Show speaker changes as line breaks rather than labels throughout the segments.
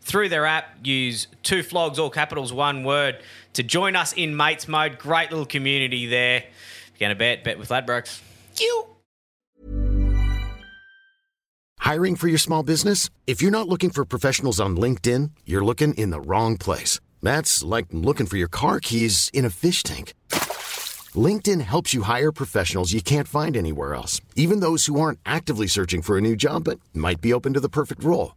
through their app. Use two flogs, all capitals, one word, to join us in Mates Mode. Great little community there. If you're going to bet, bet with Ladbrokes. You.
Hiring for your small business? If you're not looking for professionals on LinkedIn, you're looking in the wrong place. That's like looking for your car keys in a fish tank. LinkedIn helps you hire professionals you can't find anywhere else, even those who aren't actively searching for a new job but might be open to the perfect role.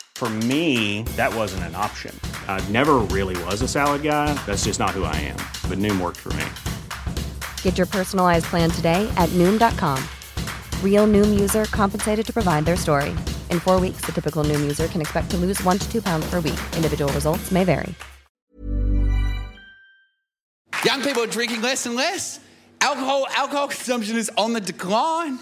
For me, that wasn't an option. I never really was a salad guy. That's just not who I am. But Noom worked for me.
Get your personalized plan today at Noom.com. Real Noom user compensated to provide their story. In four weeks, the typical Noom user can expect to lose one to two pounds per week. Individual results may vary.
Young people are drinking less and less. Alcohol, alcohol consumption is on the decline.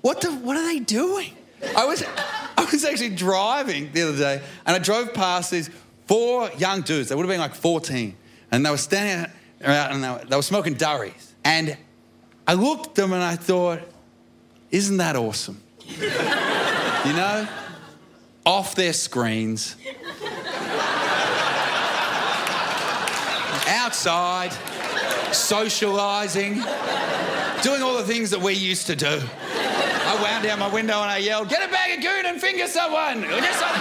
What the, what are they doing? I was, I was actually driving the other day, and I drove past these four young dudes. They would have been like 14, and they were standing out and they were, they were smoking durries. And I looked at them and I thought, isn't that awesome? you know, off their screens, outside, socializing, doing all the things that we used to do. I wound down my window and I yelled, Get a bag of goon and finger someone! It was Just like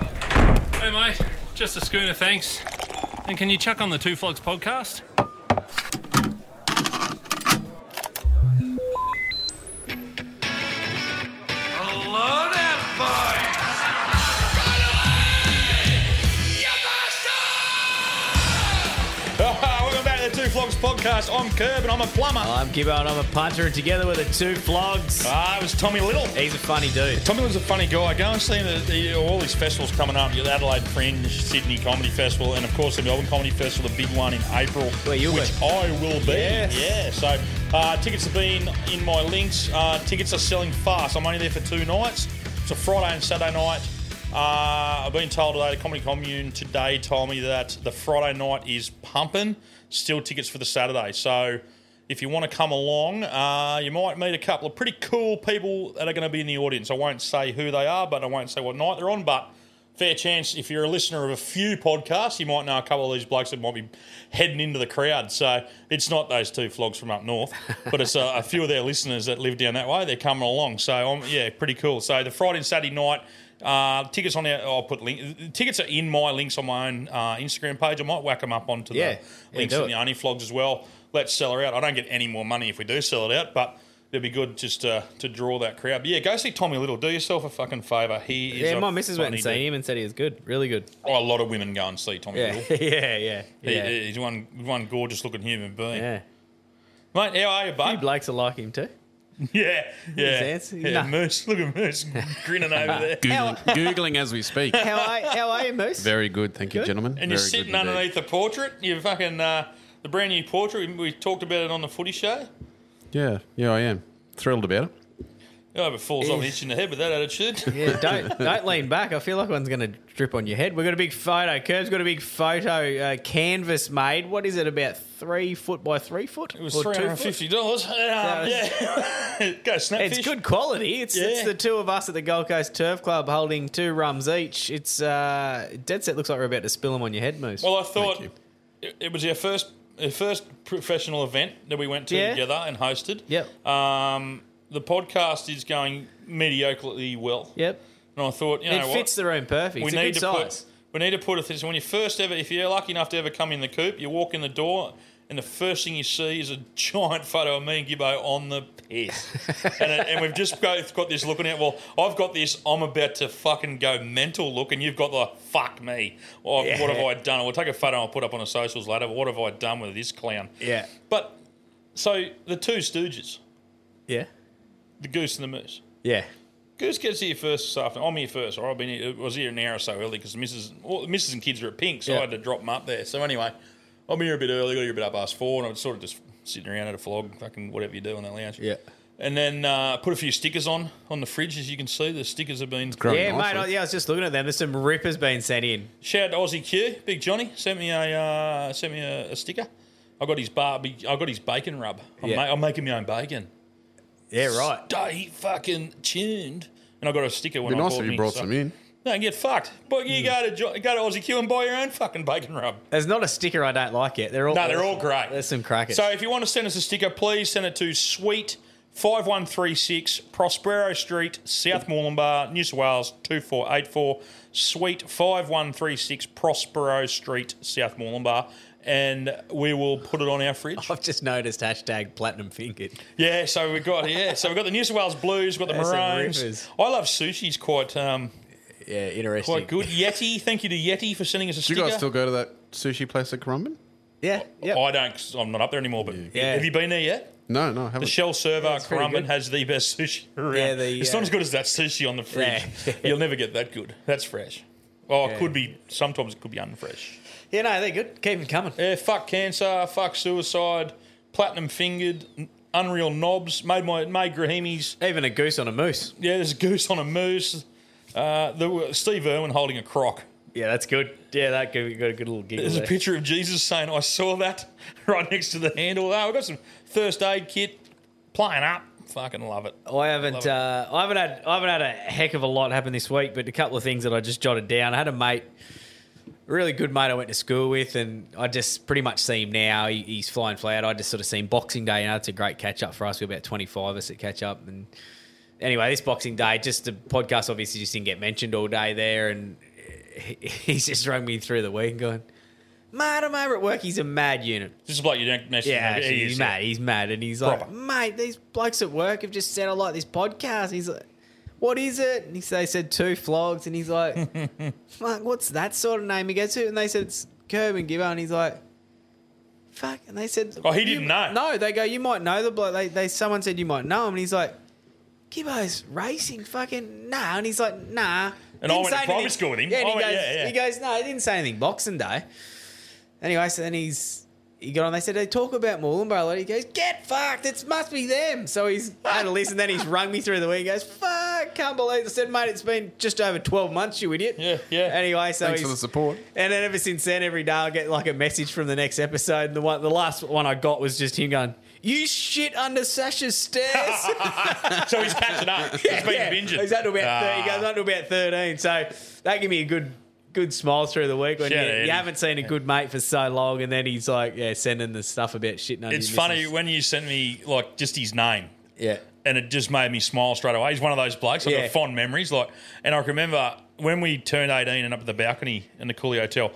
the good old days!
Hey, mate. Just a schooner, thanks. And can you chuck on the Two Flogs podcast?
Hello there, boys!
Welcome back to the Two Flogs podcast. I'm Curb and I'm a plumber.
I'm Gibbo and I'm a punter, and together with the two flogs.
Ah, it was Tommy Little.
He's a funny dude.
Tommy was a funny guy. Go and see him at the, all these festivals coming up. Your Adelaide Fringe, Sydney Comedy Festival, and of course the Melbourne Comedy Festival, the big one in April,
Where you'll
which
be.
I will be.
Yes.
Yeah. So uh, tickets have been in my links. Uh, tickets are selling fast. I'm only there for two nights. It's a Friday and Saturday night. Uh, I've been told today the Comedy Commune today told me that the Friday night is pumping. Still tickets for the Saturday. So. If you want to come along, uh, you might meet a couple of pretty cool people that are going to be in the audience. I won't say who they are, but I won't say what night they're on. But fair chance, if you're a listener of a few podcasts, you might know a couple of these blokes that might be heading into the crowd. So it's not those two flogs from up north, but it's uh, a, a few of their listeners that live down that way. They're coming along. So um, yeah, pretty cool. So the Friday and Saturday night. Uh, tickets on there. I'll put link. Tickets are in my links on my own uh, Instagram page. I might whack them up onto
Yeah.
the
Yeah,
links
do
in the
it.
Arnie flogs as well. Let's sell her out. I don't get any more money if we do sell it out, but it'd be good just to, to draw that crowd. But yeah, go see Tommy Little. Do yourself a fucking favour. He is
Yeah,
a
my missus went
funny
and seen
dude.
him and said he was good. Really good.
Oh, a lot of women go and see Tommy
Yeah,
Little.
yeah, yeah.
He-
Yeah.
he's one one gorgeous looking human being.
yeah.
Mate, how are you,
You
bud?
blokes will like him too.
yeah, yeah.
handsy.
yeah
No.
Moose, look at Moose grinning over there.
Googling, Googling as we speak.
How are, how are you, Moose?
Very good, thank you,
Good.
gentlemen.
And you're
Very good
sitting
indeed.
underneath the portrait. You fucking uh, the brand new portrait. We- We talked about it on the footy show.
Yeah, yeah, I am thrilled about it.
You'll have a Oh, falls off an inch in the head with that attitude.
Yeah, don't don't lean back. I feel like one's going to drip on your head. We've got a big photo. Curb's got a big photo uh, canvas made. What is it? About three foot by three foot?
It was
Or two
three hundred and
foot?
fifty dollars. yeah, go snapfish.
It's good quality. It's it's
Yeah.
the two of us at the Gold Coast Turf Club holding two rums each. It's uh, dead set. Looks like we're about to spill them on your head, Moose.
Well, I thought
you.
it, it was our first our first professional event that we went to
Yeah.
together and hosted.
Yep.
Um, the podcast is going mediocrely well.
yep.
And I thought, you know
It
what?
fits the room
we
perfect. it's a
need
good
to
size.
put we need to put a thing. So when you first ever, if you're lucky enough to ever come in the coop, you walk in the door, and the first thing you see is a giant photo of me and Gibbo on the piss, and, it- and we've just both got this looking at. Well, I've got this. I'm about to fucking go mental look, and you've got the fuck me. Oh, What have I done? We'll take a photo. and I'll put up on the socials later. But what have I done with this clown?
Yeah.
But so the two Stooges,
Yeah.
the goose and the moose.
Yeah.
Goose gets here first this afternoon. I'm here first, or I've been here, I was here an hour or so early because the missus, well, the missus and kids are at Pink, so I
Yeah.
had to drop them up there. So anyway, I'm here a bit early, got here a bit up past four, and I'm sort of just sitting around at a flog, fucking whatever you do in that lounge.
Yeah.
And then uh, put a few stickers on on the fridge, as you can see. The stickers have been
Growing
yeah, mate.
nicely.
I, yeah, I was just looking at them. There's some rippers being sent in.
Shout out to Aussie Q, Big Johnny sent me a uh, sent me a, a sticker. I got his barbie, I got his bacon rub. I'm,
Yeah.
ma- I'm making my own bacon.
Yeah, right.
Stay fucking tuned. And I got a sticker when
It'd be
I
nice
bought
if you
me,
brought
so-
some in. Hmm.
No, get fucked. But you go to jo- go to Aussie Q and buy your own fucking bacon rub.
There's not a sticker I don't like yet. They're all
No, they're all great.
There's some crackers.
So if you want to send us a sticker, please send it to Sweet five one three six Prospero Street, South Moolumbar, New South Wales two four eight four. Sweet five one three six Prospero Street, South Moolumbar, and we will put it on our fridge.
I've just noticed hashtag platinum fingered.
Yeah, so we've got yeah, so we've got the New South Wales Blues, we've got the
There's some
Maroons.
rippers.
I love sushi's quite um,
Yeah, interesting.
quite good. Yeti, thank you to Yeti for sending us a
Do
sticker.
you guys still go to that sushi place at Corumban?
Yeah, yep.
I don't. 'cause I'm not up there anymore. But
Yeah.
have you been there yet?
No, no, I haven't.
The Shell server at
pretty
Currumbin
good.
has the best sushi around.
Yeah, the,
it's not
uh,
as good as that sushi on the fridge.
Yeah.
You'll never get that good. That's fresh. Oh, it could be. Sometimes it could be unfresh.
yeah, no, they're good. Keep them coming.
Yeah, fuck cancer. Fuck suicide. Platinum fingered. n- Unreal knobs. Made my made Grahimi's.
Even a goose on a moose.
Yeah, there's a goose on a moose. Uh, there were Steve Irwin holding a croc.
Yeah, that's good. Yeah, that could we got a good little giggle.
There's a
there.
picture of Jesus saying, I saw that right next to the handle. Oh, we've got some first aid kit playing up. Fucking love it.
I haven't,
it.
uh, I haven't had, I haven't had a heck of a lot happen this week, but a couple of things that I just jotted down. I had a mate, really good mate, I went to school with, and I just pretty much see him now. He, he's flying flat. I just sort of seen Boxing Day. You know, it's a great catch up for us. We're about twenty five of us at catch up, and anyway, this Boxing Day, just the podcast obviously just didn't get mentioned all day there, and he, he's just rung me through the week and going, mate, I'm over at work. He's a mad unit.
This is like you don't necessarily
Yeah,
know,
actually,
he
he's
is,
mad. He's mad, and he's
Proper.
like, mate, these blokes at work have just said I like this podcast. He's like, what is it? And he they said two flogs, and he's like, fuck, what's that sort of name? He goes, who? And they said it's Curb and Gibber, and he's like, fuck. And they said,
Oh, he
"You-
didn't know."
No, they go, you might know the bloke. They, they someone said you might know him, and he's like. Gibbo's racing, fucking nah, and he's like nah.
And I
Didn't
went to
say
primary
anything.
school with him.
Yeah, and
I
he
went-
goes,
yeah, yeah.
he goes, no, he didn't say anything. Boxing Day. Anyway, so then he's he got on. They said they talk about Mooloombah a lot. He goes, "Get fucked! It must be them." So he's had a listen. Then he's rung me through the week. He goes, "Fuck! Can't believe." I said, "Mate, it's been just over twelve months, you idiot."
Yeah, yeah.
Anyway, so
Thanks for
he's,
the support.
and then ever since then, every day I get like a message from the next episode. And the one, the last one I got was just him going, "You shit under Sasha's stairs."
So he's catching up. He's been binging.
He's up to about
Ah.
30, he goes up to about thirteen. So that give me a good good smile through the week when you,
Shout out,
you
Eddie.
haven't seen a good mate for so long, and then he's like, yeah, sending the stuff about shitting on
It's
your
funny
missus.
when you sent me like just his name.
Yeah.
and it just made me smile straight away. He's one of those blokes. I've
Yeah.
got fond memories. Like, and I remember when we turned eighteen and up at the balcony in the Cooley Hotel.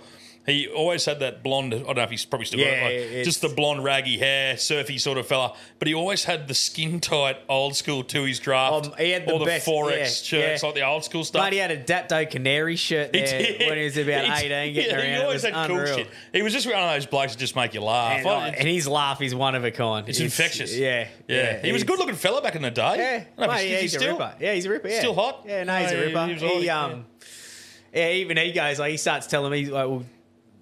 He always had that blonde. I don't know if he's probably still got
Yeah,
it, like,
it's-
just the blonde, raggy hair, surfy sort of fella. But he always had the skin tight, old school to his draft.
Um, he had the
all
best-
the forex
yeah,
shirts,
yeah.
like the old school stuff.
But he had a Dapto Canary shirt
He
there
did.
when he was about
He-
18 getting
yeah,
around.
He always
it was
had
unreal.
cool shit. He was just one of those blokes that just make you laugh.
And,
I-
like, and his laugh is one of a kind.
it's infectious.
Yeah.
yeah. He was a good looking fella back in the day.
Yeah,
I don't know if
Mate, yeah,
is he
he's a
still?
ripper. Yeah, he's a ripper. Yeah.
Still hot?
Yeah, no, he's
No,
a
he-
ripper.
he was
He,
hot,
um, yeah. even he goes like he starts telling me like, well,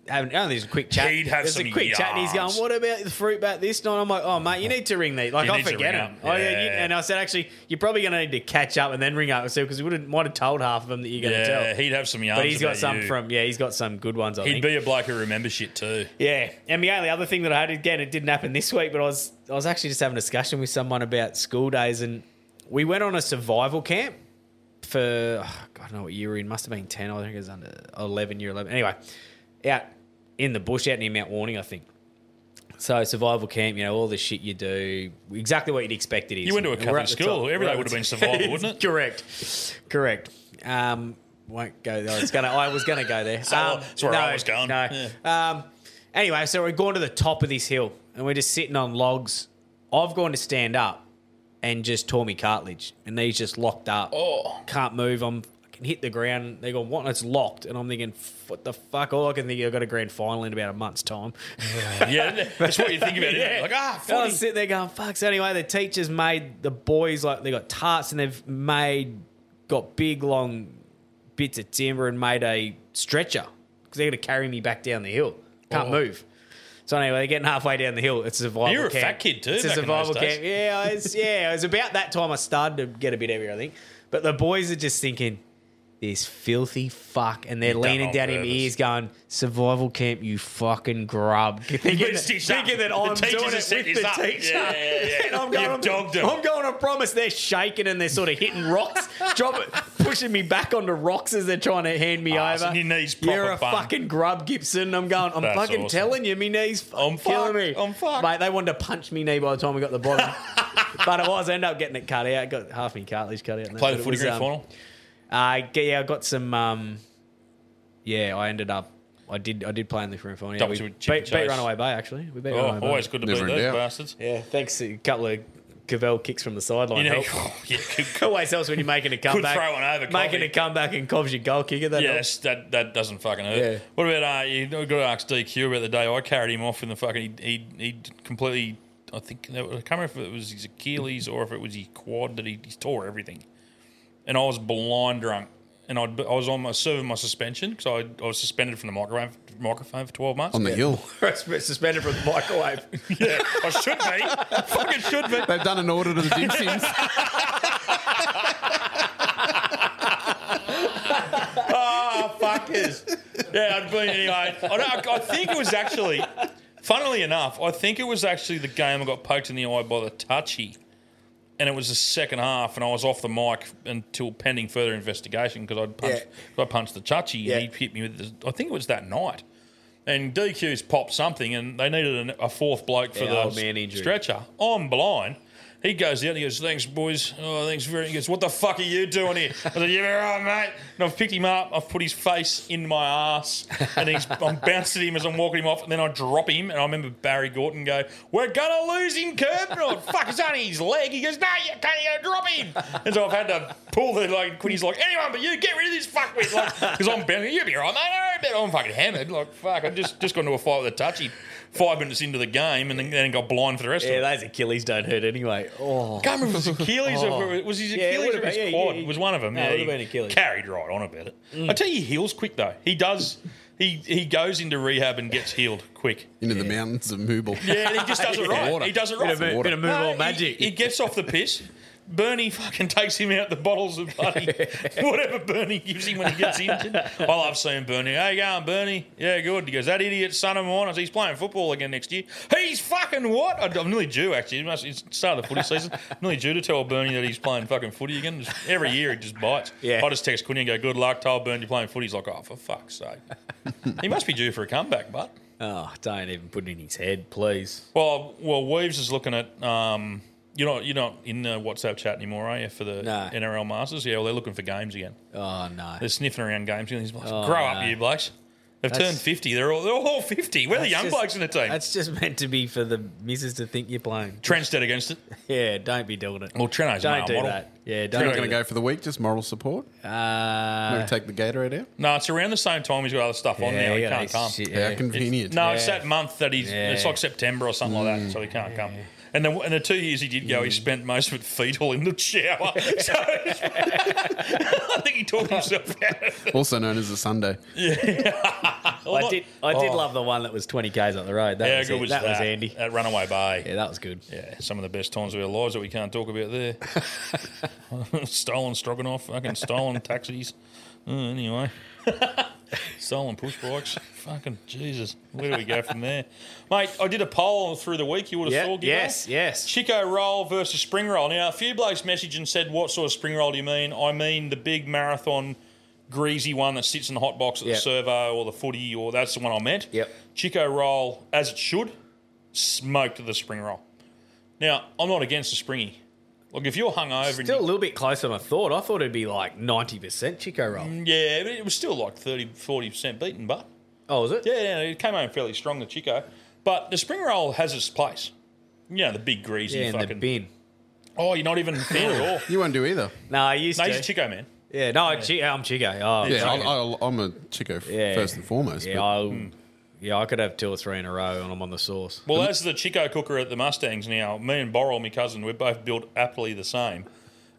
having oh, there's a quick chat.
He'd have
there's
some
a quick chat, and he's going,
yarns.
"What about the fruit bat this night?" I'm like, "Oh, mate, you need to ring these." Like
You
I
need to
forget
ring
them.
up.
Oh yeah, you,
Yeah.
and I said, "Actually, you're probably going to need to catch up and then ring up because we wouldn't might have told half of them that you're going to
Yeah,
tell."
he'd have some yarns.
but he's got
about
some
you.
from yeah, he's got some good ones. I
He'd
think.
be a bloke who remembers shit too.
Yeah, and the only other thing that I had again, it didn't happen this week, but I was I was actually just having a discussion with someone about school days, and we went on a survival camp for oh, God, I don't know what year we are in. Must have been ten. I think it was under eleven, year eleven. Anyway, out in the bush, out near Mount Warning, I think. So survival camp, you know, all the shit you do, exactly what you'd expect it is.
You went to a
And we're
Catholic
at the
school.
top-
Every
we're
day
at
would have
the
been
top.
survival, wouldn't it?
Correct. Correct. Um, won't go there. I was gonna. I was gonna go there.
So,
um,
that's where I was going.
No.
Yeah.
Um, anyway, so we're going to the top of this hill, and we're just sitting on logs. I've gone to stand up, and just tore me cartilage, and he's just locked up.
Oh.
can't move. I'm I can hit the ground. They go, what? And it's locked, and I'm thinking, what the fuck? All I can think, I've got a grand final in about a month's time.
Yeah, that's what you think about. Isn't it? Like ah,
And I was
footy.
sitting there going, fuck. So anyway, the teachers made the boys like they got tarts and they've made got big long bits of timber and made a stretcher because they're going to carry me back down the hill. Can't move. So anyway, they're getting halfway down the hill. It's a survival.
You were Oh. a
camp.
fat kid too
It's a
back in
survival
those days.
camp. Yeah, it's, yeah. It was about that time I started to get a bit heavier, I think. But the boys are just thinking. This filthy fuck, and they're
You've done
leaning
on
down him
purpose.
ears, going "Survival camp, you fucking grub." Thinking,
It's stitched up.
thinking that
The
I'm
teachers
doing
have
it
set
with
this
the
up.
teacher.
Yeah, yeah, yeah.
and I'm
You've
going, I'm,
dogged 'em.
I'm going, I promise they're shaking and they're sort of hitting rocks, dropping, pushing me back onto rocks as they're trying to hand me
Ah,
over.
so your knee's
You're
proper
a
bung.
fucking grub, Gibson. I'm going, I'm
That's
fucking
awesome.
telling you, my knee's fucking
I'm
killing
fucked.
me.
I'm fucked.
Mate, they wanted to punch me knee by the time we got to the bottom. but I was, I ended up getting it cut out. Got half my cartilage cut out.
Play
But
the
it
footy
was,
grand
um,
final.
uh, g- yeah, I got some. Um, yeah, I ended up. I did. I did play in the grand final. Yeah,
Double
we
chip-
beat,
chip and
beat
chase.
Runaway Bay actually. We beat
Oh,
Runaway Bay.
always good to beat
Never in
those
doubt.
bastards.
Yeah, thanks. A couple of Cavell kicks from the sideline.
You know, oh,
help.
yeah, good,
Always helps when you're making a comeback.
throw one over,
making
Covey.
a comeback and cobs your goal kicker. That helps.
Yes, that that doesn't fucking hurt.
Yeah.
What about uh, you? Got to ask DQ about the day I carried him off in the fucking. He he, he completely. I think I can't remember if it was his Achilles or if it was his quad that he, he tore everything. And I was blind drunk, and I'd, I was on my serving my suspension because I, I was suspended from the microphone microphone for twelve months.
on the hill.
Suspended from the microwave.
yeah, I should be. fucking should be.
They've done an audit of the gym sims.
Ah, fuckers. Yeah, I'd been anyway. I, don't, I think it was actually, funnily enough, I think it was actually the game I got poked in the eye by the touchy, and it was the second half, and I was off the mic until pending further investigation because I'd punched, I punched the touchy,
Yeah.
and he hit me with. The, I think it was that night. And DQ's popped something, and they needed an, a fourth bloke for
Yeah,
the
old man injury.
stretcher. I'm blind. He goes out and he goes, Thanks, boys. Oh, thanks very He goes, What the fuck are you doing here? I said, You're all right, mate. And I've picked him up, I've put his face in my ass, and he's, I'm bouncing him as I'm walking him off, and then I drop him. And I remember Barry Gorton go, We're going to lose him, Curb. And I went, fuck, it's only his leg. He goes, No, you can't you're gonna drop him. And so I've had to pull the, like, Quinny's like, Anyone but you, get rid of this fuckwit. Like, because I'm bouncing, You'll be all right, mate. I don't- I'm fucking hammered. Like, fuck, I just, just got into a fight with a touchy. Five minutes into the game, and then, then got blind for the rest of it.
yeah, those Achilles don't hurt anyway. Oh,
I can't remember if it was Achilles or it was his
Yeah, it
Achilles
would've
or his
been- yeah,
quad.
yeah,
it was one of them.
no, it
yeah,
would've
he
been Achilles. Mm.
Carried right on about it. I tell you, he heals quick though. He does. He he goes into rehab and gets healed quick.
Into the mountains of Mooble.
Yeah, and he just does it right.
Water.
He does it
Bit
right.
of mo- Water. bit
of move all
he-
magic.
He, gets off the piss. Bernie fucking takes him out the bottles of bloody whatever Bernie gives him when he gets injured. I love seeing Bernie. How you going, Bernie? Yeah, good. He goes, that idiot son of mine. I said, he's playing football again next year. He's fucking what? I- I'm nearly due, actually. It must- It's the start of the footy season. I'm nearly due to tell Bernie that he's playing fucking footy again. Just- every year he just bites.
Yeah.
I just text Quinny and go, good luck. Tell Bernie you're playing footy. He's like, oh, for fuck's sake. he must be due for a comeback, but.
oh, don't even put it in his head, please.
Well, well, Weaves is looking at. Um, you're not you're not in the WhatsApp chat anymore, are you? For the
No.
NRL Masters, yeah. Well, they're looking for games again.
Oh no. Oh,
They're sniffing around games again. These blokes. Grow up, you blokes. They've
That's-
turned fifty. They're all they're all fifty. We're the
That's
young
just-
blokes in the team.
That's just meant to be for the missus to think you're playing.
Trent's dead against it.
Yeah, don't be doing it.
Well, Treno's
don't
male
do
model.
that. Yeah,
We're
don't.
not
do
going to go
that.
for the week, just moral support.
Uh,
Maybe take the Gatorade out.
No, it's around the same time he's got other stuff on
yeah,
now. He
you gotta
can't
eat
come.
shit,
How
yeah.
convenient.
No, it's that month that he's. It's
Yeah. Mm.
like September or something like that, so he can't come. And the, and the two years he did go, he spent most of it fetal in the shower. So I think he talked himself out. of it.
Also known as a Sunday.
Oh,
I
look.
did. I did
Oh.
love the one that was twenty k's up the road. That
How
was
good
it.
was
that,
that?
was Andy.
At Runaway Bay.
yeah, that was good.
Yeah, some of the best times of our lives that we can't talk about there. stolen stroganoff, fucking stolen taxis. Uh, anyway, stolen push bikes. Fucking Jesus, where do we go from there, mate? I did a poll through the week. You would have
Yeah,
thought, Gibbo.
yes, yes.
Chico roll versus spring roll. Now a few blokes messaged and said, "What sort of spring roll do you mean?" I mean the big marathon. Greasy one that sits in the hot box at
Yep.
the servo or the footy, or that's the one I meant.
Yep.
Chico roll, as it should, smoked the spring roll. Now, I'm not against the springy. Look, if you're hungover,
Still a
and
little bit closer than I thought. I thought it'd be like ninety percent Chico roll.
you, Mm, yeah, but it was still like 30, 40% beaten, but
Oh, is it?
yeah, yeah, it came home fairly strong, the Chico. But the spring roll has its place. You know, the big greasy
Yeah, in the
fucking.
bin.
Oh, you're not even a fan at all.
You won't do either.
No, I used
No,
to.
he's a Chico, man.
yeah, no, Chi- I'm Chico. Oh,
Yeah, I'll, I'll, I'm a chico f-
Yeah.
first and foremost.
yeah,
but-
I'll- yeah. I could have two or three in a row, and I'm on the sauce.
Hmm. Well, as the Chico cooker at the Mustangs now, me and Borrell, my cousin, we're both built aptly the same.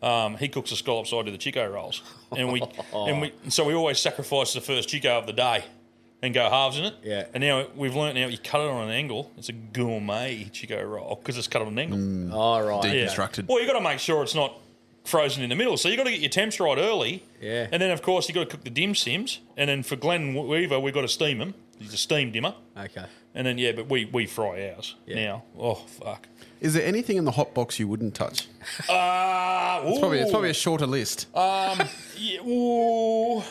Um, he cooks the scallops, I do the Chico rolls, and we and we so we always sacrifice the first Chico of the day and go halves in it.
Yeah.
And now we've learnt now you cut it on an angle. It's a gourmet Chico roll because it's cut on an angle.
Mm.
All Oh, right.
Yeah.
deconstructed.
Well, you got to make sure it's not frozen in the middle. So you got to get your temps right early.
Yeah.
And then of course you got to cook the dim sims, and then for Glenn Weaver we've got to steam them. He's a steam dimmer.
Okay.
And then yeah, but we we fry ours
Yeah.
now. Oh fuck.
Is there anything in the hot box you wouldn't touch?
Uh,
It's probably, it's probably a shorter list.
Um, yeah, ooh.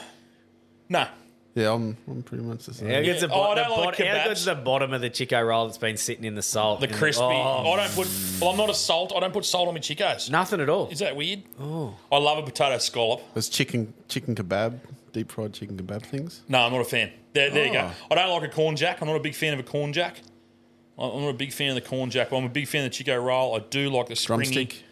Nah.
yeah, I'm, I'm pretty much the same.
How good's, the
Yeah. Oh, I
bo- the
don't like
bot- how
kebabs.
good's the bottom of the Chico roll that's been sitting in the salt?
The
In
crispy.
oh,
I don't put. Well, I'm not a salt. I don't put salt on my chicos.
nothing at all.
Is that weird? Oh. I love a potato scallop.
There's chicken, chicken kebab, deep fried chicken kebab things.
No, I'm not a fan. There, there you go.
Oh.
I don't like a corn jack. I'm not a big fan of a corn jack. I- I'm not a big fan of the corn jack. I'm a big fan of the Chico roll. I do like the springy.
Drumstick.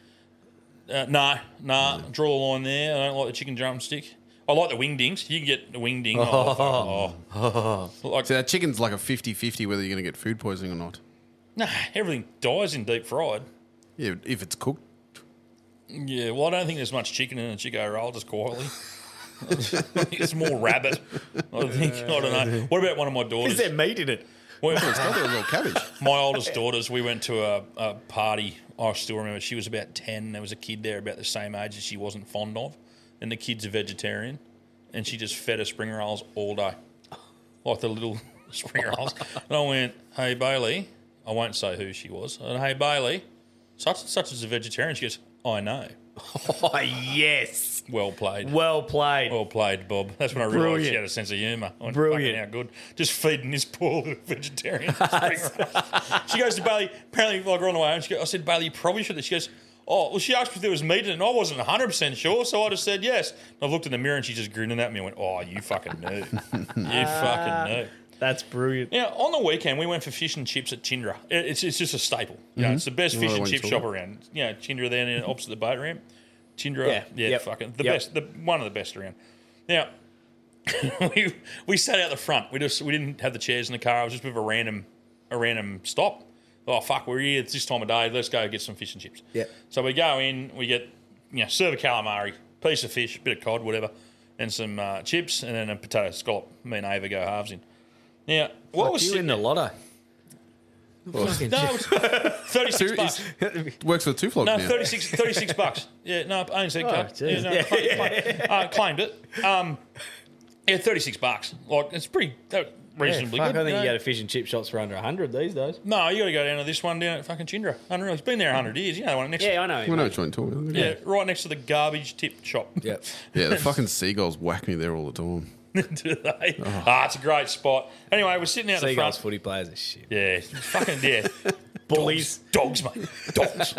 Uh, no, no. Draw the line there. I don't like the chicken drumstick. I like the wing dings. You can get the wing ding. Oh, oh. Like,
So that chicken's like a 50-50 whether you're going to get food poisoning or not.
nah, everything dies in deep fried.
Yeah, if it's cooked.
Yeah, well, I don't think there's much chicken in a Chico roll, just quietly. it's more rabbit. I think. I don't know. What about one of my
Is
daughters?
there meat in it?
Well,
It's got a little cabbage.
my oldest daughters, we went to a, a party. I still remember she was about 10. There was a kid there about the same age that she wasn't fond of. And the kid's a vegetarian. And she just fed her spring rolls all day, like the little spring rolls. And I went, Hey, Bailey, I won't say who she was. And hey, Bailey, such and such is a vegetarian. She goes, I know.
Oh, yes.
Well played.
Well played.
Well played, Bob. That's when I realised she
Brilliant.
had a sense of humour. I went,
Brilliant.
Fucking how good. Just feeding this poor little vegetarian. spring rolls. she goes to Bailey, apparently, like, we're on the way home. She goes, I said, Bailey, you probably should have. She goes, Oh, well, she asked me if there was meat in it, and I wasn't 100% sure, so I just said yes. And I looked in the mirror and she just grinned at me and went, Oh, you fucking knew. you fucking knew.
Ah, That's brilliant.
Now, on the weekend, we went for fish and chips at Chindra. It- It's, it's just a staple. You know,
Mm-hmm.
it's the best fish
Another
and
one
chip
too.
shop around. You know, Chindra then and opposite the boat ramp. Chindra,
Yeah,
yeah,
yep,
fucking the
yep.
best, the one of the best around. Now, we, we sat out the front. We just we didn't have the chairs in the car. It was just a bit of a random a random stop. Oh fuck, we're here. It's this time of day. Let's go get some fish and chips.
Yep.
So we go in. We get you know serve of calamari, piece of fish, bit of cod, whatever, and some uh, chips, and then a potato scallop. Me and Ava go halves in. Now, what was
What was you
sitting
in the lotto?
no, it was 36 bucks.
Works with two flogs
No,
now.
36, 36 bucks. Yeah, no, I only said cut.
geez.
Yeah, no, claim- claim- uh, claimed it. Um, yeah, 36 bucks. Like, it's pretty that, reasonably
Fuck, I
good.
think
you know?
you go to fish and chip shops for under 100 these days.
No, you got to go down to this one down at fucking Chindra. Unreal. It's been there 100 years. You know, the one next
Yeah, I know.
We know what you're talking about.
yeah, right next to the garbage tip shop.
Yep.
Yeah, the fucking seagulls whack me there all the time.
Do they?
Oh.
Ah, it's a great spot. Anyway, we're sitting out the
Seagulls
front.
footy players are shit.
Yeah, fucking yeah.
Bullies.
Dogs, mate. Dogs.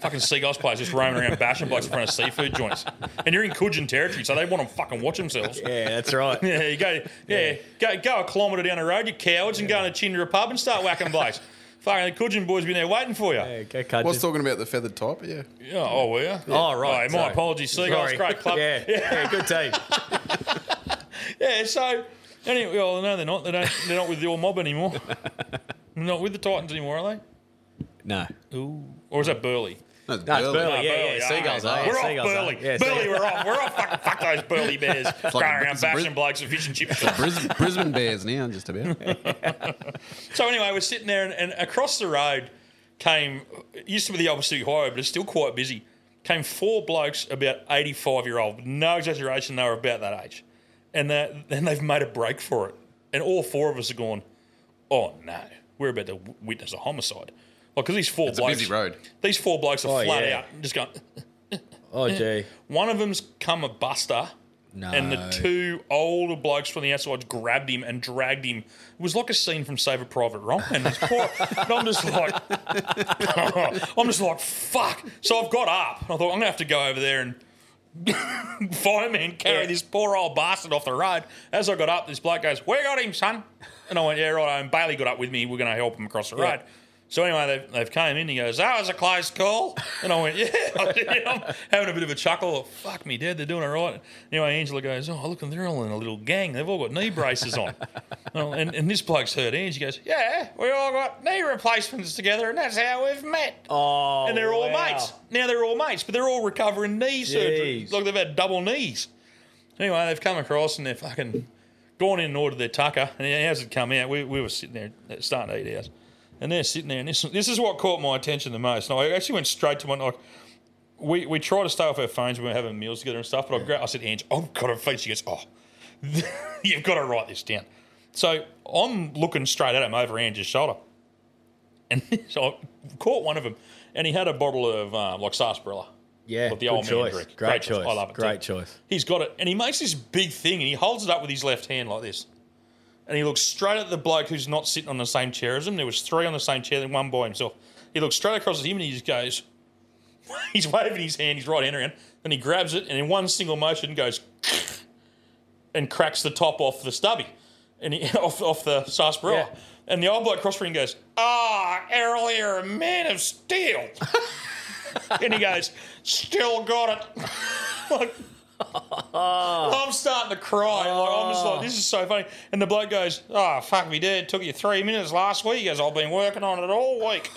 fucking seagulls players just roaming around bashing blokes in front of seafood joints. And you're in Coogin territory, so they want to fucking watch themselves.
Yeah, that's right.
Yeah, you go, yeah, Go, go a kilometre down the road, you cowards, and go in a Chindra pub and start whacking blokes. Fucking the Coogin boys been there waiting for you.
Yeah, go Cudgeon.
I was talking about the feathered type, yeah.
Yeah, oh, were you?
Oh, right.
my
sorry.
apologies, Seagulls.
Sorry.
Great club.
yeah.
yeah.
yeah, good team.
Yeah, so anyway, well, no, they're not. They don't, they're not with your mob anymore. they're not with the Titans anymore, are
No.
they? Ooh. Or is that Burley?
That's
No, it's
Burley.
Burley, yeah, yeah.
Burley,
Seagulls,
alright.
eh?
We're
Seagulls,
off
eh?
Burley.
Yeah,
Burley,
seagulls.
we're off. We're off. Fuck, fuck those Burley bears. Going around
it's a
bashing
Bris-
blokes with fish and chips.
Brisbane, Brisbane Bears now, just about.
So anyway, we're sitting there, and, and across the road came it used to be the opposite highway, but it's still quite busy. Came four blokes about eighty-five year old, no exaggeration, they were about that age, and they- then they've made a break for it, and all four of us are going, "Oh no, we're about to w- witness a homicide." Like, because these four
a
blokes,
busy road.
These four blokes are
Oh,
flat
yeah.
out, just going.
Oh, gee.
One of them's come a buster. And the two older blokes from the outside grabbed him and dragged him. It was like a scene from Save a Private Ryan. It's poor- and I'm just like, I'm just like, fuck. So I've got up. I thought I'm gonna have to go over there and find me and carry
Yeah.
this poor old bastard off the road. As I got up, this bloke goes, "We got him, son." And I went, "Yeah, right." And Bailey got up with me. We're gonna help him across the road. So anyway, they've, they've came in. He goes, "That was a close call." And I went, "Yeah." I'm having a bit of a chuckle. Fuck me, Dad. They're doing all right. Anyway, Angela goes, "Oh, look, they're all in a little gang. They've all got knee braces on." Well, and, and this bloke's hurt. Angie goes, "Yeah, we all got knee replacements together, and that's how we've met."
Oh,
and they're all
wow.
mates. Now they're all mates, but they're all recovering knee surgery.
Jeez.
Like they've had double knees. Anyway, they've come across and they're fucking gone in and ordered their tucker. And ours had come out. We, we were sitting there starting to eat ours. And they're sitting there, and this, this is what caught my attention the most. And I actually went straight to my like, we, we try to stay off our phones when we're having meals together and stuff. But I, gra- I said, Ange, I've got a phone. She goes, oh, you've got to write this down. So I'm looking straight at him over Angie's shoulder. And so I caught one of them, and he had a bottle of um, like sarsaparilla.
Yeah,
like
good choice. Great, choice.
I love it. too.
Great choice.
He's got it, and he makes this big thing, and he holds it up with his left hand like this, and he looks straight at the bloke who's not sitting on the same chair as him. There was three on the same chair, then one by himself. He looks straight across at him, and he just goes. He's waving his hand, his right hand around, and he grabs it, and in one single motion goes, and cracks the top off the stubby, and he, off off the sarsaparilla.
Yeah.
And the old bloke cross ring goes, "Ah, Errol, you're a man of steel." and he goes, "Still got it." like, I'm starting to cry. Like, I'm just like, this is so funny. And the bloke goes, "Ah, fuck me, Dad. Took you three minutes last week." He goes, "I've been working on it all week."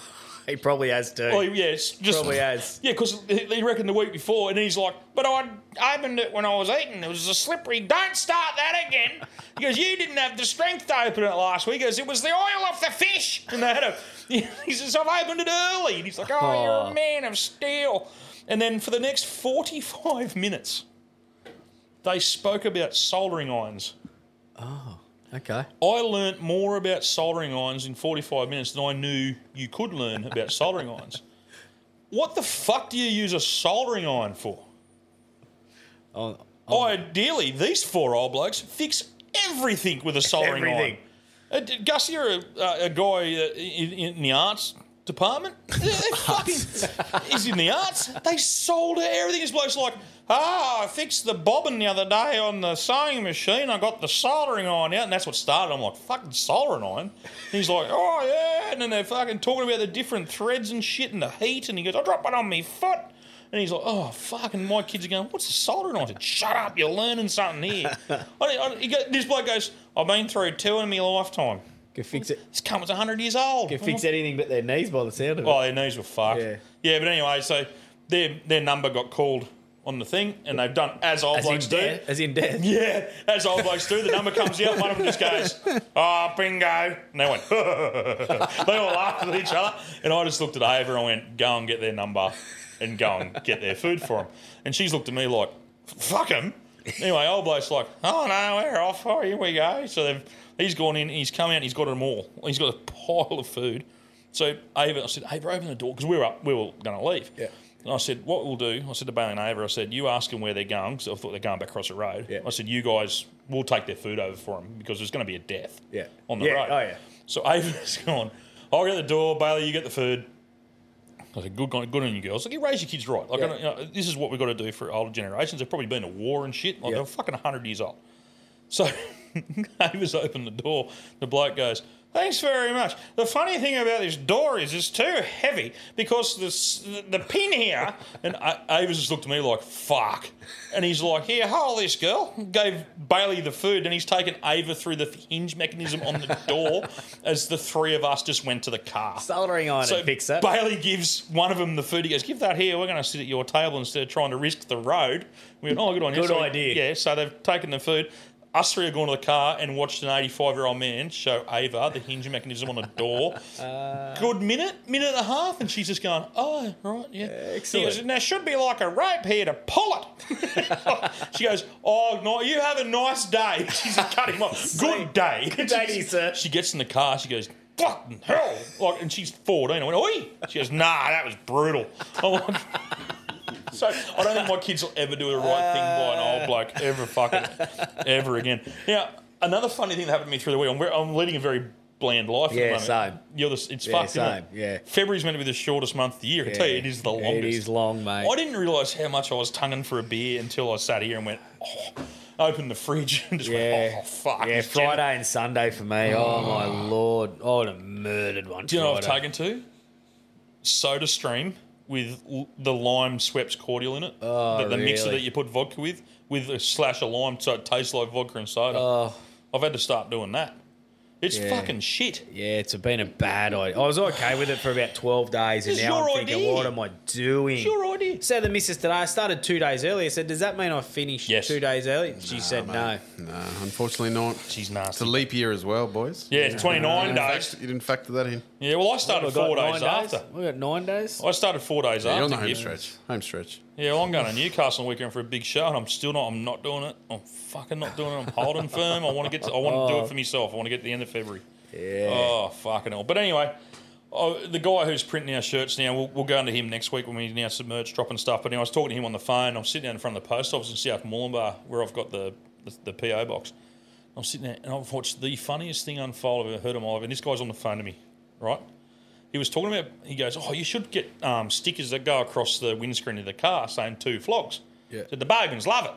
He probably has too.
Well, yeah, it's just
Probably has.
Yeah, because they reckon the week before, and he's like, "But I opened it when I was eating. It was a slippery. Don't start that again." He goes, "You didn't have the strength to open it last week." He goes, "It was the oil off the fish." And they had a. He says, "I've opened it early," and he's like, "Oh, you're a man of steel." And then for the next forty-five minutes, they spoke about soldering irons.
Oh. okay.
I learnt more about soldering irons in 45 minutes than I knew you could learn about soldering irons. What the fuck do you use a soldering iron for?
Oh,
Oh, Ideally, these four old blokes fix everything with a soldering
Everything.
iron. Uh, d- Gus, you're a, uh, a guy uh, in, in the arts department. They fucking, he's in the arts. They solder everything. This bloke's like, ah, I fixed the bobbin the other day on the sewing machine. I got the soldering iron out, and that's what started. I'm like, fucking soldering iron. And he's like, oh yeah, and then they're fucking talking about the different threads and shit and the heat. And he goes, I dropped one on me foot. And he's like, oh, fuck. And my kids are going, what's the soldering iron? I said, shut up, you're learning something here. I, I, he go, this bloke goes, I've been through two in my lifetime.
Can fix it.
This cunt's 100 years old.
Can fix anything but their knees by the sound of it.
Oh, their knees were fucked.
Yeah.
Yeah, but anyway, so their their number got called on the thing, and they've done as old
as in
blokes do.
death. As in death.
Yeah, as old blokes do. The number comes out, one of them just goes, oh, bingo. And they went, they all laughed at each other. And I just looked at Ava and went, go and get their number and go and get their food for them. And she's looked at me like, fuck him. Anyway, old bloke's like, oh, no, we're off. Oh, here we go. So they've, he's gone in, he's come out, and he's got them all. He's got a pile of food. So Ava, I said, Ava, open the door because we were up, we were going to leave.
Yeah.
And I said, what we'll do, I said to Bailey and Ava, I said, you ask them where they're going because I thought they're going back across the road.
Yeah.
I said, you guys, we'll take their food over for them because there's going to be a death
Yeah.
on the
Yeah,
road.
oh, yeah.
So Ava's gone, I'll get the door, Bailey, you get the food. I said, good, on- good on you girls. Like, you raise your kids right. Like, I
Yeah.
don't- you know, this is what we've got to do for older generations. They've probably been to war and shit. Like,
Yeah.
they're fucking 100 years old. So Ava's opened the door. The bloke goes, Thanks very much. The funny thing about this door is it's too heavy because this, the, the pin here, and uh, Avis just looked at me like, fuck. And he's like, here, hold this girl. Gave Bailey the food and he's taken Ava through the hinge mechanism on the door as the three of us just went to the car.
Soldering iron and picks up.
Bailey gives one of them the food. He goes, "Give that here. We're going to sit at your table instead of trying to risk the road." We went, "Oh, good on you."
Good
So we-
idea.
Yeah. So they've taken the food. Us three are going to the car and watched an 85-year-old man show Ava the hinge mechanism on a door.
Uh,
Good minute, minute and a half, and she's just going, "Oh, right, yeah."
Excellent.
He goes, "There should be like a rope here to pull it." she goes, "Oh, no, you have a nice day." She's cut him off. Good day. Good
day to you, sir.
she gets in the car. She goes, "Fucking hell!" Like, and she's fourteen. I went, "Oi!" She goes, "Nah, "Ah, that was brutal." I'm like, so I don't think my kids will ever do the right thing by an
Uh.
old bloke ever fucking ever again. Now, another funny thing that happened to me through the week. I'm, we're- I'm leading a very bland life.
Yeah,
at the moment.
same.
You're the, it's
Yeah,
fucked. isn't it?
same, yeah.
February's meant to be the shortest month of the year. I can tell you, it is the longest.
It is long, mate.
I didn't realise how much I was tonguing for a beer until I sat here and went, oh, opened the fridge and just
yeah.
went, oh, fuck.
Yeah,
it's Ah. gin-
Friday and Sunday for me. Oh, my lord. I would have murdered one.
Do you know what I've
Friday.
taken to? Soda Stream with l- the lime swept cordial in it. Oh, the, the mixer
really?
that you put vodka with, with a slash of lime so it tastes like vodka and soda. I've had to start doing that. It's
Oh. Yeah.
fucking shit.
Yeah, it's been a bad idea. I was okay with it for about 12 days, and
It's
now I'm
your
thinking,
idea.
what am I doing?
It's your idea.
So the missus today, I started two days early. I said, does that mean I finished
Yes.
two days early? She said no.
No, unfortunately not.
She's
It's a
nasty.
leap year as well, boys.
Yeah, it's 29
You didn't,
days.
fact- you didn't factor that in.
Yeah, well, I started
We've
four
got
days,
nine
after.
We got nine days.
I started four days
Yeah,
after.
you're on the home
you.
stretch. Home stretch.
Yeah, well, I'm going to Newcastle on weekend for a big show, and I'm still not. I'm not doing it. I'm fucking not doing it. I'm holding firm. I want to get. To, I want to do it for myself. I want to get to the end of February. Yeah. Oh fucking hell! But anyway, oh, the guy who's printing our shirts now, we'll, we'll go into him next week when we announce the merch drop and stuff. But anyway, I was talking to him on the phone. I'm sitting down in front of the post office in South Moolumbar, where I've got the the, the PO box. I'm sitting there and I've watched the funniest thing unfold I've ever heard in my life. And this guy's on the phone to me, right? He was talking about, he goes, Oh, you should get um, stickers that go across the windscreen of the car saying two flogs. Yeah. Said, the bargains love it.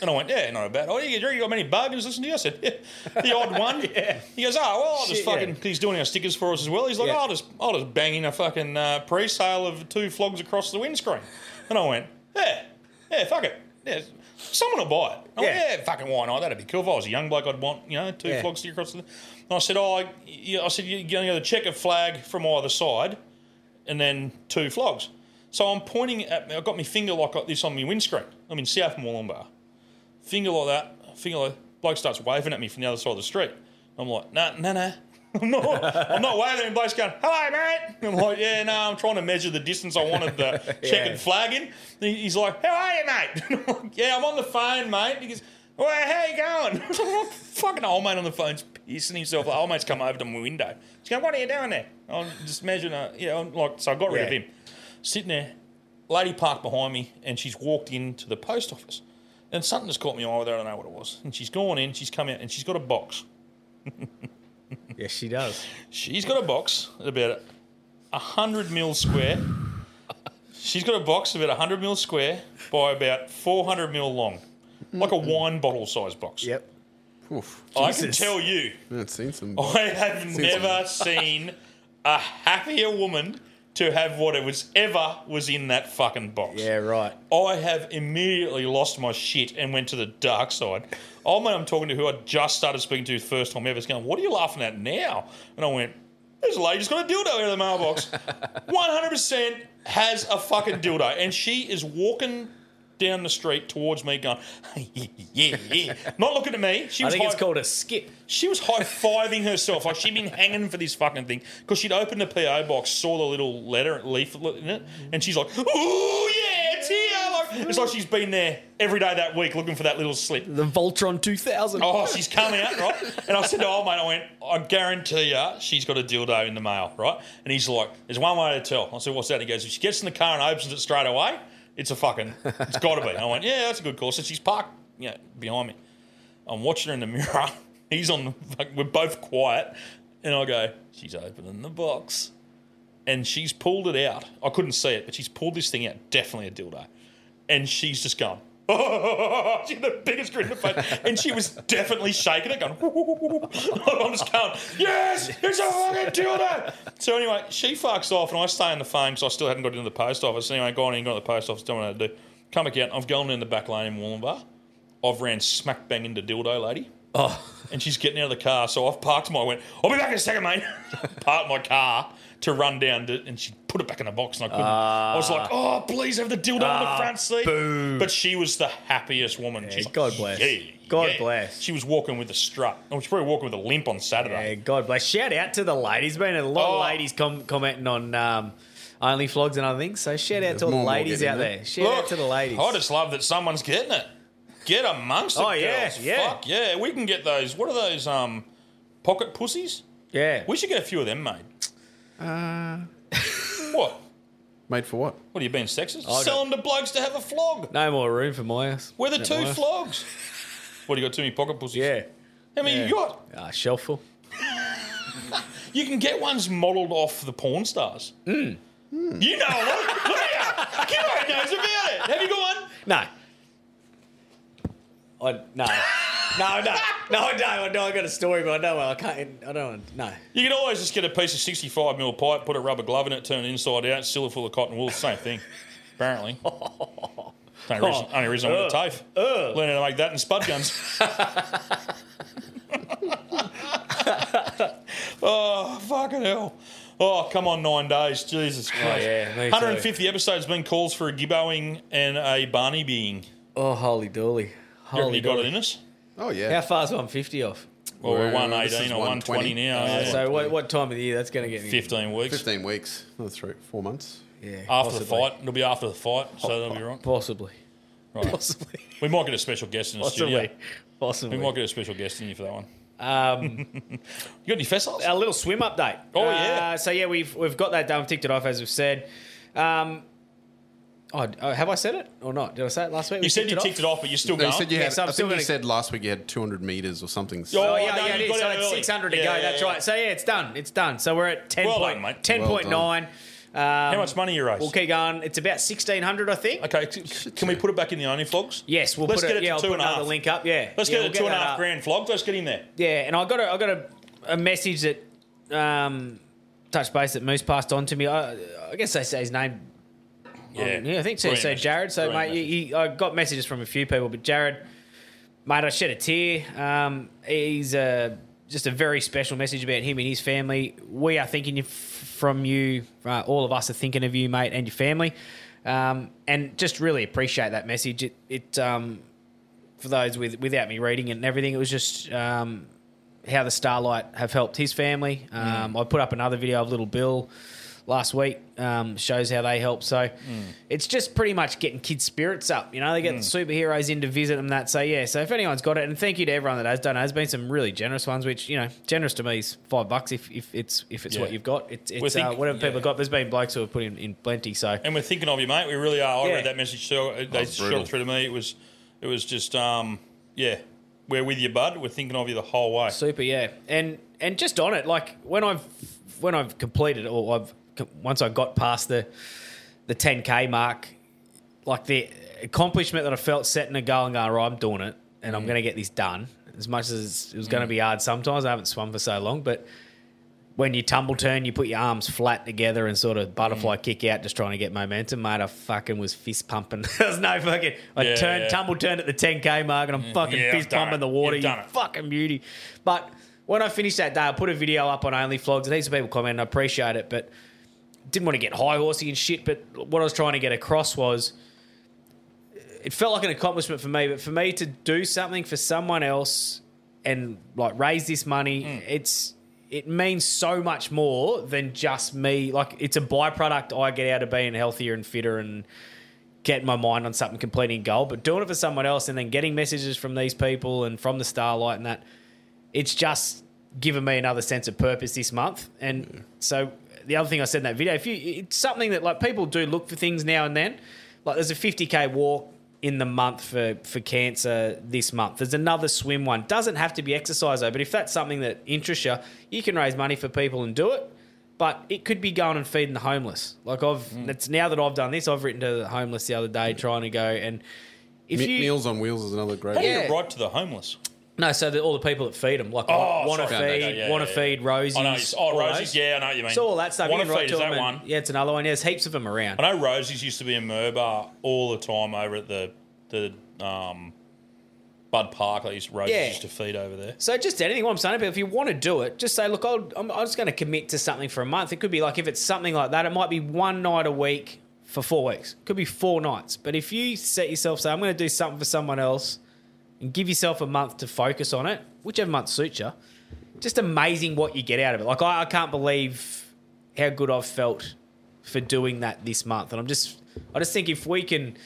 And I went, Yeah, not bad. Oh, you, you got many bargains listening to you? I said, Yeah, the odd one. He goes, Oh, well, I'll just
Shit,
fucking,
yeah.
he's doing our stickers for us as well. He's like,
Yeah.
I'll just I'll just bang in a fucking uh, pre sale of two flogs across the windscreen. And I went, Yeah, yeah, fuck it. Yeah, someone will buy it. I went,
Yeah.
yeah, fucking why not? That'd be cool. If I was a young bloke, I'd want, you know, two
Yeah.
flogs to across the. And I said, oh, I, yeah, I said, you, you know, the checkered flag from either side and then two flogs. So I'm pointing at, I've got my finger like this on my windscreen. I'm in South Moorlambar. Finger like that, finger like, bloke starts waving at me from the other side of the street. I'm like, nah, nah, nah. I'm not, I'm not waving, and bloke's going, hello, mate. I'm like, yeah, no, I'm trying to measure the distance I wanted the checkered flag in. He- He's like, how are you, mate? I'm like, yeah, I'm on the phone, mate. He goes, well, how you going? I'm like, Fucking old mate on the phone's pissing himself. Like, old mate's come over to my window. He's going, what are you doing there? I'm just measuring, a, yeah, I'm like, so I got rid of
Yeah.
him. Sitting there, lady parked behind me, and she's walked into the post office. And something just caught me eye with her, I don't know what it was. And she's gone in, she's come out, and she's got a box.
Yes, she does.
She's got a box about a hundred mil square. She's got a box about a hundred mil square by about four hundred mil long, like a wine bottle size box.
Yep.
Oof.
I can
Jesus.
tell you,
I've seen some.
I have never seen a happier woman to have what it was ever was in that fucking box.
Yeah, right.
I have immediately lost my shit and went to the dark side. Oh man, I'm talking to who I just started speaking to the first time ever. It's going, what are you laughing at now? And I went, this lady's got a dildo out of the mailbox. 100% has a fucking dildo. And she is walking down the street towards me going, yeah, yeah, yeah. Not looking at me. She
I
was
think it's
high-
called a skip.
she was high fiving herself. Like she'd been hanging for this fucking thing because she'd opened the PO box, saw the little letter leaflet in it, and she's like, "Ooh "Oh, yeah, it's here!" Like, it's like she's been there every day that week looking for that little slip.
The Voltron 2000.
Oh, she's coming out, right? And I said to old mate, I went, I guarantee you she's got a dildo in the mail, right? And he's like, there's one way to tell. I said, what's that? He goes, if she gets in the car and opens it straight away, it's a fucking, it's got to be. And I went, yeah, that's a good call. So she's parked, you know, behind me. I'm watching her in the mirror. He's on the, fuck- we're both quiet. And I go, she's opening the box. And she's pulled it out. I couldn't see it, but she's pulled this thing out, definitely a dildo. And she's just gone. she had the biggest grin in her face, and she was definitely shaking it, going. I'm just going, yes, it's a fucking dildo. So anyway, she fucks off, and I stay on the phone because I still hadn't got into the post office. Anyway, gone in, got to the post office, done what I had to do. Come back out, I've gone in the back lane in Wollumbar. I've ran smack bang into dildo lady.
Oh.
And she's getting out of the car, so I've parked my. I went, I'll be back in a second, mate. Parked my car to run down, to, and she put it back in the box, and I couldn't. I was like,
Uh, Ah.
oh, please have the dildo on the front seat. But she was the happiest woman. She's like,
God bless.
"Yeah,
God
yeah."
bless.
She was walking with a strut. Oh, she's probably walking with a limp on
Yeah,
Saturday.
God bless. Shout out to the ladies. Been a lot
Oh.
of ladies com- commenting on um, only flogs and other things. So shout out to all the
more and more
ladies
getting
out
there.
there. Shout out to the ladies.
I just love that someone's getting it. Get amongst it,
Oh, yeah,
girls.
yeah.
Fuck yeah. We can get those. What are those um, pocket pussies?
yeah.
We should get a few of them, mate. what?
Uh, Made for what?
What are you being sexist? Sell them to blokes to have a flog.
No more room for my ass.
We're the
Is
two
that my ass?
flogs. What do you got? Too many pocket pussies.
Yeah.
How many
Yeah.
you got?
Uh, shelf full.
You can get ones modelled off the porn stars.
Hmm.
You know a lot. Look at you. Kimbo knows about it. Have you got one?
No. I, no. no, no. No, I don't. I know I got a story, but I know I can't. I don't want. No.
You can always just get a piece of 65 mil pipe, put a rubber glove in it, turn it inside out, seal it full of cotton wool. Same thing, apparently. Only reason,
Oh.
only reason I went to TAFE. Learning to make that and spud guns. oh, fucking hell. Oh, come on, nine days. Jesus Christ.
Oh, yeah, me too.
150 episodes been calls for a gibboing and a Barney being.
Oh, holy dolly.
You reckon
Holy
you got it
dolly.
in us?
Oh yeah.
How far's 150 off?
Well, we're,
We're- this
118
is
or 120 now.
Uh,
yeah.
So what, what time of the year that's going to get me?
15 weeks.
Fifteen weeks. Another three, four months.
Yeah,
After
possibly. Oh,
the fight, it'll be after the fight, so that'll be right.
Possibly.
Right.
Possibly.
We might get a special guest in the
Possibly.
studio. We
Possibly.
might get a special guest in here for that one.
Um,
You got any fessels?
a little swim update.
Oh, yeah.
Uh, so yeah, we've we've got that done. We've ticked it off as we've said. Um, oh, oh, have I said it or not? Did I say it last week?
You said you ticked it off, but you're still
No,
going.
you said you
Yeah,
had,
so I'm
I
still
think you
gonna-
said last week you had 200 meters or something.
Oh,
Oh, yeah,
no,
yeah,
you
it is.
got
So
it
it's
early.
600 to
Yeah,
go.
yeah,
That's
yeah.
right. So, yeah, it's done. It's done. So, we're at 10
Well
point,
done, mate.
10.9.
How much money you raised?
We'll keep going. It's about 1,600, I think.
Okay, c- c- can we put it back in the only flogs?
Yes, we'll
Let's
put
get
it,
it to
yeah, I'll
two
put
and a
another
half.
link up. Yeah.
Let's
yeah,
get
we'll
it two and a
that
half
up.
grand flogs. Let's get in there.
Yeah, and I got a, I got a, a message that um, touch base that Moose passed on to me. I, I guess they say his name.
Yeah,
Yeah, I think so.
Brilliant
So
message.
Jared. So
Brilliant
mate,
message.
you, you, I got messages from a few people, but Jared, mate, I shed a tear. Um, he's uh, just a very special message about him and his family. We are thinking of- from you. Uh, all of us are thinking of you, mate, and your family. Um, and just really appreciate that message. It, it um, for those with without me reading it and everything, it was just um, how the Starlight have helped his family. Um, I put up another video of little Bill last week, um, shows how they help. So
Mm.
it's just pretty much getting kids' spirits up. You know, they get the superheroes in to visit them. That so yeah. So if anyone's got it, and thank you to everyone that has done. it. There's been some really generous ones, which you know, generous to me is five bucks if, if it's if it's
Yeah.
what you've got. It's,
We
it's
think-
uh, whatever people
yeah.
have got. There's been blokes who have put in, in plenty. So
And we're thinking of you, mate. We really are. I
Yeah.
read that message. So they shot
brutal.
it through to me. It was, it was just, um, yeah. We're with you, bud. We're thinking of you the whole way.
Super, yeah, and and just on it, like when I've when I've completed or I've once I got past the the ten k mark, like the accomplishment that I felt setting a goal and going, right, I'm doing it, and
Mm.
I'm going to get this done. As much as it was going to be hard sometimes, I haven't swum for so long, but when you tumble turn, you put your arms flat together and sort of
Mm.
butterfly kick out, just trying to get momentum, mate. I fucking was fist pumping. There's no fucking. I
Yeah,
turned
yeah.
tumble turned at the 10k mark, and I'm fucking
Mm. Yeah, I've
fist
done
pumping
it.
the water.
You've
you
done it.
fucking beauty. But when I finished that day, I put a video up on OnlyFlogs, and heaps of people comment. I appreciate it, but didn't want to get high horsey and shit. But what I was trying to get across was, it felt like an accomplishment for me. But for me to do something for someone else and like raise this money,
Mm.
it's it means so much more than just me. Like it's a byproduct I get out of being healthier and fitter and getting my mind on something completing a goal, but doing it for someone else and then getting messages from these people and from the starlight and that it's just given me another sense of purpose this month. And so the other thing I said in that video, if you it's something that like people do look for things now and then. Like there's a 50k walk in the month for for cancer this month. There's another swim one. Doesn't have to be exercise though, but if that's something that interests you, you can raise money for people and do it. But it could be going and feeding the
Mm.
homeless. Like I've, it's now that I've done this, I've written to the homeless the other day, trying to go and If
Me-
you
Meals on Wheels is another great.
How do
one.
you
Yeah.
right to the homeless?
no, so that all the people that feed them, like
Oh,
want to feed,
sorry. Okay, okay, yeah,
want to
yeah, yeah.
feed Rosie's,
I know. Oh,
all
Rosie's.
those.
Yeah, I know what you mean.
So all that stuff. you
Want
can
to
write
feed
to
is that
them
one?
and- Yeah, it's another one. Yeah, there's heaps of them around.
I know Rosie's used to be in Merbar all the time over at the the um, Bud Park. They used Rosie's
Yeah.
used to feed over there.
So just anything. What I'm saying, but if you want to do it, just say, look, I'll, I'm, I'm just going to commit to something for a month. It could be like if it's something like that, it might be one night a week for four weeks. Could be four nights. But if you set yourself, say, I'm going to do something for someone else, and give yourself a month to focus on it, whichever month suits you. Just amazing what you get out of it. Like I, I can't believe how good I've felt for doing that this month, and I'm just, I just think if we can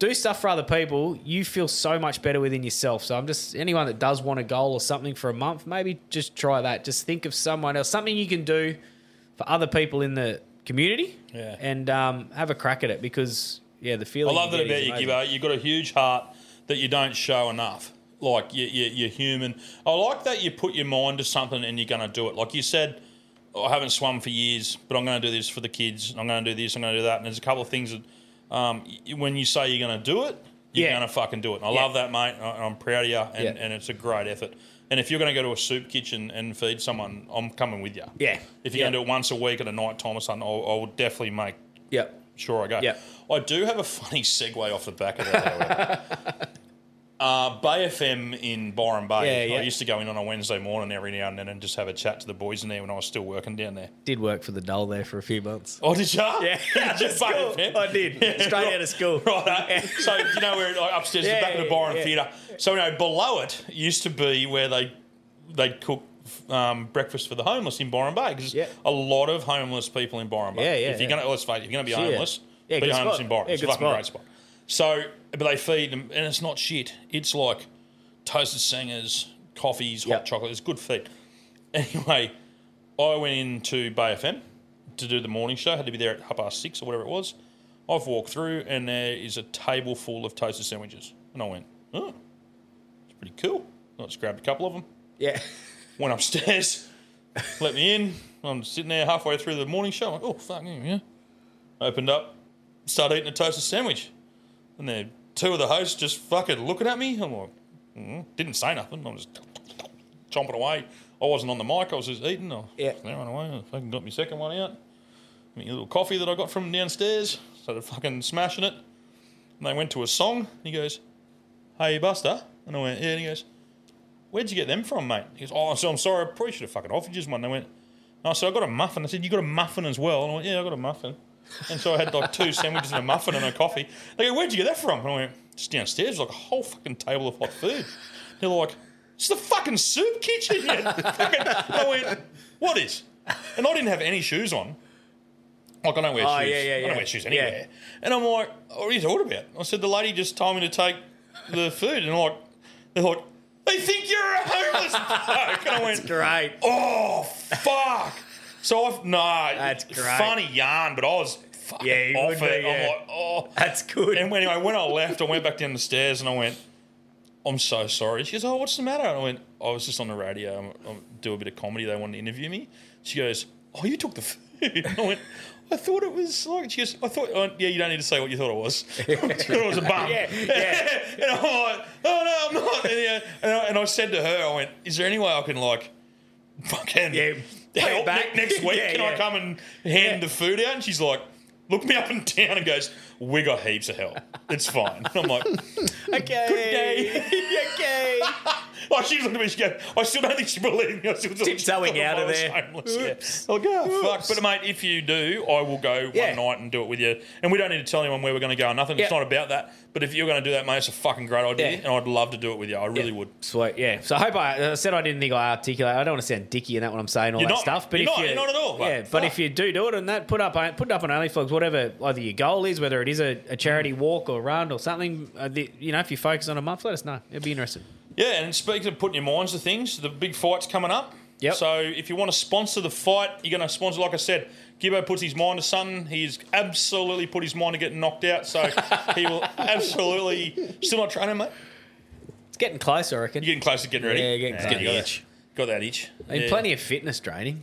do stuff for other people, you feel so much better within yourself. So I'm just anyone that does want a goal or something for a month, maybe just try that. Just think of someone else, something you can do for other people in the community,
Yeah.
and um, have a crack at it because yeah, the
I
feeling.
love that
get
about
is
you,
amazing.
Gibbo. You've got a huge heart that you don't show enough. Like you, you, you're human. I like that you put your mind to something and you're going to do it. Like you said, "Oh, I haven't swum for years, but I'm going to do this for the kids. and I'm going to do this. I'm going to do that. And there's a couple of things that um, y- when you say you're going to do it, you're
Yeah.
going to fucking do it. And I
Yeah.
love that, mate. I, I'm proud of you, and,
Yeah.
and it's a great effort. And if you're going to go to a soup kitchen and feed someone, I'm coming with you.
Yeah.
If you're
Yeah.
going to do it once a week at a night time or something, I will definitely make
Yep.
Sure, I go.
Yeah.
I do have a funny segue off the back of that. However. uh, Bay FM in Byron Bay.
Yeah, yeah.
I used to go in on a Wednesday morning every now and then and just have a chat to the boys in there when I was still working down there.
Did work for the doll there for a few months.
Oh, did you?
Yeah,
did you
that's cool.
Bay FM?
I did. Straight out of school.
Right. eh? So you know we're like, upstairs,
Yeah,
the back of the
yeah,
Byron
yeah.
Theatre. So you know, below it used to be where they they'd cook um, breakfast for the homeless in Byron Bay because
Yeah.
a lot of homeless people in Byron Bay.
Yeah, yeah,
If you're
yeah.
gonna let's face it, if you're gonna be
Shit.
homeless,
Yeah,
be
good
homeless
spot.
in Byron.
Yeah,
it's a
good
fucking
spot.
great spot. So, but they feed them, and it's not shit. It's like toasted singers, coffees, hot
Yep.
chocolate. It's good feed. Anyway, I went into Bay FM to do the morning show. Had to be there at half past six or whatever it was. I've walked through and there is a table full of toasted sandwiches, and I went, "Oh, it's pretty cool." I just grabbed a couple of them,
Yeah.
went upstairs, let me in. I'm sitting there halfway through the morning show. like, oh, fuck you, yeah. Opened up, started eating a toasted sandwich. And then two of the hosts just fucking looking at me. I'm like, mm. didn't say nothing. I'm just chomping away. I wasn't on the mic. I was just eating. Oh, I
Yeah.
ran away. I fucking got my second one out. My little coffee that I got from downstairs. Started fucking smashing it. And they went to a song. And he goes, hey, Buster. And I went, yeah. And he goes, Where'd you get them from, mate? He goes, Oh, I said, I'm sorry, I probably should have fucking offered you one. They went, and I said, I got a muffin. I said, You got a muffin as well? And I went, Yeah, I got a muffin. And so I had like two sandwiches and a muffin and a coffee. They go, Where'd you get that from? And I went, Just downstairs, like a whole fucking table of hot food. They're like, It's the fucking soup kitchen. You fucking-" I went, What is? And I didn't have any shoes on. Like, I don't wear
Oh,
shoes.
yeah, yeah,
I
yeah.
don't wear shoes
Yeah.
anywhere. And I'm like, oh, what are you talking about? I said, the lady just told me to take the food. And like, they're like, they think you're a homeless bloke. And I went,
Great.
oh, fuck. So I've, no.
That's
it's
great.
Funny yarn, but I was fucking
Yeah, you
off
would
it.
be, yeah.
I'm like, oh.
That's good.
And anyway, when I left, I went back down the stairs and I went, I'm so sorry. She goes, Oh, what's the matter? And I went, "Oh, I was just on the radio. I'm, I'm do a bit of comedy. They wanted to interview me. She goes, Oh, you took the food. I went, I thought it was like, she goes, I thought, oh, yeah, you don't need to say what you thought it was. I thought it was a bum.
Yeah, yeah.
and I'm like, Oh, no, I'm not. And, yeah, and, I, and I said to her, I went, Is there any way I can, like, fucking
Yeah, pay
help
it back.
ne- next week?
Yeah,
can I
yeah.
come and hand the food out? And she's like, Look me up and down and goes, We got heaps of help. It's fine. And I'm like,
Okay. okay.
Oh, she was looking at me. She goes, I still don't think she believed me. I still thought she
Tiptoeing
thought I
out of
was
there.
Homeless.
Oops.
Yeah. I'll go. Fuck. But mate, if you do, I will go
Yeah.
one night and do it with you. And we don't need to tell anyone where we're going to go. or Nothing. It's
Yeah.
not about that. But if you're going to do that, mate, it's a fucking great idea,
Yeah.
and I'd love to do it with you. I really would.
Sweet, yeah. So I hope I, I said I didn't think I articulated. I don't want to sound dicky in that when I'm saying all
You're
that
not,
stuff, but
you're
if
not,
you
you're not at all, but
yeah, but
fuck.
if you do do it and that, put up put it up on OnlyFlogs, whatever either your goal is, whether it is a, a charity walk or run or something. Uh, the, you know, if you focus on a month, let us know. It'd be interesting.
Yeah, and speaking of putting your minds to things, the big fight's coming up.
Yep.
So if you want to sponsor the fight, you're going to sponsor, like I said, Gibbo puts his mind to something. He's absolutely put his mind to getting knocked out. So he will absolutely. Still not training, mate?
It's getting close, I reckon.
You're getting close to getting ready.
Yeah, getting
It's
close.
good, you got
Yeah.
that- Got that itch.
I mean,
yeah.
plenty of fitness training.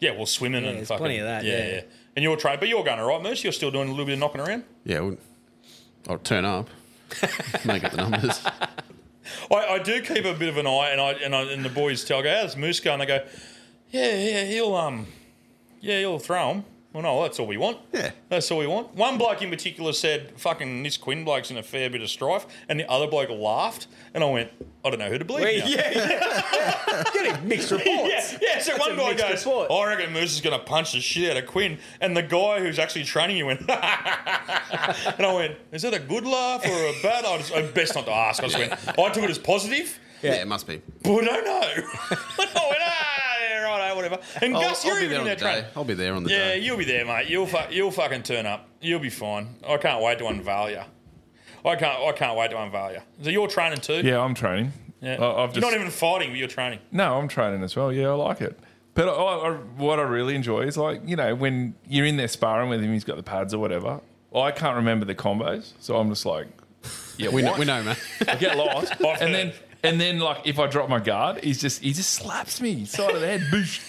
Yeah, well, swimming and
there's
fucking.
plenty of that,
Yeah,
yeah.
yeah. And you're trained, but you're going all right, Moose. You're still doing a little bit of knocking around.
Yeah, I would- I'll turn up. Make up the numbers.
I, I do keep a bit of an eye, and I and, I, and the boys tell, I go, "How's Moose going?" They go, "Yeah, yeah, he'll um, yeah, he'll throw him." Well, no, that's all we want.
Yeah.
that's all we want. One bloke in particular said, "Fucking this Quinn bloke's in a fair bit of strife," and the other bloke laughed, and I went, "I don't know who to believe." now."
Getting mixed reports.
Yeah, yeah. So
That's
one
a
guy
mixed
goes, "Oh,
report.
"I reckon Moose is going to punch the shit out of Quinn," and the guy who's actually training you went, and I went, "Is that a good laugh or a bad?" I just, I best not to ask. I just went, I took it as positive,
yeah, it must be.
but I don't know. And I went, ah, yeah, right, oh, whatever. And
I'll,
Gus,
I'll
you're
be
even
there
in
on the
that
day.
train.
I'll be there on the
Yeah,
day.
you'll be there, mate. You'll fu- you'll fucking turn up. You'll be fine. I can't wait to unveil you. I can't. I can't wait to unveil you. So you're training too.
Yeah, I'm training.
Yeah.
I, I've just,
you're not even fighting, but you're training.
No, I'm training as well. Yeah, I like it. But I, I, what I really enjoy is like you know when you're in there sparring with him, he's got the pads or whatever. I can't remember the combos, so I'm just like, yeah,
We know,
what?
we know, mate.
I get lost,
I've
and then
heard.
and then like if I drop my guard, he's just he just slaps me side of the head, boosh.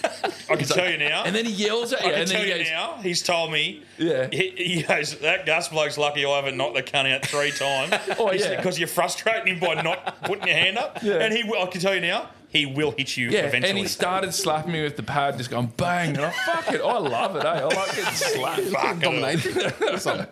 I can tell you now.
and then he yells at
I
you,
can
and
tell
then he
you
goes,
now, he's told me.
Yeah.
He, he goes, that Gus bloke's lucky I haven't knocked the cunt out three times.
Oh, yeah.
Because you're frustrating him by not putting your hand up.
Yeah.
And he, will, I can tell you now, he will hit you
yeah,
eventually.
and he started slapping me with the pad, just going bang, and I fuck it, I love it, eh? I like getting slapped.
Fuck it.
Dominating. or something.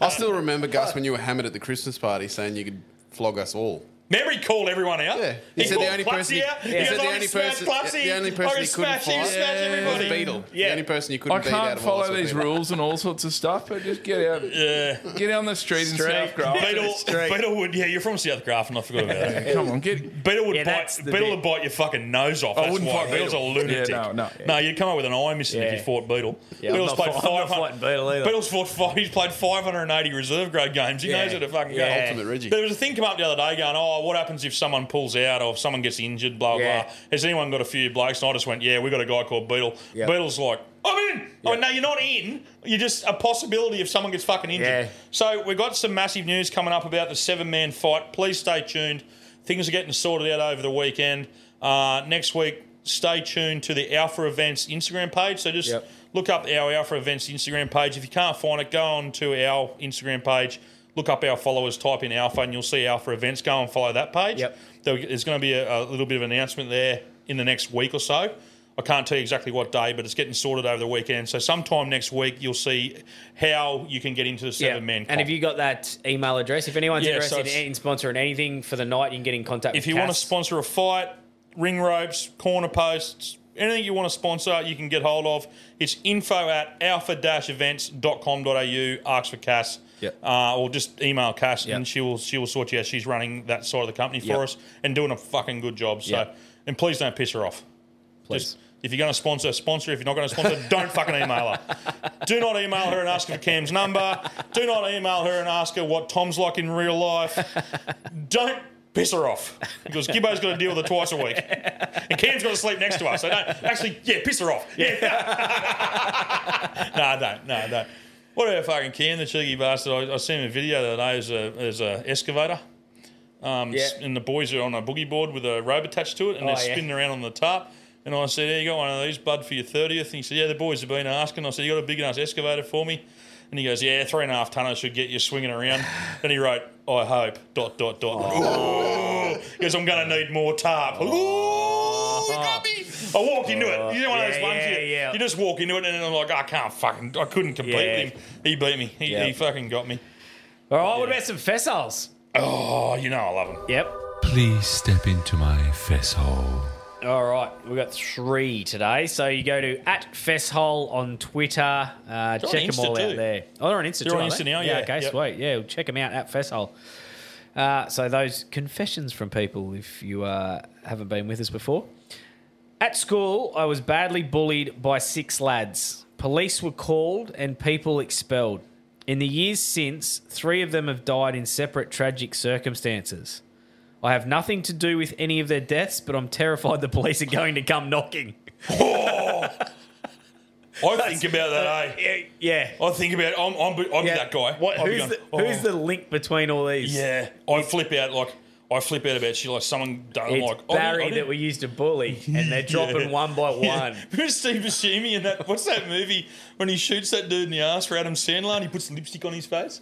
I still remember Gus when you were hammered at the Christmas party saying you could flog us all.
Remember, he called everyone out.
Yeah,
he,
he said
called
the only
Clutzy
person. He,
out.
he
He
said
goes,
the
I
only
can smash
person.
Clutzy.
The only
I can
person he couldn't
smash you,
fight
smash
was
everybody.
Beetle. The
Yeah.
only person you couldn't
I
beat out
can't
of all
follow
us was
these
Beetle.
rules and all sorts of stuff, but just get out, yeah, get on the street, and South Grafton.
Beetle, Beetle would, yeah, you're from South Grafton. I forgot about that.
Come on, get.
Beetle would
Yeah, that's
bite.
the
Beetle
bit.
would bite your fucking nose off. That's
wouldn't
why.
fight
Beetle's a
Beetle.
lunatic.
Yeah, no, no.
no. You'd come up with an eye missing if
Yeah.
you fought Beetle.
Yeah, I'm not
Beetle's played
fi- I'm not
500
fighting Beetle either.
Beetle's fought five. He's played 580 reserve grade games. He
Yeah.
knows how to fucking
Yeah.
go.
Ultimate Reggie.
There was a thing come up the other day going, "Oh, what happens if someone pulls out or if someone gets injured?" Blah
Yeah.
blah. Has anyone got a few blokes? And I just went, "Yeah, we got a guy called Beetle."
Yep.
Beetle's like. I'm in. I went, no, you're not in. You're just a possibility if someone gets fucking injured.
Yeah.
So we've got some massive news coming up about the seven-man fight. Please stay tuned. Things are getting sorted out over the weekend. Uh, next week, stay tuned to the Alpha Events Instagram page. So just
Yep.
look up our Alpha Events Instagram page. If you can't find it, go on to our Instagram page. Look up our followers, type in Alpha, and you'll see Alpha Events. Go and follow that page.
Yep.
There- There's going to be a, a little bit of announcement there in the next week or so. I can't tell you exactly what day, but it's getting sorted over the weekend. So sometime next week, you'll see how you can get into the seven man.
And have you got that email address? If anyone's
Yeah, so
interested
it's-
in sponsoring anything for the night, you can get in contact
if
with
you want to
Cass.
sponsor a fight, ring ropes, corner posts, anything you want to sponsor, you can get hold of. It's info at alpha-events.com.au, ask for Cass.
Yep.
Uh, or just email Cass
Yep.
and she will she will sort you out. She's running that side of the company for
Yep.
us and doing a fucking good job. So
Yep.
and please don't piss her off.
Please.
If you're going to sponsor, sponsor. If you're not going to sponsor, don't fucking email her. Do not email her and ask her for Cam's number. Do not email her and ask her what Tom's like in real life. Don't piss her off because Gibbo's got to deal with it twice a week. And Cam's got to sleep next to us. So don't actually, yeah, piss her off. Yeah. no, I don't. No, I don't. What about fucking Cam, the cheeky bastard? I, I seen a video the other day as a, as a excavator. Um,
Yeah.
s- And the boys are on a boogie board with a rope attached to it and
Oh,
they're
yeah.
spinning around on the tarp. And I said, Hey, you got one of these, bud, for your 30th? And he said, Yeah, the boys have been asking. I said, You got a big enough excavator for me? And he goes, Yeah, three and a half tonners should get you swinging around. and he wrote, I hope, dot, dot, dot. Ooh. He goes, I'm going to need more tarp. Ooh, you got me. I walk into it. You know, one of
Oh. Yeah,
those ones
yeah,
you,
yeah.
you just walk into it and I'm like, I can't fucking, I couldn't compete
Yeah.
with him. He beat me. He,
Yeah.
he fucking got me.
All right, what about some Fessals?
Oh, you know I love him.
Yep.
Please step into my fess hole.
All right, we've got three today. So you go to at Fesshole on Twitter. Uh,
on
check them
Insta
all out
too.
there. Oh, they're on Insta
They're
too,
on
aren't
Insta
they?
now, yeah,
okay,
yep.
sweet. Yeah, well, check them out at Fesshole. Uh, so those confessions from people, if you uh, haven't been with us before. At school, I was badly bullied by six lads. Police were called and people expelled. In the years since, three of them have died in separate tragic circumstances. I have nothing to do with any of their deaths, but I'm terrified the police are going to come knocking.
I think about that, eh?
Yeah.
I think about I'm I'm, I'm that guy.
What,
I'll be
who's, the,
going,
who's
"Oh."
the link between all these?
Yeah, I flip out like I flip out about shit like someone done
It's
like I didn't- I
Barry that
didn't-
we used to bully, and they're dropping one by one.
Yeah. Remember Steve Buscemi in that what's that movie when he shoots that dude in the ass for Adam Sandler and he puts lipstick on his face?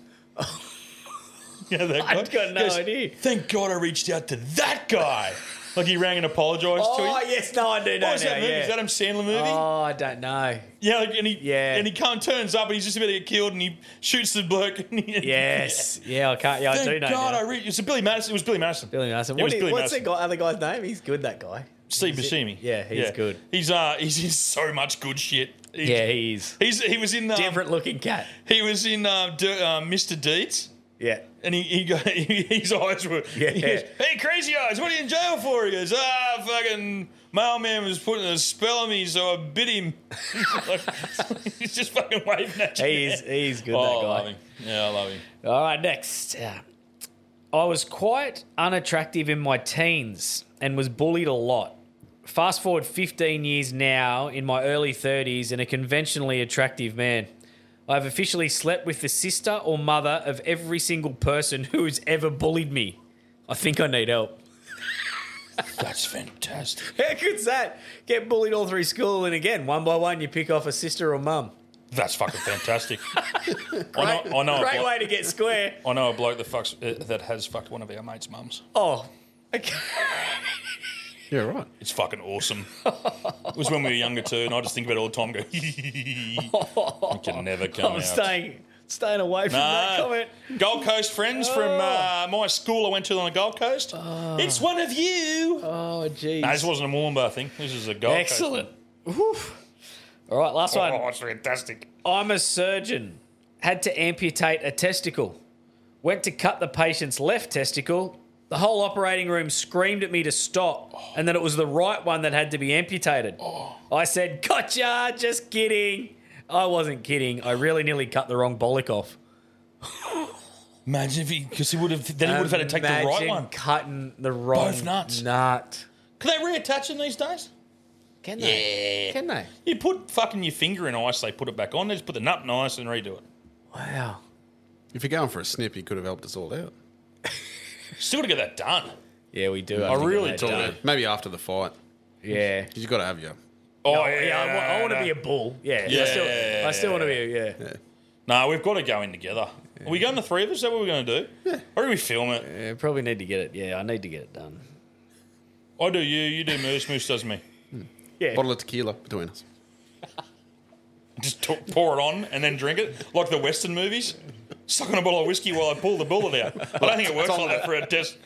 You know that guy?
I've got no
He goes,
idea.
Thank God I reached out to that guy. Like he rang and apologised to him.
Oh, yes, no, I do know
What was that
now,
movie?
yeah.
Is that Adam Sandler movie?
Oh, I don't know.
Yeah, like, and he yeah. and he kind of turns up and he's just about to get killed and he shoots the bloke. And he,
Yes. Yeah, I can't. Yeah, I
Thank
do know.
God
now.
I reached. It's a Billy Madison. It was Billy Madison. Billy
Madison.
It
What
was
is-
Billy
what's
Madison.
the guy, other guy's name? He's good, that guy.
Steve
Is it-
Buscemi.
Yeah, he's good.
He's uh he's in so much good shit. He's,
Yeah, he is.
He's he was in um,
different looking cat.
He was in uh, D- uh, Mr. Deeds.
Yeah.
And he, he got his eyes were.
Yeah.
He goes, hey, crazy eyes, what are you in jail for? He goes, ah, fucking mailman was putting a spell on me, so I bit him. he's just fucking waving at you.
He's he's good.
Oh,
that
I
guy.
love him. Yeah, I love him.
All right, next. Uh, I was quite unattractive in my teens and was bullied a lot. Fast forward 15 years now, in my early 30s, and a conventionally attractive man. I have officially slept with the sister or mother of every single person who has ever bullied me. I think I need help.
That's fantastic.
How good's that? Get bullied all through school, and again, one by one, you pick off a sister or mum.
That's fucking fantastic. I know, I know a
Great
bloke-
way to get square.
I know a bloke that fucks uh, that has fucked one of our mates' mums.
Oh,
Yeah, right. It's fucking awesome. it was when we were younger too, and I just think about it all the time. and Go, I can never come
I'm
out.
staying, staying away from that comment.
Gold Coast friends from
Oh.
uh, my school I went to on the Gold Coast. It's one of you.
Oh, jeez.
No, this wasn't a Moomba thing. This is a Gold
Excellent.
Coast.
All right, last one.
Oh, it's fantastic.
I'm a surgeon. Had to amputate a testicle. Went to cut the patient's left testicle. The whole operating room screamed at me to stop, and that it was the right one that had to be amputated.
Oh.
I said, Gotcha, just kidding. I wasn't kidding. I really nearly cut the wrong bollock off.
Imagine if he, because he would have, then he would have had to take the right
Imagine
one.
Cutting the wrong
Both nuts.
nut.
Can they reattach them these days?
Can they?
Yeah.
Can they?
You put fucking your finger in ice, they put it back on. They just put the nut in ice and redo it.
Wow.
If you're going for a snip, you could have helped us all out.
Still to get that done.
Yeah, we do.
I really do.
Maybe after the fight.
Yeah.
You've got to have your.
Oh,
No,
yeah.
yeah, I wa- I wanna be a bull. Yeah, I still- I still wanna be a- yeah.
No, we've got to go in together. Are we going the three of us? Is that what we're going to do? Yeah. Or do we film it?
Yeah, probably need to get it. Yeah, I need to get it done.
I do you, you do Moose, Moose does me.
Yeah.
Bottle of tequila between us.
Just t- pour it on and then drink it, like the Western movies. Suck on a bottle of whiskey while I pull the bullet out. I don't think it works
Tom-
like that for a test.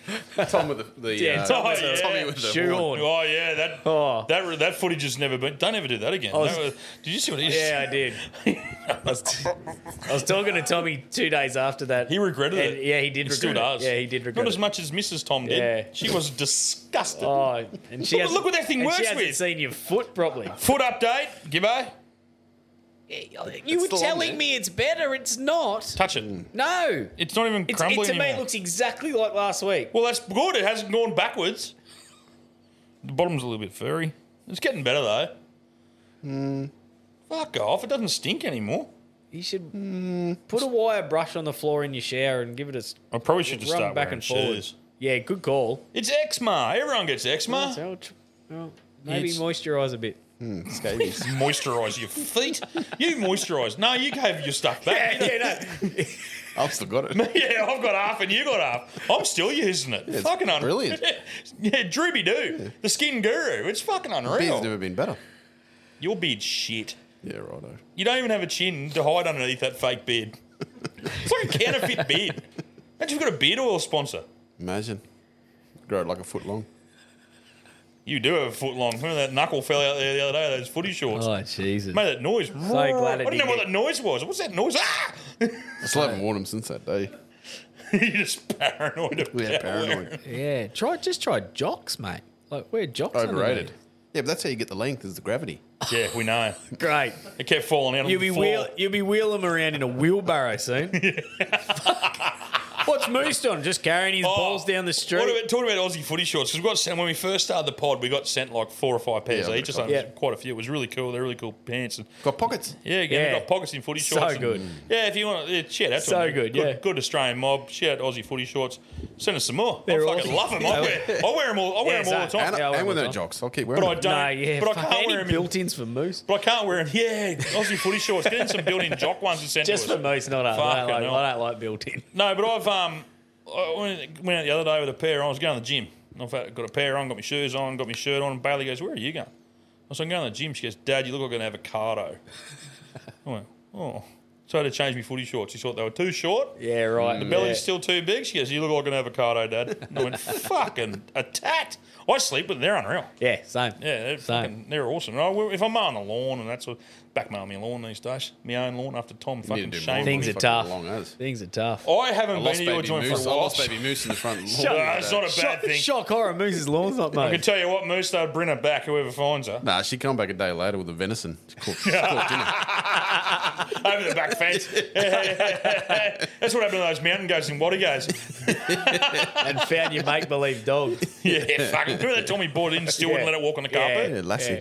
Tom with the, the
Yeah,
uh,
Tom with the-
Tommy with the
shoe
horn.
on. Oh Oh, yeah, that that that footage has never been. Don't ever do that again.
I was-
That was- did you see what he?
Yeah, I did. I was, I was talking to Tommy two days after that. He
regretted
and,
it.
Yeah, he did.
He
regret
still
it.
does.
Yeah, he did regret
Not
it.
as much as Mrs. Tom did.
Yeah.
She was disgusted.
Oh, and she
look,
hasn't-
look what that thing
and
works
she hasn't
with.
Seen your foot properly.
Foot update, Gibbo.
You
It's
were
still on
telling
there.
me it's better. It's not.
Touch it.
No.
It's not even
It's,
crumbling
it, to me,
anymore.
it looks exactly like last week.
Well, that's good. It hasn't gone backwards. The bottom's a little bit furry. It's getting better though. Fuck off! It doesn't stink anymore. Hmm.
You should put a wire brush on the floor in your shower and give it a. s-
I probably should just
run
start
back
wearing
and forward.
shoes.
Yeah, good call.
It's eczema. Everyone gets eczema.
Well, it's- well, maybe
It's-
moisturise a bit.
Hmm.
Please moisturise your feet. You moisturise. No, you gave your stuff back.
Yeah, yeah,
I've still got it.
yeah, I've got half and you got half. I'm still using it.
it's
fucking un-
brilliant.
yeah, Drooby Doo, the skin guru. It's fucking unreal.
Beard's never been better.
Your beard's shit.
Yeah, righto.
You don't even have a chin to hide underneath that fake beard. It's like a counterfeit beard. Imagine you've got a beard oil sponsor.
Imagine. Grow it like a foot long.
You do have a foot long. Remember that knuckle fell out there the other day, those footy shorts.
Oh Jesus!
Made that noise.
glad it
I didn't know
didn't
what
get-
that noise was. What's that noise? Ah!
I still haven't worn them since that day.
You're just paranoid. About
Yeah, paranoid.
Yeah, try just try jocks, mate. Like we're jocks.
Overrated. Yeah, but that's how you get the length is the gravity.
Yeah, we know.
Great.
It kept falling out on
You'll
the
be
floor.
wheel, you'll be wheeling them around in a wheelbarrow soon. Fuck. What's Moose done? Just carrying his
Oh,
balls down the street.
What about, talking about Aussie footy shorts, because we got sent when we first started the pod, we got sent like four or five pairs
Yeah,
each, or
I've got
something.
a couple.
quite a few. It was really cool. They're really cool pants. And
Got pockets.
yeah, again,
Yeah.
we got pockets in footy
So
shorts. and-
good.
yeah, if you want, yeah, shit, that's
So good, yeah.
good Australian mob. Shout out Aussie footy shorts. Send us some more.
They're
I fucking
awesome.
love them. I wear, I wear them all. I wear
Yeah,
them all the
so-
time.
And,
Yeah, I
and
wear
with
them
no
all the
jocks. I'll keep wearing
But I
them.
don't.
Nah, yeah,
but I
fuck,
can't
any
wear them. In,
built-ins for Moose.
but I can't wear them. Yeah, Aussie footy shorts. Get in some built-in jock ones and send
Just
to us.
for Moose, not us. I
Fucking
don't, like,
hell.
I don't like built-in.
No, but I've um, I went- went out the other day with a pair on. I was going to the gym. And I've got a pair on, got my shoes on, got my shirt on. And Bailey goes, Where are you going? I was like, I'm going to the gym. She goes, Dad, you look like an avocado. I went, Oh. So I had to change my footy shorts. She thought they were too short.
Yeah, right.
The
Yeah.
belly's still too big. She goes, You look like an avocado, Dad. And I went, Fucking a tat. I sleep with them. They're unreal.
Yeah, same.
Yeah, they're, Fucking, they're awesome. I, will- if I'm mowing the lawn and that's what, back mowing my lawn these days, my own lawn after Tom fucking shamed
Things
me.
are tough. Things are tough.
I haven't been to your joint for a while.
Moose in the front
Shut lawn. up. It's not a bad thing.
Shock horror. Moose's lawn's not
I
mowed.
can tell you what, Moose, they'll bring her back, whoever finds her.
Nah, she come back a day later with a venison. It's cool.
Over the back fence. That's what happened to those mountain goats and water goats.
and found your make believe dog.
Yeah, fucking. Remember that Tommy bought it in, still wouldn't
Yeah.
let it walk on the
Yeah.
carpet?
Yeah, lassie. Yeah.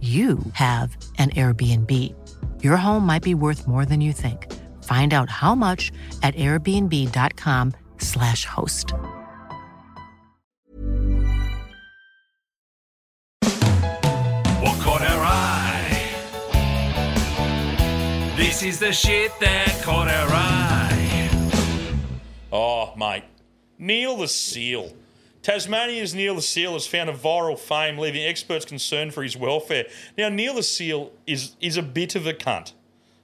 you have an Airbnb. Your home might be worth more than you think. Find out how much at airbnb.com/slash host.
What caught our eye? This is the shit that caught our eye.
Oh, mate. Neil the Seal. Tasmania's Neil the Seal has found a viral fame, leaving experts concerned for his welfare. Now, Neil the Seal is, is a bit of a cunt.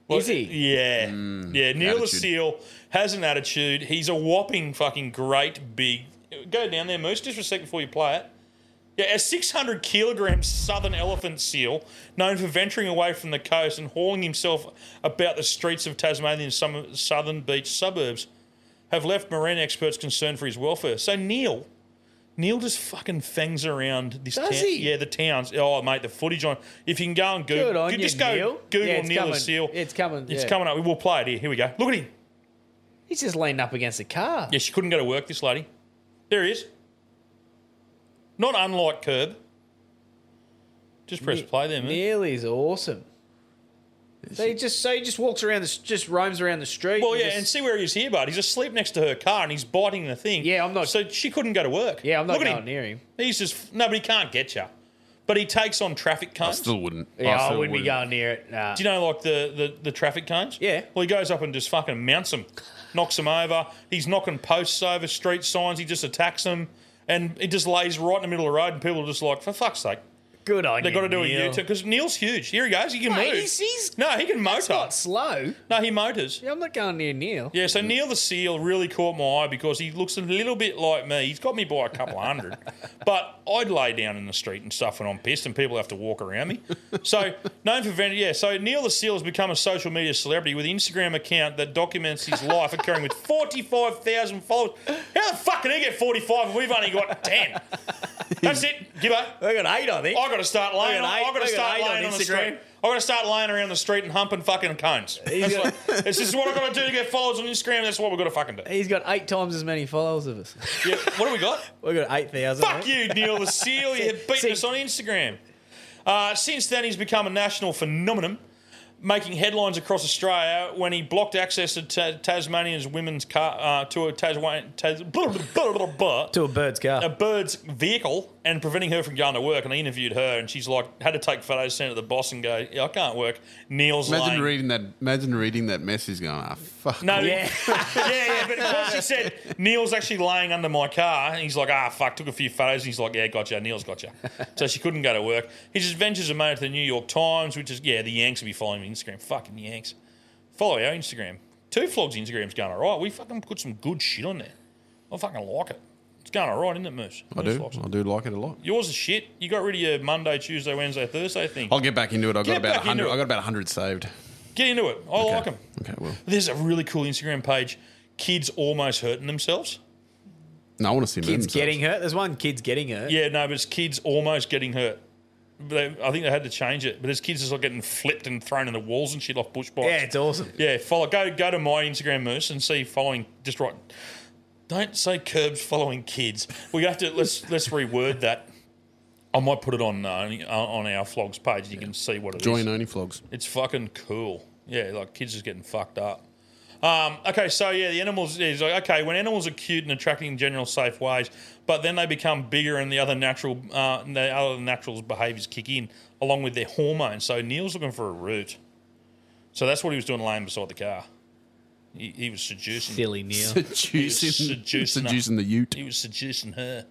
Is he?
Yeah. Mm. yeah, Neil the
attitude.
Seal has an attitude. He's a whopping fucking great big. Go down there, Moose, just for a second before you play it. Yeah, a 600 kilogram southern elephant seal, known for venturing away from the coast and hauling himself about the streets of Tasmania and some southern beach suburbs, have left marine experts concerned for his welfare. So Neil, Neil just fucking fangs around this
Does
town.
he?
Yeah, the towns. Oh, mate, the footage on. If you can go and Google,
Good on
go-
you,
just go
Neil.
Google
Yeah, it's
Neil the
coming.
seal.
It's coming.
It's
yeah.
coming up. We'll play it here. Here we go. Look at him.
He's just leaned up against the car.
Yeah, she couldn't go to work, this lady. There he is. Not unlike Curb. Just press
Ne-
play there, man.
Nearly is awesome. So he just so he just walks around, the, s- just roams around the street.
Well, yeah, and see where he is here, bud. He's asleep next to her car and he's biting the thing. Yeah, I'm not. So she couldn't go to work. Yeah, I'm
not
Look at
going
him.
near him.
He's just no, but he can't get you. But he takes on traffic cones.
still wouldn't.
Yeah, oh, I,
still
wouldn't be
wouldn't.
going near it. Nah.
Do you know like the, the, the traffic cones? Yeah. Well, he goes up and just fucking mounts them, knocks them over. He's knocking posts over, street signs. He just attacks them, and he just lays right in the middle of the road, and people are just like, for fuck's sake.
Good on
They
you,
got to do a
Neil.
U turn because Neil's huge. Here he goes. He can
Mate,
move.
he's- he's-
no, he can motor.
that's not slow.
No, he motors.
Yeah, I'm not going near Neil.
Yeah, so Neil the Seal really caught my eye because he looks a little bit like me. He's got me by a couple of hundred, but I'd lay down in the street and stuff when I'm pissed, and people have to walk around me. So known for vendor, yeah. So Neil the Seal has become a social media celebrity with an Instagram account that documents his life, occurring with forty-five thousand followers. How the fuck can he get forty-five? if We've only got ten. That's it. Give up.
I got eight, I think.
I got to start
I
laying.
got
on-
eight-
I got
I
to
got
start
eight on
laying on, the
Instagram.
street. I got to start laying around the street and humping fucking cones. That's what, this is what I got to do to get followers on Instagram. That's what we've got to fucking do.
He's got eight times as many followers of us.
Yeah, what do we got?
we got eight thousand.
Fuck you, Neil the Seal. You have beaten us on Instagram. Uh, since then, he's become a national phenomenon, making headlines across Australia when he blocked access to ta- Tasmanian's women's car uh, to a Tasmanian Tas- blah, blah, blah, blah, blah,
To a bird's car.
a bird's vehicle and preventing her from going to work. And I interviewed her, and she's like had to take photos, sent it to the boss, and go, "Yeah, I can't work." Neil's
Imagine
lane.
reading that. Imagine reading that message going, ah, fuck.
No,
off."
yeah. yeah, yeah, but of course he said Neil's actually laying under my car, and he's like, ah, fuck, took a few photos, and he's like, yeah, gotcha, Neil's gotcha. So she couldn't go to work. His adventures are made to the New York Times, which is yeah, the Yanks will be following me on Instagram. Fucking Yanks, follow our Instagram. Two Flogs Instagram's going all right. We fucking put some good shit on there. I fucking like it. It's going all right, isn't it, Moose?
I do. I do like it a lot.
Yours is shit. You got rid of your Monday, Tuesday, Wednesday, Thursday thing.
I'll get back into it. I've
Get
got about
back into
hundred.
it.
I got about hundred saved.
Get into it. I like 'em. like them.
Okay, well,
There's a really cool Instagram page. Kids almost hurting themselves.
no, I want to see them.
Kids
themselves.
getting hurt. There's one kids getting hurt. Yeah, no, but it's kids almost getting hurt. But they, I think they had to change it. But there's kids that's like getting flipped and thrown in the walls and shit off bush bikes.
Yeah, it's awesome.
Yeah, follow. Go go to my Instagram moose and see following. Just right. Don't say curbs following kids. We have to let's let's reword that. I might put it on uh, on our flogs page. You can see what it is.
Join only flogs.
It's fucking cool. Yeah, like kids just getting fucked up. Um, okay, so yeah, the animals is like okay when animals are cute and attracting in general safe ways, but then they become bigger and the other natural uh, the other naturals behaviours kick in along with their hormones. So Neil's looking for a root. So that's what he was doing laying beside the car. He, he was seducing
Silly Neil.
He was
Seducing-
seducing, her.
seducing the ute.
He was seducing her.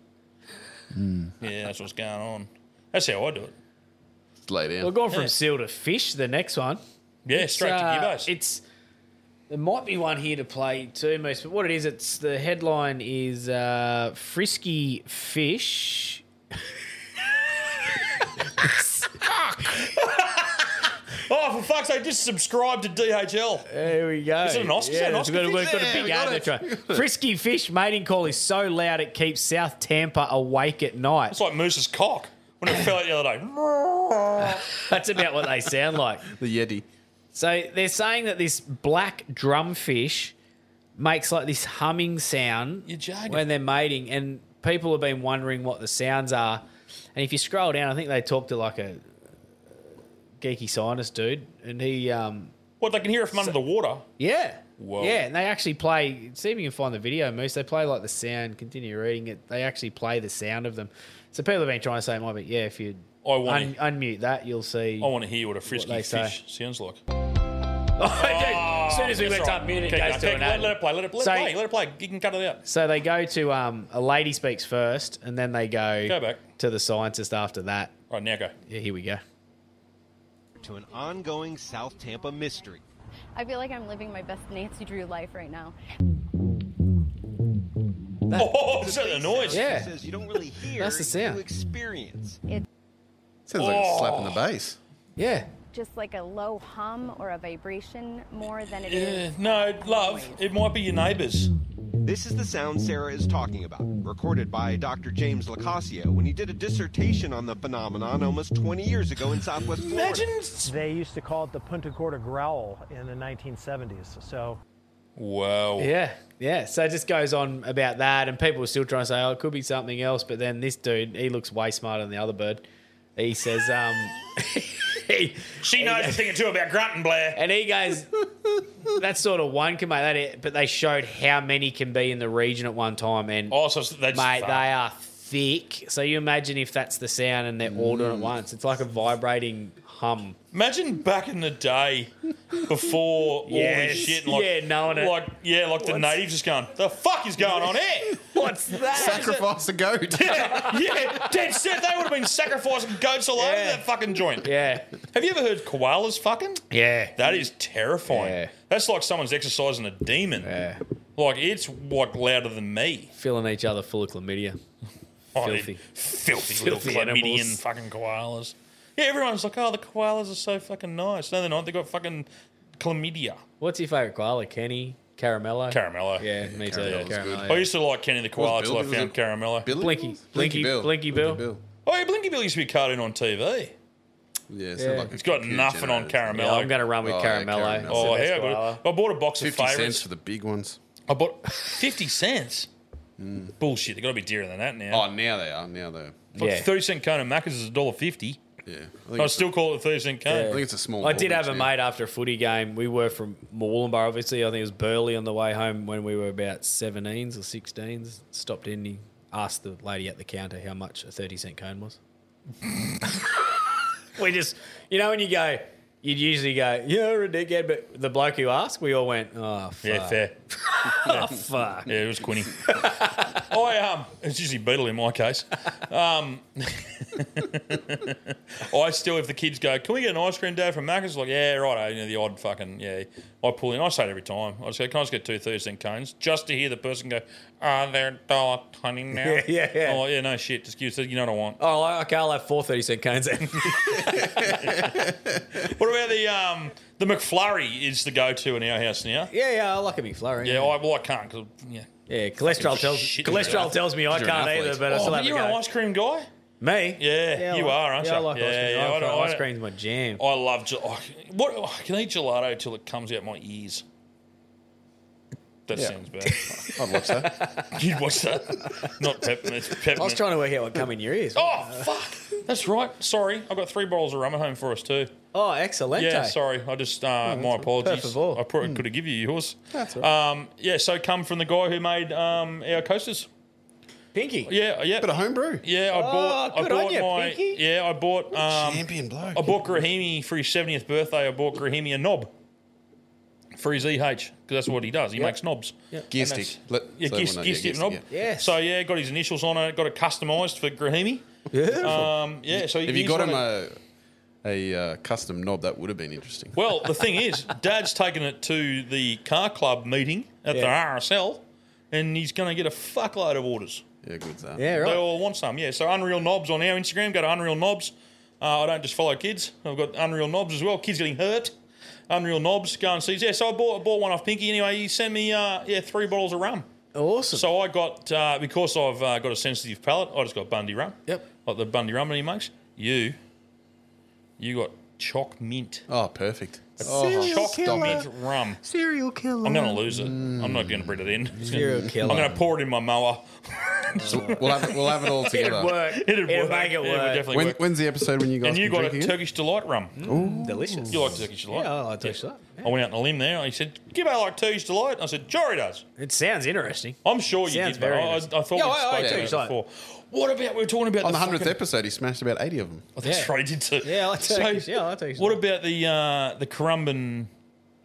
Hmm.
Yeah, that's what's going on. That's how I do it.
Lay down.
We'll go from
Yeah.
seal to fish. The next one. uh,
Yeah, straight to Gibbo's.
It's there might be one here to play too, Moose. But what it is, it's the headline is uh, frisky fish.
Ah. Oh, for fuck's sake, just subscribe to DHL.
There we go.
Is it an Oscar? Is that an
Yeah,
Oscar
we've got,
thing?
we've got
Yeah,
a big
we got
ad.
it.
That's right. Frisky fish mating call is so loud it keeps South Tampa awake at night.
It's like Moose's cock when it fell out the other day. Oh,
That's about what they sound like.
the Yeti.
So they're saying that this black drumfish makes like this humming sound when they're mating, and people have been wondering what the sounds are. And if you scroll down, I think they talked to like a geeky scientist dude, and he um,
What they can hear it from under the water.
yeah.
Whoa.
Yeah, and they actually play. See if you can find the video, Moose. They play like the sound. Continue reading it. They actually play the sound of them. So people have been trying to say, "My, but yeah, if you
I wanna-
un- unmute that, you'll see."
I want to hear what a frisky
they
fish
say.
sounds like.
as soon as we
that's
went up, minute, it
Keep
goes
going.
to
Keep-
an
let,
ad.
let it play. Let it, let
So-
it play. Let it play. You can cut it out.
So they go to um, a lady speaks first, and then they go,
Go back.
to the scientist after that.
Right now, go.
Yeah, here we go.
to an ongoing South Tampa mystery.
I feel like I'm living my best Nancy Drew life right now.
oh, is that the noise?
Yeah. Says you don't really hear.
That's the sound.
You experience.
It's
Sounds like a slap in the
Oh.
base.
Yeah.
just like a low hum or a vibration more than it
Yeah,
is.
no, love. It might be your neighbours.
This is the sound Sarah is talking about, recorded by Dr. James Lacasio when he did a dissertation on the phenomenon almost 20 years ago in Southwest Florida.
They used to call it the Punta Gorda growl in the 1970s. So
Wow.
Yeah, yeah. So it just goes on about that, and people are still trying to say, "Oh, it could be something else." But then this dude, he looks way smarter than the other bird. He says, um,
"She knows a thing or two about grunting, Blair."
And he goes, "That's sort of one can make that." It, but they showed how many can be in the region at one time, and
oh, so that's
mate, they are thick. So you imagine if that's the sound, and they're all doing it once. It's like a vibrating hum.
Mm. Imagine back in the day before all
Yes.
this shit. And like,
Yeah, knowing it.
Like, yeah, like the
What's-
natives just going, the fuck is going on here?
What's that?
Sacrifice a goat.
yeah, yeah, dead set. They would have been sacrificing goats all over that fucking joint.
Yeah.
Have you ever heard koalas fucking?
Yeah.
That is terrifying. That's like someone's exercising a demon.
Yeah.
Like it's like louder than me.
Filling each other full of chlamydia.
Oh, dude.
Filthy.
Filthy,
Filthy
little chlamydian
animals.
fucking koalas. Yeah, everyone's like, oh, the koalas are so fucking nice. No, they're not. They got fucking chlamydia.
What's your favourite koala? Kenny? Caramello?
Caramello.
Yeah, me too.
Caramello's good.
Caramello,
I used to like Kenny the Koala
Was
till I
Billy- was
found
it
Caramello.
Billy Blinky. was? Blinky Blinky Bill. Blinky Bill. Blinky Bill.
Oh, yeah, Blinky Bill used to be a cartoon on TV.
Yeah,
it's not Yeah. like a It's got computer nothing on generated. Caramello.
Yeah, I'm going to run with
Oh, yeah,
Caramello.
Caramello. Oh,
It's the
yeah,
best
but-
koala.
I bought a box of
50
favourites.
cents for the big ones. Hmm.
I bought 50 cents. Bullshit. They've got to be dearer than that now.
Oh, now they are. Now they're.
Like 30 cent cone of Macca's is $1.50.
Yeah.
I, still call it a 30 cent cone.
I did have a mate after a footy game. We were from Mooloolambar, obviously. I think it was Burley on the way home when we were about 17s or 16s. Stopped in, he asked the lady at the counter how much a 30 cent cone was. we just, you know, when you go, you'd usually go, you're a dickhead, but the bloke who asked, we all went, oh, fuck.
Yeah, fair.
oh, fuck. Oh,
Yeah, it was Quinny. I um, it's usually Beetle in my case. Um, I still, if the kids go, can we get an ice cream, Dad, from Macca's? Like, yeah, right. You know, the odd fucking yeah. I pull in. I say it every time. I just go, can I just get two Thursday cones? Just to hear the person go, oh, they're dollar twenty now.
Yeah, yeah, yeah.
Oh, yeah, no shit. Just give us. the- You know what I want.
Oh, I- okay. I'll have four thirty cent cones. Then.
What about the um, the McFlurry is the go to in our house now.
yeah, yeah. I like a McFlurry.
Yeah, I, well, I can't 'cause, yeah.
Yeah, cholesterol tells
Shit.
cholesterol tells me I
You're an
can't
athlete.
either, but I
Oh,
still have
you're
a
an
go.
ice cream guy.
Me?
Yeah,
Yeah, I
you
like-
are, aren't
yeah, I
you?
like ice cream. I like ice cream's my jam.
I love gel- oh, what oh, I can eat gelato till it comes out my ears. That
Yeah.
sounds bad. I'd watch that. You'd watch that. Not peppermint. It's peppermint.
I was trying to work out what come in your ears.
Oh fuck! That's right. Sorry, I've got three bottles of rum at home for us too.
Oh, excellent.
Yeah, sorry. I just uh, my apologies. I probably could have given you yours.
That's all right.
Um, yeah, so come from the guy who made um, our coasters.
Pinky.
Yeah, yeah. Bit of homebrew. Yeah, I
Oh,
bought.
good
I
on
bought
you,
my.
Pinky.
Yeah, I bought. Um, champion bloke. I bought Grahimi for his seventieth birthday. I bought Grahimi a knob. For his EH, because that's what he does. He
Yep.
makes knobs.
Yep. Gear
And that's-
stick. Let-
yeah,
so
gear,
everyone knows,
gear
yeah,
stick
gear
knob.
stick,
So yeah, got his initials on it. Got it customised for Grahimi. Um, yeah. So
if
he's
you got
one
him
of-
a, a uh, custom knob, that would have been interesting.
Well, the thing is, Dad's taken it to the car club meeting at
Yeah.
the RSL, and he's going to get a fuckload of orders.
Yeah, good that.
They all want some. Yeah. So Unreal Knobs on our Instagram. Go to Unreal Knobs. Uh, I don't just follow kids. I've got Unreal Knobs as well. Kids getting hurt. Unreal Knobs. Go and see. Yeah. So I bought, bought one off Pinky. Anyway, he sent me uh, yeah three bottles of rum.
Awesome.
So I got uh, because I've uh, got a sensitive palate. I just got Bundy rum. Yep. Like the Bundy rum that he makes. You. You got choc mint.
Oh, perfect. Oh,
Serial
choc
killer.
mint rum.
Serial killer.
I'm going to lose it. I'm not going to bring it in.
Serial killer.
I'm going to pour it in my mower.
we'll have it- we'll have it all It'd together. work.
It'd,
It'll
work.
make it
would
work.
definitely
When-
work.
when's the episode when you guys
And you
can
got a
drink again?
Turkish delight rum.
Mm, delicious.
You like Turkish delight?
Yeah, I like Turkish delight.
I went out on a limb there. and He said, "Give out like Turkish delight." And I said, "Sure, he does."
It sounds interesting.
I'm sure you
Sounds
did, but
very
I, I
interesting.
thought
Yeah,
we
I- I
spoke
like
about
Turkish
it
delight.
before. What about we were talking about
On the
the
hundredth
fucking-
episode, he smashed about eighty of them.
Oh, that's
Yeah.
right, he did too.
Yeah, I like
So,
Turkish. yeah, I like Turkish.
What about the uh, the Corumban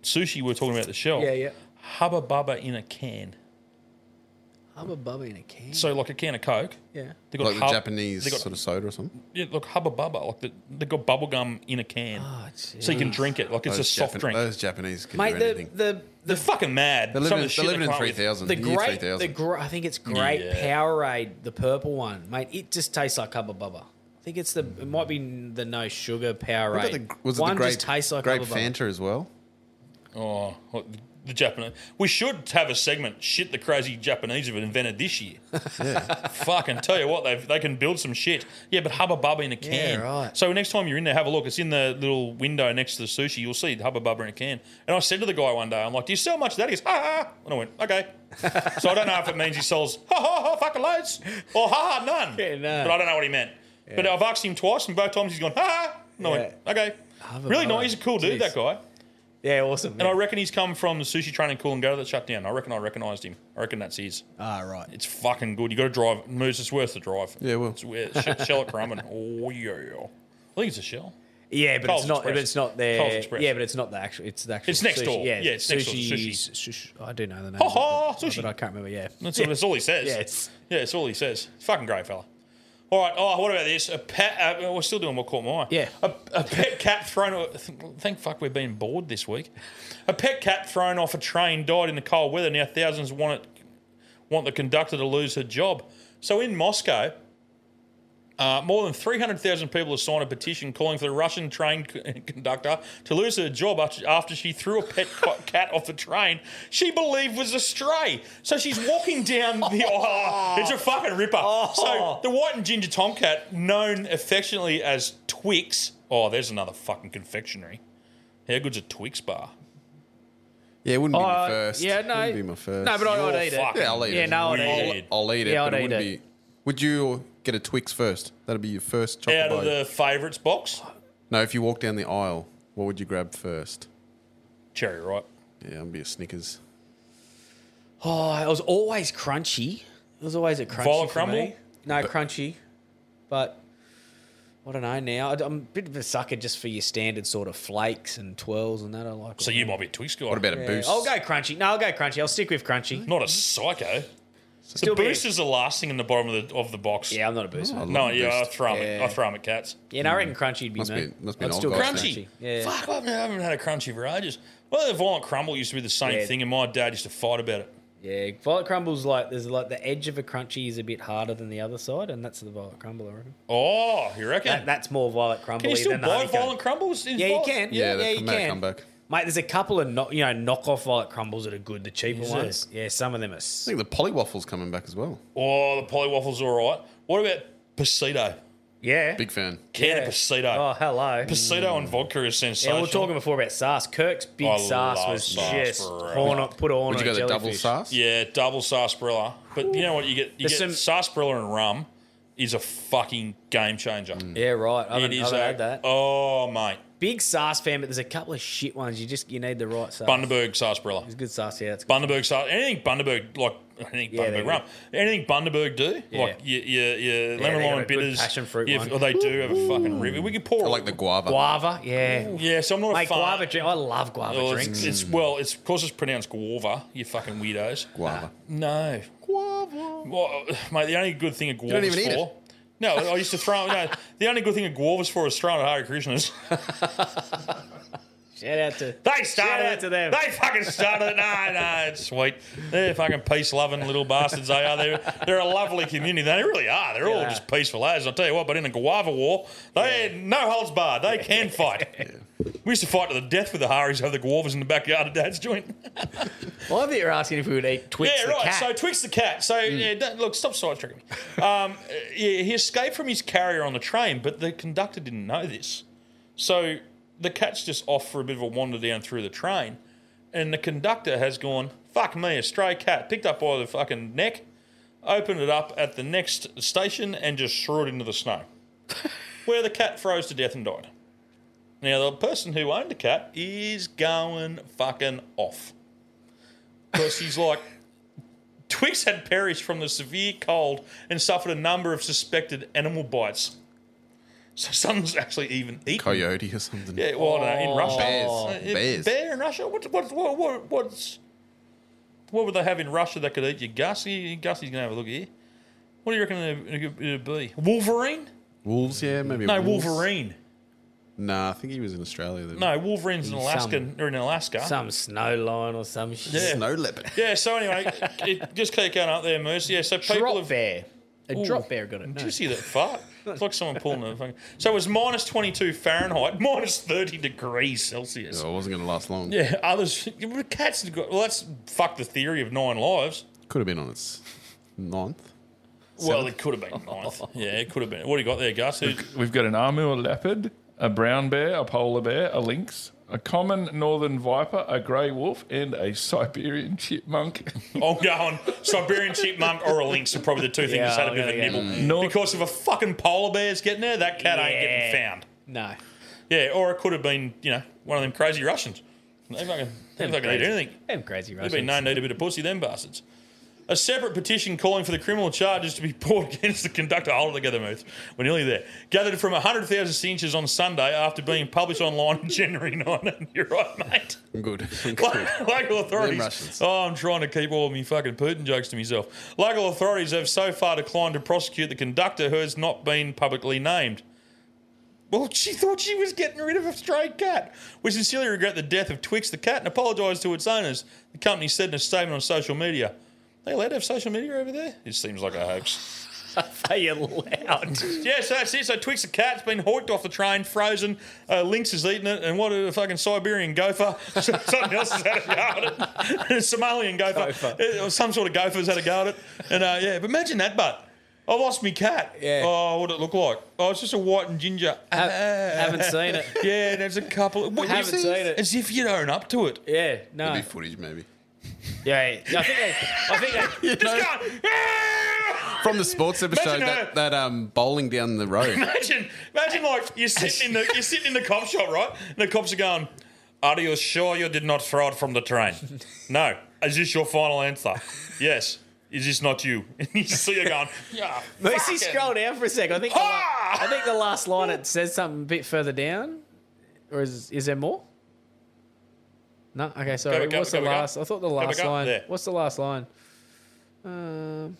sushi we were talking about at the shell?
Yeah, yeah.
Hubba bubba in a can.
I'm a bubby in a can.
So like a can of Coke.
Yeah.
They got
Like the
hub-
Japanese
they got-
sort of soda or something.
Yeah, look, Hubba Bubba. Like the, they got bubble gum in a can, so you can drink it. Like it's
Those
a soft
Japan-
drink.
Those Japanese can
Mate,
do
the,
anything.
the
They're fucking mad.
They're living
Some
in-
of the shit
they're living
they
in
come up with.
3000.
the
Year
great, the
3000.
gr- I think it's great
Yeah.
Powerade, the purple one, mate. It just tastes like Hubba Bubba. I think it's the it might be the no sugar
What
Powerade.
about the, was it
one
the grape,
just tastes like
grape
Hubba Bubba.
Fanta as well?
Oh, what, the- the Japanese. We should have a segment. Shit, the crazy Japanese have invented this year. Fucking tell you what, they they can build some shit. Yeah, but Hubba Bubba in a can.
right.
So next time you're in there, have a look. It's in the little window next to the sushi. You'll see Hubba Bubba in a can. And I said to the guy one day, I'm like, "Do you sell much of that?" He goes, "Ha ha." And I went, "Okay." so I don't know if it means he sells ha ha ha fucking loads or ha ha none. But I don't know what he meant. But
Yeah.
I've asked him twice, and both times he's gone ha ha. And I went, "Okay."
Hubba
Really
Bubba.
nice. He's a cool dude.
Jeez.
That guy.
Yeah, awesome.
And I reckon he's come from the sushi train in Coolangatta that shut down. I reckon I recognised him. I reckon that's his.
Ah, right.
It's fucking good. You got to drive. Moose, it's worth the drive.
Yeah, well.
It's worth sh- Shell at Crumman. Oh, yeah. I think it's a shell.
Yeah, but
Coles
it's not.
Express.
But it's not there.
Coles Express.
Yeah, but it's not the actual. It's the actual.
It's next
sushi.
door.
Yeah,
Yeah, it's next door to
sushi's- Sushi. I do know the name. of it,
ha,
but-
sushi.
But I can't remember. Yeah.
That's, that's all he says.
Yeah, it's
yeah, it's all he says. Fucking great fella. All right. Oh, what about this? A pet. Uh, we're still doing what caught my eye. Yeah. A, a pet cat thrown. o- th- Thank fuck we're being bored this week. A pet cat thrown off a train died in the cold weather. Now thousands want it, want the conductor to lose her job. So in Moscow, uh, more than 300,000 people have signed a petition calling for the Russian train c- conductor to lose her job after- after she threw a pet co- cat off the train she believed was a stray. So she's walking down the aisle. It's a fucking ripper. So the white and ginger tomcat, known affectionately as Twix. Oh, there's another fucking confectionery. How good's a Twix bar?
Yeah, it wouldn't be
Oh,
Uh,
my first.
yeah, no.
Wouldn't be my first.
No, but I- I'd You're eat it. fucking
Yeah, I'll eat
Yeah,
it.
no, I'd
I'll,
eat it.
I'll eat it,
Yeah,
but
I'd
it wouldn't
eat
be. Would you get a Twix first? That'd be your first chocolate
Out of the favourites box,
No, if you walk down the aisle, what would you grab first?
Cherry ripe.
Yeah, I'd be a Snickers.
Oh, it was always crunchy. It was always a crunchy.
Violet
for
crumble?
me. No, crunchy. But I don't know now. I- I'm a bit of a sucker just for your standard sort of flakes and twirls and that. I like.
So you might be a Twix guy.
Oh,
What about
Yeah, I'll go crunchy. No, I'll go crunchy. I'll stick with crunchy.
Not a psycho. the boosters are last thing in the bottom of the of the box. Yeah,
I'm not a booster.
no, yeah, Oh, I throw 'em at- I throw 'em at cats.
Yeah, no, I
Hmm.
reckon Crunchy'd be
Must
me.
be- must be
I'd
an old
still
guy
go
thing.
Crunchy. Yeah.
Fuck, I, mean, I haven't had a crunchy for ages. Well, the violent crumble used to be the same
Yeah.
thing, and my dad used to fight about it.
Yeah, violet crumbles like there's like the edge of a crunchy is a bit harder than the other side, and that's the violet crumble. I reckon.
Oh, you reckon?
That, that's more violet crumble.
Can you still
than the
buy
honeycomb.
violent crumbles? in
Yeah, you
Fox?
can. Yeah, yeah, you can. Mate, there's a couple of knock, you know knockoff violet crumbles that are good, the cheaper
Is
ones. Yeah, some of them are.
I think the polywaffle's coming back as well.
Oh, the polywaffle's all right. What about Pasito?
Yeah.
Big fan.
Can of Pasito.
Oh, hello.
Pasito
Hmm.
and vodka is
Yeah, we
sensational.
were talking before about Sass. Kirk's big
I
Sass
love
was
sarsaparilla.
just horn up, put on. a jellyfish.
Yeah, double sarsaparilla. But you know what? You get you
There's
get
some-
sarsaparilla and rum is a fucking game changer.
Mm.
Yeah, right. I haven't,
It is
haven't
a-
had that.
Oh, mate.
Big Sass fan, but there's a couple of shit ones. You just you need the right Sass.
Bundaberg sarsaparilla. It's
good sauce, yeah. It's
Bundaberg sauce. Anything Bundaberg, like anything
Yeah, they're
Bundaberg rum. Anything Bundaberg do,
Yeah.
like your, your, your
Yeah,
lemon
they got a
lime
good
bitters.
passion fruit
yeah,
one.
Or they do have a fucking river. We could pour. I like
the guava.
Guava, yeah.
Yeah, so I'm not
Mate,
a fan.
guava drink. I love guava
Oh, it's,
drinks.
it's- well, it's, of course it's pronounced guava, you fucking weirdos.
Guava.
No. Guava. Well, mate, the only good thing a
don't
guava is for.
even eat
No, I used to throw. No, the only good thing a guava's for is throwing at Hare Krishnas.
Shout out to
they started
Shout out to them.
They fucking started it. No, no, it's sweet. They're fucking peace loving little bastards. They are. They're, they're a lovely community. They really are. They're all
Yeah.
just peaceful lads. I'll tell you what. But in the guava war, they had no holds barred. They can fight. We used to fight to the death with the Haris over the guavas in the backyard of Dad's joint.
I love that you're asking if we would eat Twix
yeah,
the
right.
cat. Mm.
So Twix the cat. So yeah, don't, look, stop sidetracking me. Um, uh, yeah, he escaped from his carrier on the train, but the conductor didn't know this. So the cat's just off for a bit of a wander down through the train, and the conductor has gone fuck me, a stray cat picked up by the fucking neck, opened it up at the next station, and just threw it into the snow, where the cat froze to death and died. Now the person who owned the cat is going fucking off because he's like, Twix had perished from the severe cold and suffered a number of suspected animal bites. So someone's actually even eaten.
Coyote or something.
Yeah, well, I don't know, in Russia.
Bears.
Uh,
Bears.
Bear in Russia? What, what, what, what, what's, what would they have in Russia that could eat your Gussie? Gussie's going to have a look here. What do you reckon it would be? Wolverine?
Wolves, yeah, maybe.
No,
wolves.
Wolverine.
Nah, I think he was in Australia. Then.
No, Wolverine's in
Some-
Alaska. or in Alaska.
Some snow lion or some shit.
Yeah.
Snow leopard.
Yeah, so anyway, it, just keep going up there, Moose. Yeah, so people drop have, bear.
A drop bear got it.
Did you see that fart? It's like someone pulling a fucking. So it was minus 22 Fahrenheit, minus 30 degrees Celsius.
Oh, it wasn't going to last long.
Yeah, others. Cats have got. Well, that's fuck the theory of nine lives.
Could have been on its ninth.
Well, it could have been ninth. Yeah, it could have been. What do you got there, Gus? Who-
We've got an amu, a leopard, a brown bear, a polar bear, a lynx, a common northern viper, a grey wolf, and a Siberian chipmunk.
I'm going Oh, Siberian chipmunk or a lynx are probably the two things
Yeah,
that's had a
I'm
bit of a
gonna go-
nibble.
Mm.
Because if a fucking polar bear's getting there, that cat ain't
Yeah.
getting found.
No.
Yeah, or it could have been, you know, one of them crazy Russians. They fucking, they
Them
fucking eat
crazy-
anything.
Them crazy
There'd be
Russians.
no need a bit of pussy, them bastards. A separate petition calling for the criminal charges to be brought against the conductor. Hold it together, Muth. We're nearly there. Gathered from 100,000 signatures on Sunday after being published online on January 9. You're right, mate.
I'm good.
Lo- Local
Them
authorities. Oh, I'm trying to keep all of my fucking Putin jokes to myself. Local authorities have so far declined to prosecute the conductor who has not been publicly named. Well, she thought she was getting rid of a stray cat. We sincerely regret the death of Twix the cat and apologise to its owners, the company said in a statement on social media. They allowed to have social media over there? It seems like a hoax.
they allowed.
yeah, so that's it. So Twix the cat's been hoiked off the train, frozen. Uh, Lynx has eaten it, and what a fucking Siberian gopher. Something else has had a go at it. a Somalian gopher. Uh, or Some sort of gopher's had a go at it. And uh, yeah, but imagine that, but. I lost my cat. Yeah. Oh, what would it look like? Oh, it's just a white and ginger.
haven't seen it.
Yeah, there's a couple. What,
Haven't
you see?
seen it.
As if you'd own up to it.
Yeah, no.
Maybe footage, maybe.
Yeah, yeah, I think they. I think they.
From the sports episode,
Imagine
that, that um, bowling down the road.
Imagine, imagine like you're sitting in the you're sitting in the cop shop, right? And the cops are going, "Are you sure you did not throw it from the train?" no. Is this your final answer? yes. Is this not you? And you see her going,
Ah,
yeah.
Lucy, scroll down for a sec. I think. The, la- I think the last line it says something a bit further down, or is is there more? No. Okay. Sorry.
back up,
What's
go
the
back up.
last? I thought the
Go back
last
up.
line.
There.
What's the last line? Um,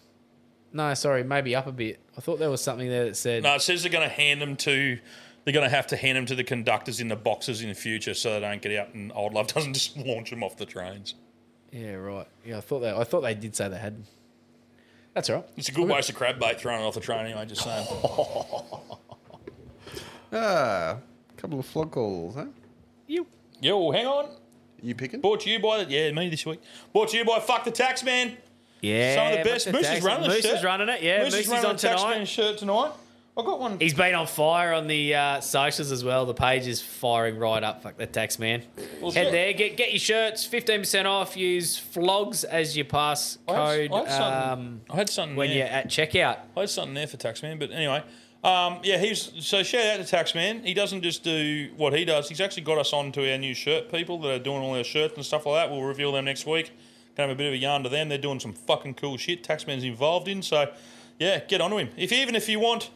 no, sorry, maybe up a bit. I thought there was something there that said.
No, it says they're going to hand them to. They're going to have to hand them to the conductors in the boxes in the future, so they don't get out and old love doesn't just launch them off the trains.
Yeah, right. Yeah, I thought that. I thought they did say they had. That's all right.
It's a good waste of crab bait throwing it off the train anyway. Just saying.
Ah, a couple of flog calls, huh?
Yo, hang on.
You picking?
Brought to you by the, yeah me this week. Brought to you by fuck the tax man.
Yeah,
some of
fuck
the best.
the
Moose
tax
is
man.
running. the
Moose
shirt.
is running it, yeah. Moose
is
is
running
on
the tax
tonight.
man shirt tonight. I got one.
He's been on fire on the uh, socials as well. The page is firing right up. Fuck that tax man.
Well,
Head
shit.
there, get get your shirts, fifteen percent off. Use flogs as your pass
I had-
code.
I had something-
um,
I had something
when
there.
you're at checkout.
I had something there for Taxman, but anyway. Um, yeah, he's so shout out to Taxman. He doesn't just do what he does. He's actually got us onto our new shirt people that are doing all our shirts and stuff like that. We'll reveal them next week. Can have a bit of a yarn to them. They're doing some fucking cool shit. Taxman's involved in. So yeah, get onto him. If even if you want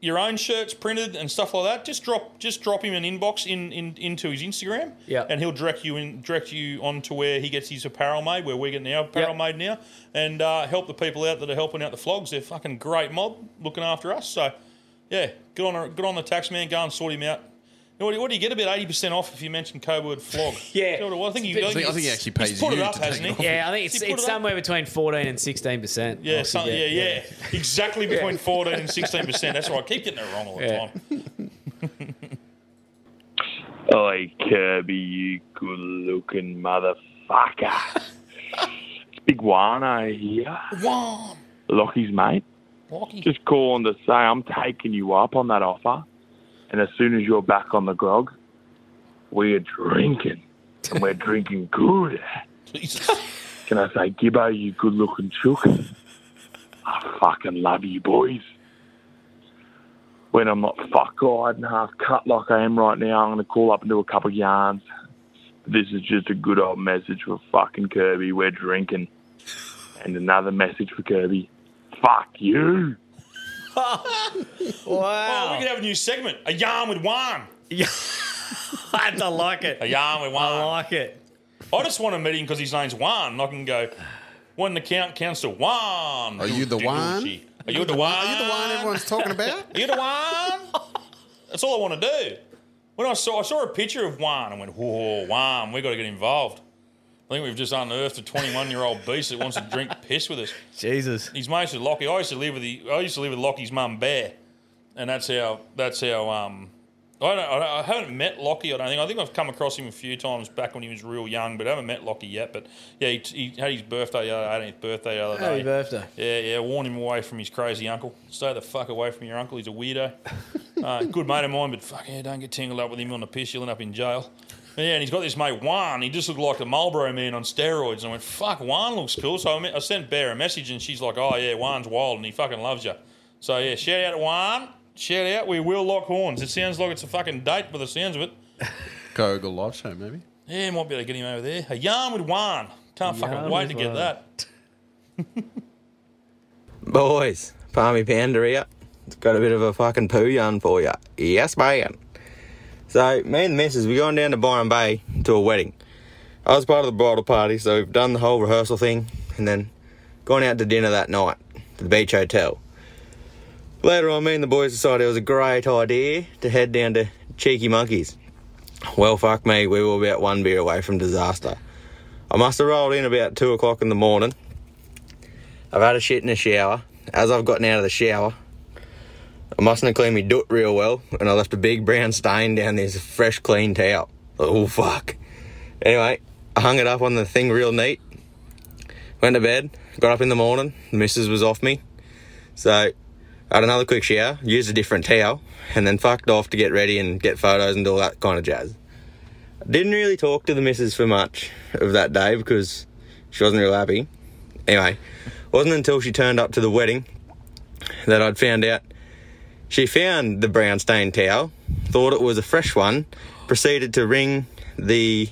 your own shirts printed and stuff like that, just drop just drop him an inbox in, in into his Instagram.
Yeah.
And he'll direct you in direct you on to where he gets his apparel made, where we're getting our apparel made now, and uh, help the people out that are helping out the flogs. They're fucking great mob looking after us. So yeah, good on good on the tax man, go and sort him out. You know, what, what do you get about eighty percent off if you mention code word flog? yeah, I think you.
It's a bit- I think- I think he
he's-
actually
he's
pays
put it
you
up,
to
hasn't he?
Yeah, I think it's,
He put
it's
it up.
somewhere between fourteen and sixteen percent.
Yeah, some, yeah, yeah, exactly between fourteen and sixteen percent. That's why I keep getting it wrong all the
Yeah.
time.
Oi, Kirby, you good looking motherfucker. it's Big Wano here.
Wom.
Lockie's mate. Just calling to say I'm taking you up on that offer. And as soon as you're back on the grog, we're drinking. And we're drinking good. Can I say, Gibbo, you good looking chook? I fucking love you, boys. When I'm not fuck eyed and half cut like I am right now, I'm going to call up and do a couple of yarns. This is just a good old message for fucking Kirby. We're drinking. And another message for Kirby. Fuck you.
wow. Oh, we could have a new segment. A yarn with Juan. I like it. A yarn with Juan. I like it. I just want to meet him because his name's Juan. and I can go, when the count counts to Juan.
Are you the one?
Are you the one?
Are you the one everyone's talking about?
Are you the one? That's all I want to do. When I saw, I saw a picture of Juan and went, whoa, Juan, we got to get involved. I think we've just unearthed a 21 year old beast that wants to drink piss with us.
Jesus.
He's mostly Lockie. I used to live with the, I used to live with Lockie's mum Bear, and that's how that's how um I don't, I don't I haven't met Lockie. I don't think I think I've come across him a few times back when he was real young, but I haven't met Lockie yet. But yeah, he, he had his birthday the other 18th birthday the other day.
Happy birthday.
Yeah, yeah. Warn him away from his crazy uncle. Stay the fuck away from your uncle. He's a weirdo. uh, good mate of mine, but fuck yeah, don't get tangled up with him on the piss. You'll end up in jail. Yeah, and he's got this mate Juan. He just looked like the Marlboro man on steroids. And I went, fuck, Juan looks cool. So I, me- I sent Bear a message, and she's like, oh yeah, Juan's wild, and he fucking loves you. So yeah, shout out to Juan. Shout out. We will lock horns. It sounds like it's a fucking date by the sounds of it.
Go Google live show, maybe.
Yeah, might be able to get him over there. A yarn with Juan. Can't fucking
Yarn
wait
with
to get
Juan.
that.
Boys, Palmy Panda here. It's got a bit of a fucking poo yarn for you. Yes, man. So, me and the missus, we're going down to Byron Bay to a wedding. I was part of the bridal party, so we've done the whole rehearsal thing and then gone out to dinner that night to the beach hotel. Later on, me and the boys decided it was a great idea to head down to Cheeky Monkeys. Well, fuck me, we were about one beer away from disaster. I must have rolled in about two o'clock in the morning I've had a shit in the shower. As I've gotten out of the shower, I mustn't have cleaned my doot real well, and I left a big brown stain down this fresh, clean towel. Oh, fuck. Anyway, I hung it up on the thing real neat. Went to bed, got up in the morning, the missus was off me. So, I had another quick shower, used a different towel, and then fucked off to get ready and get photos and do all that kind of jazz. Didn't really talk to the missus for much of that day because she wasn't real happy. Anyway, wasn't until she turned up to the wedding that I'd found out she found the brown stain towel, thought it was a fresh one, proceeded to ring the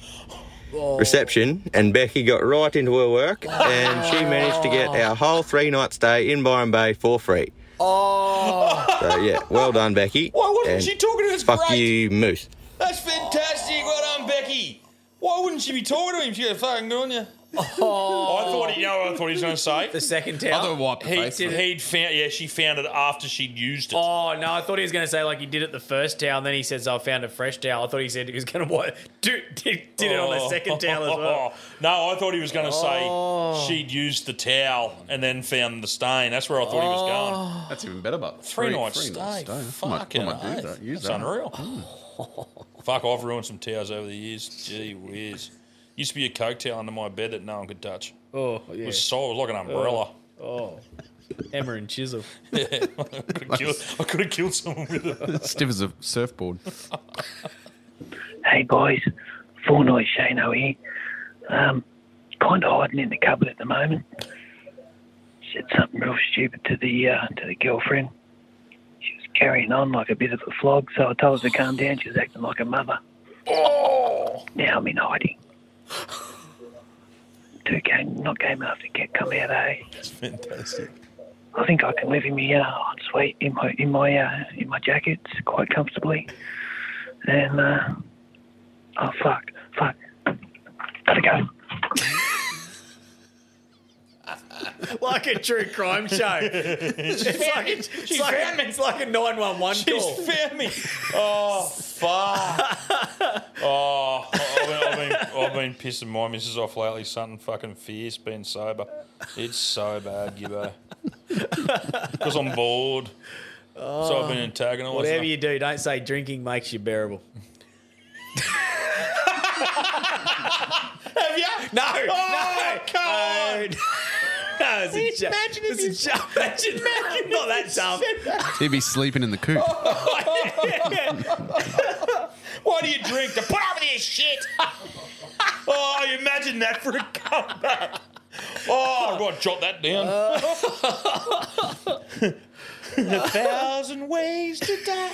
reception, and Becky got right into her work, and she managed to get our whole three night stay in Byron Bay for free.
Oh,
So yeah, well done, Becky. Why
wasn't she talking to us
Fuck
great?
you, Moose.
that's fantastic. Well done, Becky. Why wouldn't she be talking to him? She goes, fucking good on you. I thought he, you know what I thought he was going to say? The
second towel? I thought wipe the
he,
face with it.
He'd found, yeah, she found it after she'd used it.
Oh no, I thought he was going to say like he did it the first towel, and then he says I found a fresh towel. I thought he said he was going to what do, did, did it on the
Oh.
second towel as well.
No, I thought he was going to
Oh.
say she'd used the towel and then found the stain. That's where I thought he was
Oh.
going.
That's even better, but
Three, nights
three nights
stay.
stay. I might-
Fucking
I might do
oath.
that, use
That's
that. Hmm.
unreal.
Oh.
Fuck, I've ruined some towels over the years. Gee whiz. Used to be a coke towel under my bed that no one could touch.
Oh,
It
yeah.
was so it was like an umbrella.
Oh, hammer and chisel.
Yeah, I could have killed, I could have killed someone with it.
Stiff as a surfboard.
Hey boys, Fournoy Shano here. Um, kind of hiding in the cupboard at the moment. Said something real stupid to the uh, to the girlfriend. She was carrying on like a bit of a flog, so I told her to calm down. She was acting like a mother. Oh. Now I'm in hiding. Two game, not game after get come out, eh?
That's fantastic.
I think I can live in my uh, hot suite in my in my uh, in my jackets quite comfortably. And uh, oh fuck, fuck, gotta go.
like a true crime show. it's, like, it's,
She
like,
found me.
it's like a 911
She's
call.
found me. Oh, fuck. Oh, I've been, I've, been, I've been pissing my missus off lately. Something fucking fierce being sober. It's so bad, Gibbo. Because I'm bored. so I've been antagonised.
Whatever you do, don't say drinking makes you bearable.
Have you?
No,
Oh,
no, no.
come
No, it's a joke. Imagine if it's a joke. Imagine, not that dumb.
He'd be sleeping in the coop.
Why do you drink? To put up with this shit. oh, you imagine that for a comeback. Oh, I've got to jot that down. a thousand ways to die.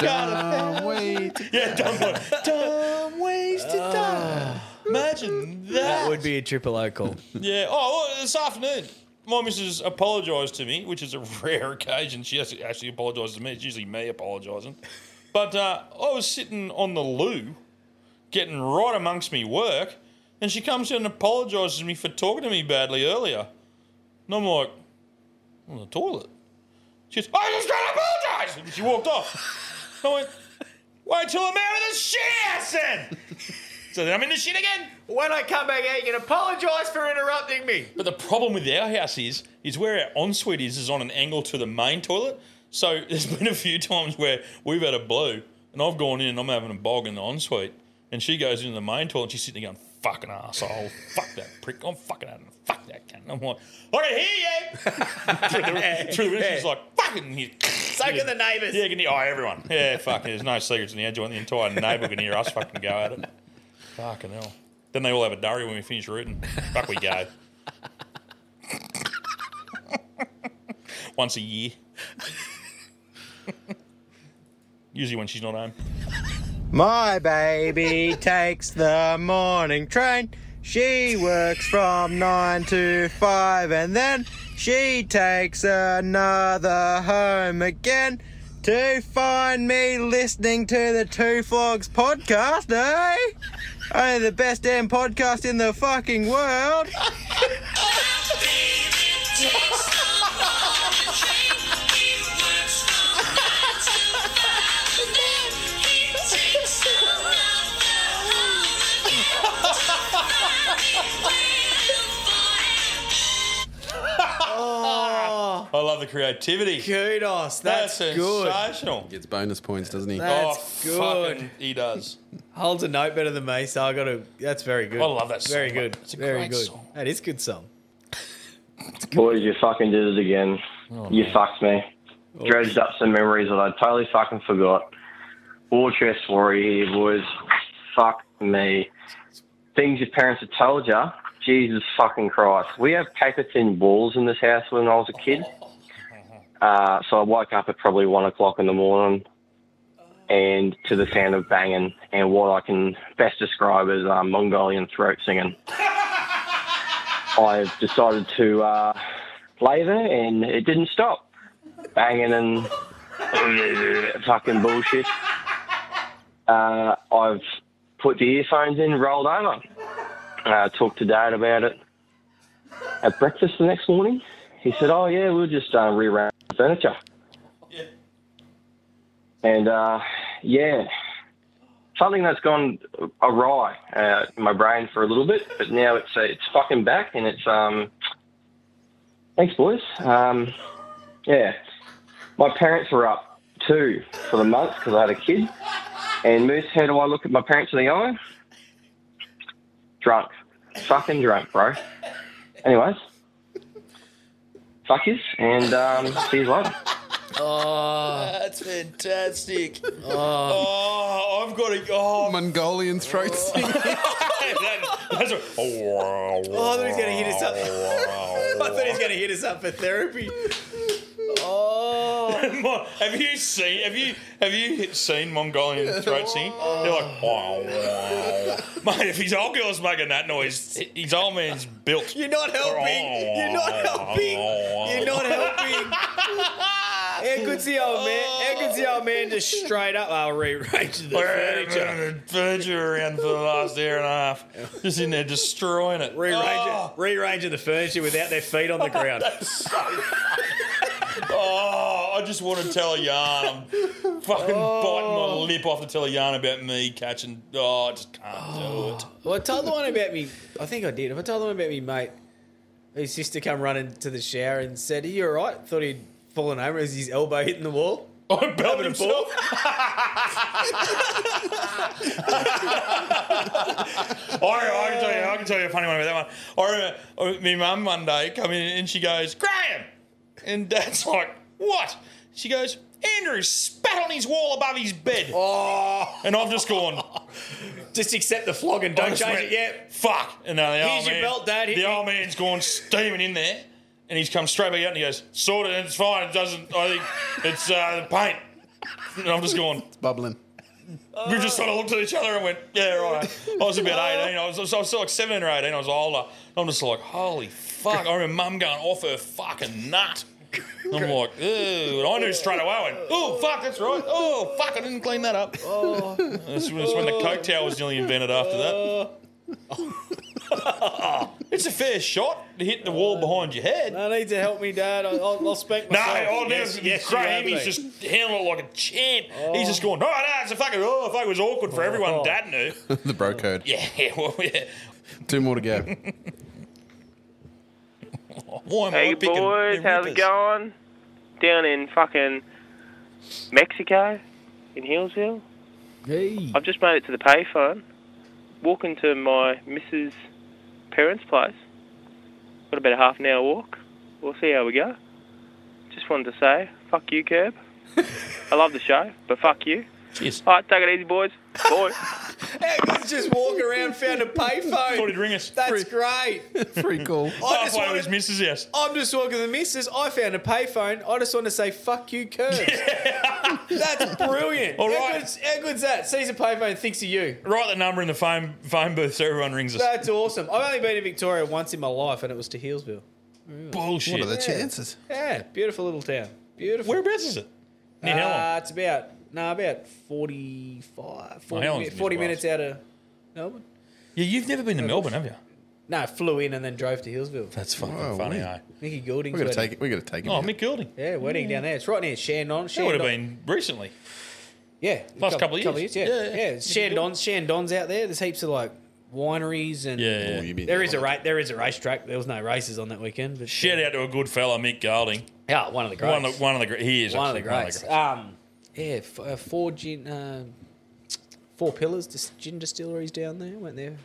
Dumb
way to yeah, dumb, way- dumb ways to die. Imagine that.
That would be a triple O call.
Yeah. Oh, well, this afternoon, my missus apologised to me, which is a rare occasion. She actually, actually apologised to me. It's usually me apologising. But uh, I was sitting on the loo, getting right amongst me work, and she comes in and apologises to me for talking to me badly earlier. And I'm like, I'm on the toilet. She goes, I just gotta apologise! And she walked off. I went, wait till I'm out of the shit, I said! So then I'm in the shit again.
When I come back out, you can apologise for interrupting me.
But the problem with our house is, is where our ensuite is, is on an angle to the main toilet. So there's been a few times where we've had a blow, and I've gone in and I'm having a bog in the ensuite, and she goes into the main toilet and she's sitting there going, "Fucking asshole, fuck that prick, I'm fucking out, fuck that cunt." And I'm like, "I can hear you." through the window, she's like, "Fucking you." So
can the neighbours.
Yeah, can hear, oh, everyone. Yeah, fuck. There's no secrets in the adjoint. The entire neighbour can hear us fucking go at it. Fucking hell. Then they all have a diary when we finish rooting. Fuck, we go. Once a year. Usually when she's not home.
My baby takes the morning train. She works from nine to five and then she takes another home again to find me listening to the Two Flogs podcast, eh? Only the best damn podcast in the fucking world.
Oh.
I love the creativity.
Kudos.
That's,
that's good.
sensational.
Gets bonus points, doesn't he?
That's
Oh,
good.
fucking- he does.
Holds a note better than me, so I got to. That's very good.
I love that song,
Very
mate.
good.
It's a
very
great
good.
song.
That is a good song.
Boys, you fucking did it again.
Oh,
you fucked me. Dredged up some memories that I totally fucking forgot. War chest warrior here, boys. Fuck me. Things your parents have told you. Jesus fucking Christ. We have paper thin walls in this house when I was a kid. Uh, so I woke up at probably one o'clock in the morning and to the sound of banging and what I can best describe as um, Mongolian throat singing. I've decided to uh, play there, and it didn't stop. Banging and fucking bullshit. Uh, I've put the earphones in, rolled over. Uh, talked to Dad about it. At breakfast the next morning, he said, "Oh yeah, we'll just uh, rearrange the furniture." And uh, yeah, something that's gone awry uh, in my brain for a little bit, but now it's uh, it's fucking back, and it's um. Thanks, boys. Um, yeah, my parents were up two for the month because I had a kid. And Moose, how do I look at my parents in the eye? Drunk, fucking drunk, bro. Anyways, fuck yous, and um, see you later.
Oh, that's fantastic. Oh, I've got a. Oh,
Mongolian throat singing.
that's a, oh,
I thought he was going to hit us up. I thought he was going to hit us up for therapy.
Oh. have you seen? Have you have you seen Mongolian throat singing? They're like, wow, mate. If his old girl's making that noise, his old man's built.
You're not helping. You're not helping. You're not helping. How good's the old man? How good's the old man just straight up? I'll rearrange the furniture.
Furniture around for the last hour and a half, just in there destroying it.
Rearrange
Oh.
it, rearranging the furniture without their feet on the ground.
Oh, I just want to tell a yarn. I'm fucking biting my lip off to tell a yarn about me catching. Oh, I just can't do it.
Oh. Well, I told the one about me. I think I did. If I told the one about me, mate, his sister come running to the shower and said, "Are you all right?" Thought he'd fallen over as his elbow hitting the wall.
Oh, belted
himself.
I, I can tell you, I can tell you a funny one about that one. I remember my mum one day come in and she goes, Graham, and Dad's like, what? She goes, Andrew spat on his wall above his bed. Oh. And I've just gone.
Just accept the flog and don't change it yet.
Fuck. And now the
Here's
old
your
man,
belt, Dad. Hit
The
me.
old man's gone steaming in there, and he's come straight back out and he goes, sorted, and it's fine. It doesn't. I think it's uh, the paint. And I'm just going. It's
bubbling.
We just sort of looked at each other and went, "Yeah, right." I was about eighteen. I was, I was still like seventeen or eighteen. I was older. And I'm just like, "Holy fuck!" I remember Mum going off her fucking nut. And I'm like, "Ooh," and I knew straight away. I went, "Oh fuck, that's right. Oh fuck, I didn't clean that up." Oh. That's when, that's when the coke tower was nearly invented. After
Uh,
that, it's a fair shot to hit the wall behind your head.
I need to help me, Dad. I'll, I'll, I'll spank
No,
myself.
oh, yes,
you
Graham,
have
he's
me.
just handling it like a champ. He's just going, oh, no, it's a fucking, oh, fuck, it was awkward for everyone.
Oh.
Dad knew.
the bro code.
Yeah, well, yeah.
Two more to go.
Why am I
hey
picking
boys,
their
how's it
rippers?
going? Down in fucking Mexico, in Hillsville.
Hmm.
Hey.
I've just made it to the payphone. Walking to my missus' parents' place. Got about a half an hour walk. We'll see how we go. Just wanted to say, fuck you, Curb. I love the show, but fuck you.
Cheers.
All right, take it easy, boys. Boy.
He's just walk around, found a payphone. Thought
he'd ring us.
That's great.
Pretty cool.
I just
Halfway to
wanted-
his missus' house.
I'm just walking the missus. I found a payphone. I just want to say, fuck you, Curbs. That's brilliant.
All
how
right.
Good's, how good's that? Sees a payphone, thinks of you.
Write the number in the phone, phone booth so everyone rings us.
That's awesome. I've only been to Victoria once in my life, and it was to Hillsville.
Bullshit. What are the chances?
Yeah, beautiful little town. Beautiful.
Whereabouts is it? Near
uh,
Helen?
It's about, no, about 45, 40,
Helen's
mi-
in
40
New South
minutes out of Melbourne.
Yeah, you've never been to Melbourne, have you?
No, flew in and then drove to Hillsville.
That's fucking funny, eh?
Mickey Goulding's
We're gonna
wedding.
take it. We're gonna take it.
Oh, Mick Goulding.
Yeah, wedding down there. It's right near Shandon.
That would have been recently.
Yeah,
Last couple of years.
yeah, yeah.
Yeah, yeah.
Shandon's, Shandon's out there. There's heaps of like wineries and
Yeah, yeah.
there is a ra- there is a racetrack. There was no races on that weekend, but
Shout out to a good fella, Mick Goulding.
Yeah, one of the greats.
One of the, one of the greats. He is
one of the
actually
greats. Um, yeah, f- uh, four gin, uh,
Um,
four pillars, dis- gin distilleries down there. Went there.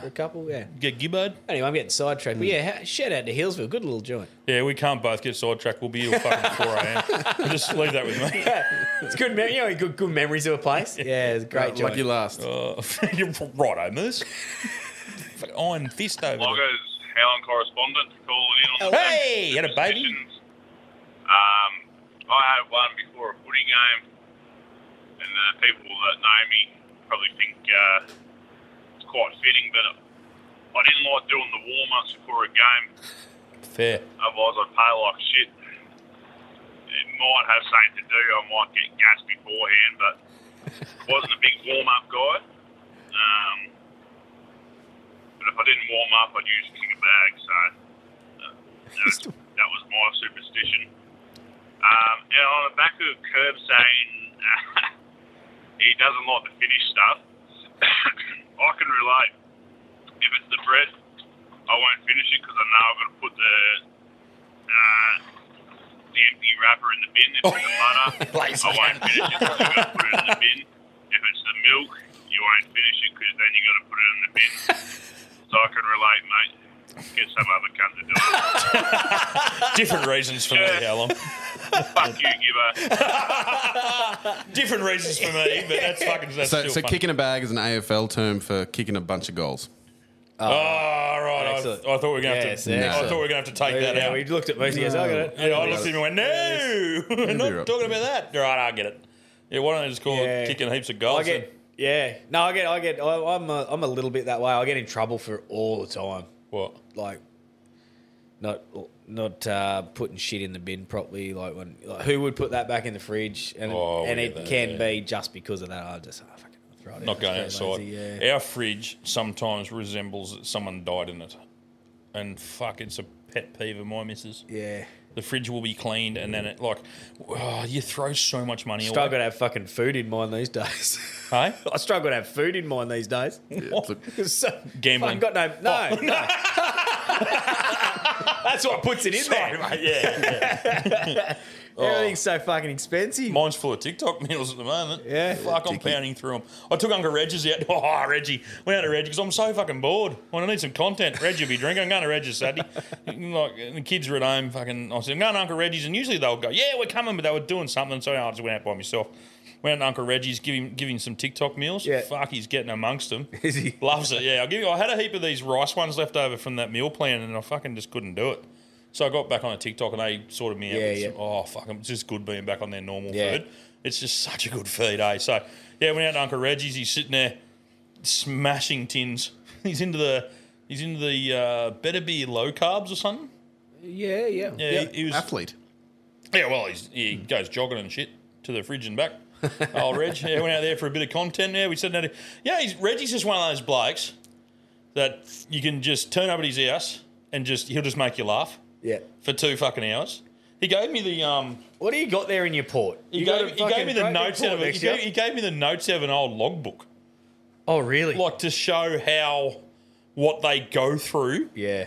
For
a couple, yeah.
Get gibbard.
Anyway, I'm getting sidetracked. But
Mm.
yeah, ha- shout out to Hillsville. Good little joint.
Yeah, we can't both get sidetracked. We'll be here till fucking 4 a.m. We'll just leave that with me.
It's good, mem- you know, good, good memories of a place. Yeah, it's a great
Right,
joint.
lucky last. Uh, you're right, Omers. Fucking Iron fist over. there.
Loggers, Helen correspondent, calling in on the
Oh, Hey, you had a baby.
Um, I had one before a footy game, and the people that know me probably think uh, it's quite fitting, but I didn't like doing the warm ups before a game,
Fair.
otherwise, I'd pay like shit. It might have something to do, I might get gas beforehand, but wasn't a big warm up guy. Um, but if I didn't warm up, I'd usually kick a bag. So uh, that, was, that was my superstition. Um, and on the back of Curb saying he doesn't like the finished stuff, I can relate. If it's the bread, I won't finish it because I know I've got to put the uh, the empty wrapper in the bin. If it's the butter, I won't finish it 'cause I've got to put it in the bin. If it's the milk, you won't finish it because then you got to put it in the bin. So I can relate, mate. Get some other cunt to do it.
Different reasons for me, Helen.
Fuck you, giver.
Different reasons for me, but that's fucking that's
so
still
so
funny.
kicking a bag is an AFL term for kicking a bunch of goals. Uh,
Oh, right. I, I
Excellent.
thought we were going to.
Yes,
I thought
excellent.
we were going to have to take
Yeah,
that out.
we looked at both of you, so I got it.
Yeah, I looked at him and went, "No, we're
You'll be
not
right.
talking about that." Right, I get it. Yeah, why don't they just call
Yeah.
it kicking heaps of goals?
I get, yeah. No, I get, I get, I, I'm, a, I'm a little bit that way. I get in trouble for it all the time.
What?
Like, not, not uh, putting shit in the bin properly. Like when, like who would put that back in the fridge? And
Oh, we
and it
get that,
can
yeah.
be just because of that. I just, oh, fucking throw it.
not
out.
going
It's very
outside.
lazy, yeah.
Our fridge sometimes resembles that someone died in it, and fuck, it's a pet peeve of my missus.
Yeah,
the fridge will be cleaned, and then it like, oh, you throw so much money away.
Struggle to have fucking food in mine these days.
Hey?
I struggle to have food in mine these days. so,
Gambling. Oh,
I've got no, no, no. That's what puts it in
Sorry,
there.
mate, yeah,
Everything's so fucking expensive.
Oh. Mine's full of TikTok meals at the moment. Yeah. Fuck, I'm
Dicky.
pounding through them. I took Uncle Reggie's out. Oh, Reggie. Went out to Reggie because I'm so fucking bored. When I need some content, Reggie will be drinking. I'm going to Reggie's Saturday. like, and the kids were at home fucking. I said, I'm going to Uncle Reggie's. And usually they'll go, yeah, we're coming, but they were doing something. So I just went out by myself. Went out to Uncle Reggie's, give him, give him some TikTok meals. Yeah. Fuck, he's getting amongst them. Is he? Loves it, yeah. I'll give you, I had a heap of these rice ones left over from that meal plan and I fucking just couldn't do it. So I got back on a TikTok and they sorted me out.
Yeah,
with
yeah.
some- oh, fuck, it's just good being back on their normal
Yeah.
food. It's just such a good feed, eh? So, yeah, went out to Uncle Reggie's. He's sitting there smashing tins. He's into the he's into the uh, better be low carbs or something.
Yeah, yeah.
Yeah, he, he was athlete. Yeah, well, he's, he goes jogging and shit to the fridge and back. Old Reg, yeah, went out there for a bit of content. Yeah, we said, that- yeah, he's, Reggie's just one of those blokes that you can just turn up at his house and just he'll just make you laugh
Yeah.
for two fucking hours. He gave me the um.
What do you got there in your port?
He,
You got
gave,
a
he gave me the
fucking
notes out of
report
it.
next
He
year?
gave, he gave me the notes out of an old logbook.
Oh, really?
Like to show how what they go through.
Yeah.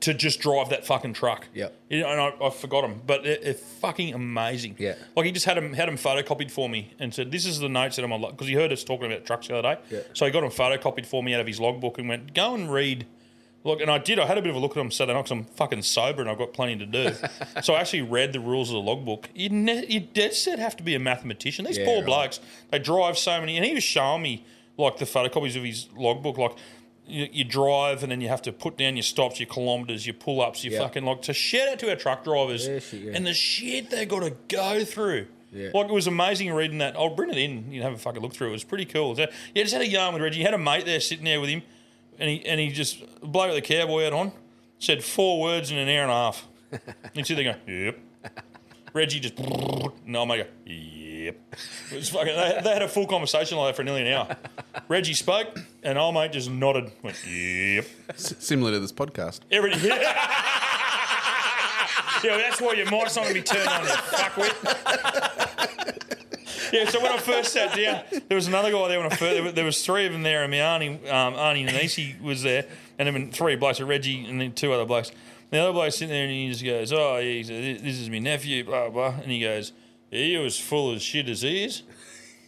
To just drive that fucking truck.
Yeah.
You know, and I, I forgot them, but it, it's fucking amazing.
Yeah.
Like he just had them had them photocopied for me and said, "This is the notes that I'm on," because he heard us talking about trucks the other day.
Yeah.
So he got them photocopied for me out of his logbook and went, "Go and read." Look, and I did. I had a bit of a look at them Saturday night because I'm fucking sober and I've got plenty to do. so I actually read the rules of the logbook. You, ne- you dead set have to be a mathematician. These
Yeah,
poor
right.
blokes, they drive so many. And he was showing me like the photocopies of his logbook, like. You, you drive and then you have to put down your stops, your kilometres, your pull ups, your
Yeah.
fucking like to shout out to our truck drivers
yeah.
and the shit they got to go through.
Yeah.
Like it was amazing reading that. I'll bring it in. You know, have a fucking look through. it. It was pretty cool. So, yeah, just had a yarn with Reggie. He had a mate there sitting there with him, and he and he just bloke with the cowboy hat on said four words in an hour and a half. You see, they go, yep. Reggie just no, mate, go, yep. It was fucking. They, they had a full conversation like that for nearly an hour. Reggie spoke, and old mate just nodded, went yep.
S- similar to this podcast.
Every yeah. yeah, that's why your mic's not going to be turned on, you fuckwit. Yeah, so when I first sat down, there was another guy there. When I first, there, was, there was three of them there, and my auntie, um, auntie Nancy was there, and then three blokes, so Reggie and then two other blokes. The other bloke's sitting there, and he just goes, "Oh, yeah, he said, this is my nephew, blah blah," and he goes, "He was full of shit as he is,"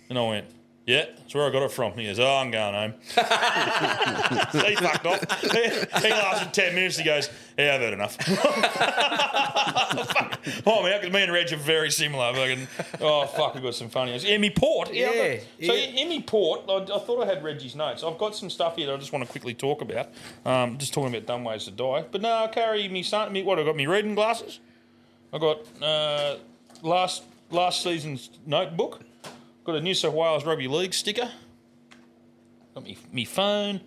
and I went. Yeah, that's where I got it from. He goes, Oh, I'm going home. so he fucked off. He, he laughs for 10 minutes. He goes, Yeah, I've heard enough. Oh man, because me and Reg are very similar. Fucking, oh fuck, we got some funny ones. Emmy Port, yeah. I've
Yeah,
got- so Emmy Port, I, I thought I had Reggie's notes. I've got some stuff here that I just want to quickly talk about. Um, just talking about dumb ways to die. But no, I carry me son. Me, what I got? Me reading glasses. I got uh, last last season's notebook. Got a New South Wales Rugby League sticker. Got me me phone.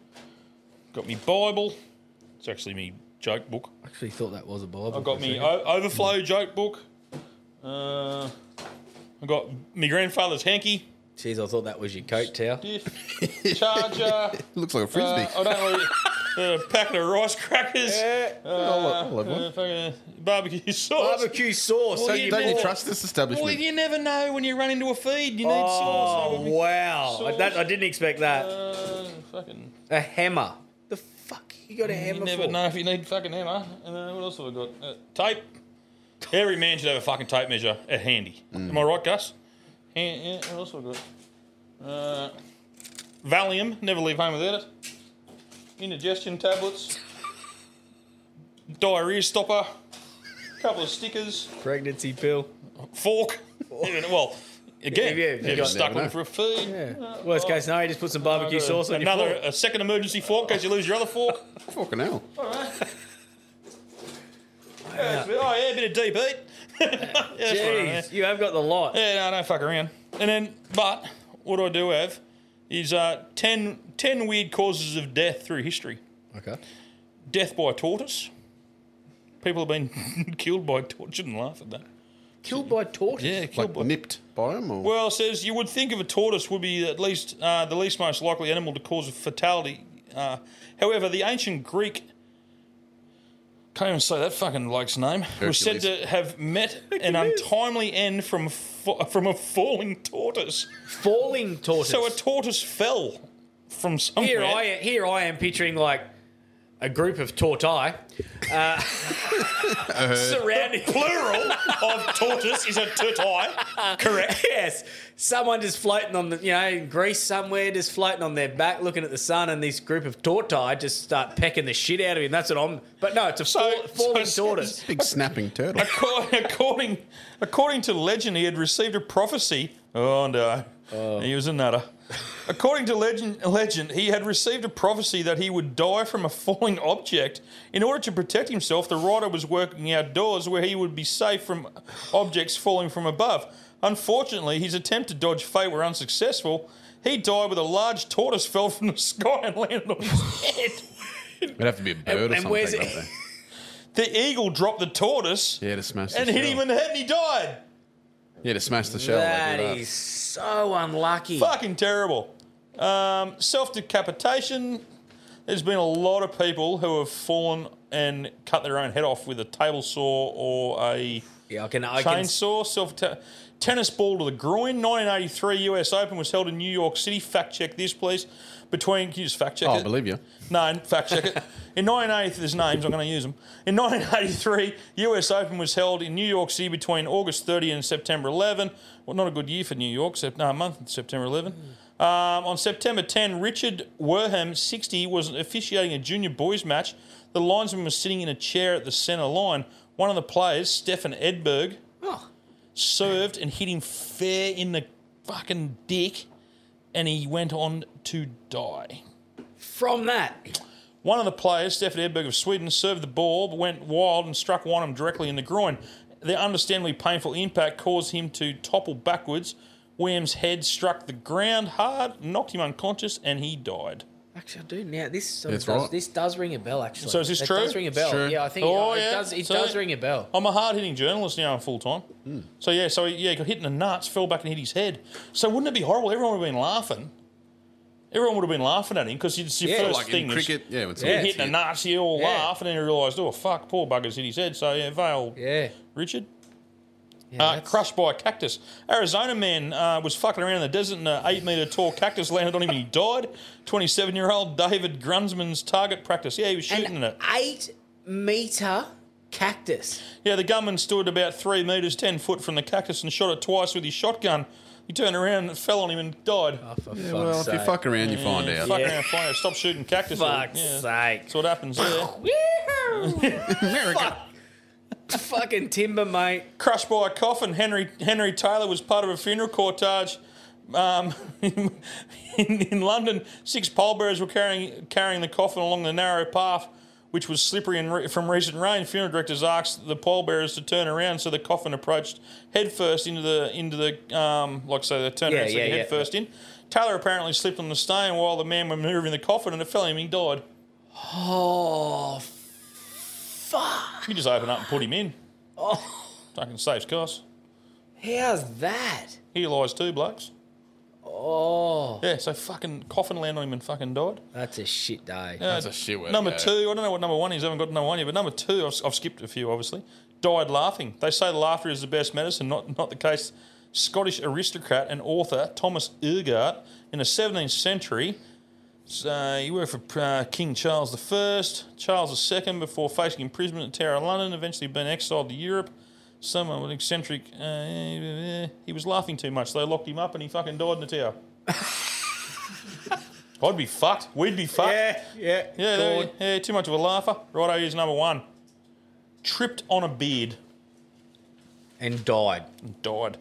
Got me Bible. It's actually me joke book.
I actually thought that was a Bible.
I've got me o- overflow joke book. Uh, I've got my grandfather's hanky.
Jeez, I thought that was your coat towel.
Charger.
Looks like a
Uh, I don't really. Uh, packet of rice crackers. Uh,
I'll- I'll have one.
uh, fucking barbecue sauce.
Barbecue sauce.
Don't you- don't you trust this establishment?
Well, you never know when you run into a feed. You need sauce.
Oh,
over-
wow.
sauce.
That, I didn't expect that.
Uh, fucking.
a hammer. You got a hammer
You never
for?
know if you need fucking hammer. And then what else have I got? Uh, tape. Every man should have a fucking tape measure at handy. Am I right, Gus? Hand, yeah, what else have I got? Uh, Valium. Never leave home without it. Indigestion tablets. Diarrhea stopper. Couple of stickers.
Pregnancy pill.
Fork. Even- well, again,
Yeah, yeah,
if
you
you're
got-
stuck
never
in
know.
for a feed.
Worst case scenario, just put some barbecue sauce on your
Another
fork.
a second emergency fork in case you lose your other fork.
Fucking hell.
Yeah, it's- oh yeah, a bit of deep eat. yeah,
Jeez, you have got the lot.
Yeah, no, I don't fuck around. And then, but what I do have is uh, 10, 10 weird causes of death through history.
Okay.
Death by tortoise. People have been killed by tortoise. Shouldn't laugh at that.
Killed by tortoise.
Uh, Yeah, killed
Like
by.
nipped by them or
Well, it says you would think of a tortoise would be at least uh, the least most likely animal to cause a fatality. Uh, however, the ancient Greek can't even say that fucking bloke's name was said
Hercules.
to have met an untimely end from fa- from a falling tortoise.
Falling tortoise.
So a tortoise fell from somewhere.
Here I am, here I am picturing like a group of tortoise uh,
Uh-huh.
surrounded
plural of tortoise is a tortoise, correct?
yes, someone just floating on the you know in Greece somewhere, just floating on their back, looking at the sun, and this group of tortoise just start pecking the shit out of him. That's what I'm. But no, it's a fall, falling tortoise.
big snapping turtle.
According, according, according to legend, he had received a prophecy. Oh no, he was a nutter. According to legend, legend, he had received a prophecy that he would die from a falling object. In order to protect himself, the rider was working outdoors where he would be safe from objects falling from above. Unfortunately, his attempt to dodge fate were unsuccessful. He died with a large tortoise fell from the sky and landed on his head.
It'd have to be a bird or
and
something.
where's
wouldn't
it-
they?
The eagle dropped the tortoise
Yeah, to smash the
and
shell.
hit him in the head, and he died.
Yeah, to smash the shell.
That
they do
is
so unlucky.
Fucking terrible. Um, Self decapitation. There's been a lot of people who have fallen and cut their own head off with a table saw or a
yeah, I can, I can-
chainsaw. Self tennis ball to the groin. 1983 U.S. Open was held in New York City. Fact check this, please. Between, can you just fact check
Oh, I
it?
believe you.
No, fact check it. In 1980, there's names, I'm going to use them. In 1983, US Open was held in New York City between August 30 and September 11. Well, not a good year for New York, sep- no, a month, September 11. Um, on September 10, Richard Werham, 60, was officiating a junior boys match. The linesman was sitting in a chair at the centre line. One of the players, Stefan Edberg, served and hit him fair in the fucking dick, and he went on to die.
From that,
one of the players, Stefan Edberg of Sweden, served the ball but went wild and struck Wanham directly in the groin. The understandably painful impact caused him to topple backwards. Williams' head struck the ground hard, knocked him unconscious, and he died.
Actually, I do now. This sort
That's
of does,
right.
this does ring a bell. Actually,
So is this
it
true?
Does ring a bell?
It's true.
Yeah, I think
Oh,
it, it
yeah.
does. It
So-
does ring a bell. Hmm.
I'm a hard-hitting journalist now, full time. So yeah, so yeah, he got hit in the nuts, fell back and hit his head. So wouldn't it be horrible? Everyone would have been laughing. Everyone would have been laughing at him because it's your
Yeah,
first
like in
thing. is-
cricket, yeah, when
you
someone
hit
gets
in the
hit.
nuts, you all
Yeah.
laugh, and then you realise, oh fuck, poor bugger's hit his head. So yeah, Vale,
yeah,
Richard. uh, crushed by a cactus. Arizona man uh, was fucking around in the desert and an eight metre tall cactus landed on him and he died. 27 year old David Grunsman's target practice. Yeah, he was shooting at it.
Eight meter cactus.
Yeah, the gunman stood about three metres, ten foot from the cactus and shot it twice with his shotgun. He turned around and it fell on him and died. Oh, for
Yeah, well, if you fuck around, you find out.
Fuck
Yeah.
around, find out. Stop shooting cactus.
Fuck's sake.
That's what happens there.
Fucking timber, mate.
Crushed by a coffin. Henry Henry Taylor was part of a funeral cortege. Um, in, in London, six pallbearers were carrying carrying the coffin along the narrow path, which was slippery and re- from recent rain. Funeral directors asked the pallbearers to turn around, so the coffin approached headfirst into the into the um, like so they turned
Yeah,
around so
yeah,
the
yeah.
head first in. Taylor apparently slipped on the stone while the man were moving the coffin, and it fell on him. He died.
Oh,
You just open up and put him in.
Oh.
Fucking saves costs.
how's that?
He lies too, blokes. Oh. Yeah, so fucking coffin landed on him and fucking died.
That's a shit day.
Yeah, Number two, I don't know what number one is. I haven't got number one yet, but number two, I've, I've skipped a few, obviously. Died laughing. They say laughter is the best medicine. Not not the case. Scottish aristocrat and author Thomas Urquhart in the 17th century. So he worked for uh, King Charles I, Charles II, before facing imprisonment in Tower of London, eventually being exiled to Europe. Someone with eccentric. Uh, he was laughing too much. They locked him up and he fucking died in the tower. I'd be fucked. We'd be fucked. Yeah,
yeah.
Yeah, there you- yeah too much of a laugher. Righto, here's number one. Tripped on a beard.
And died.
died.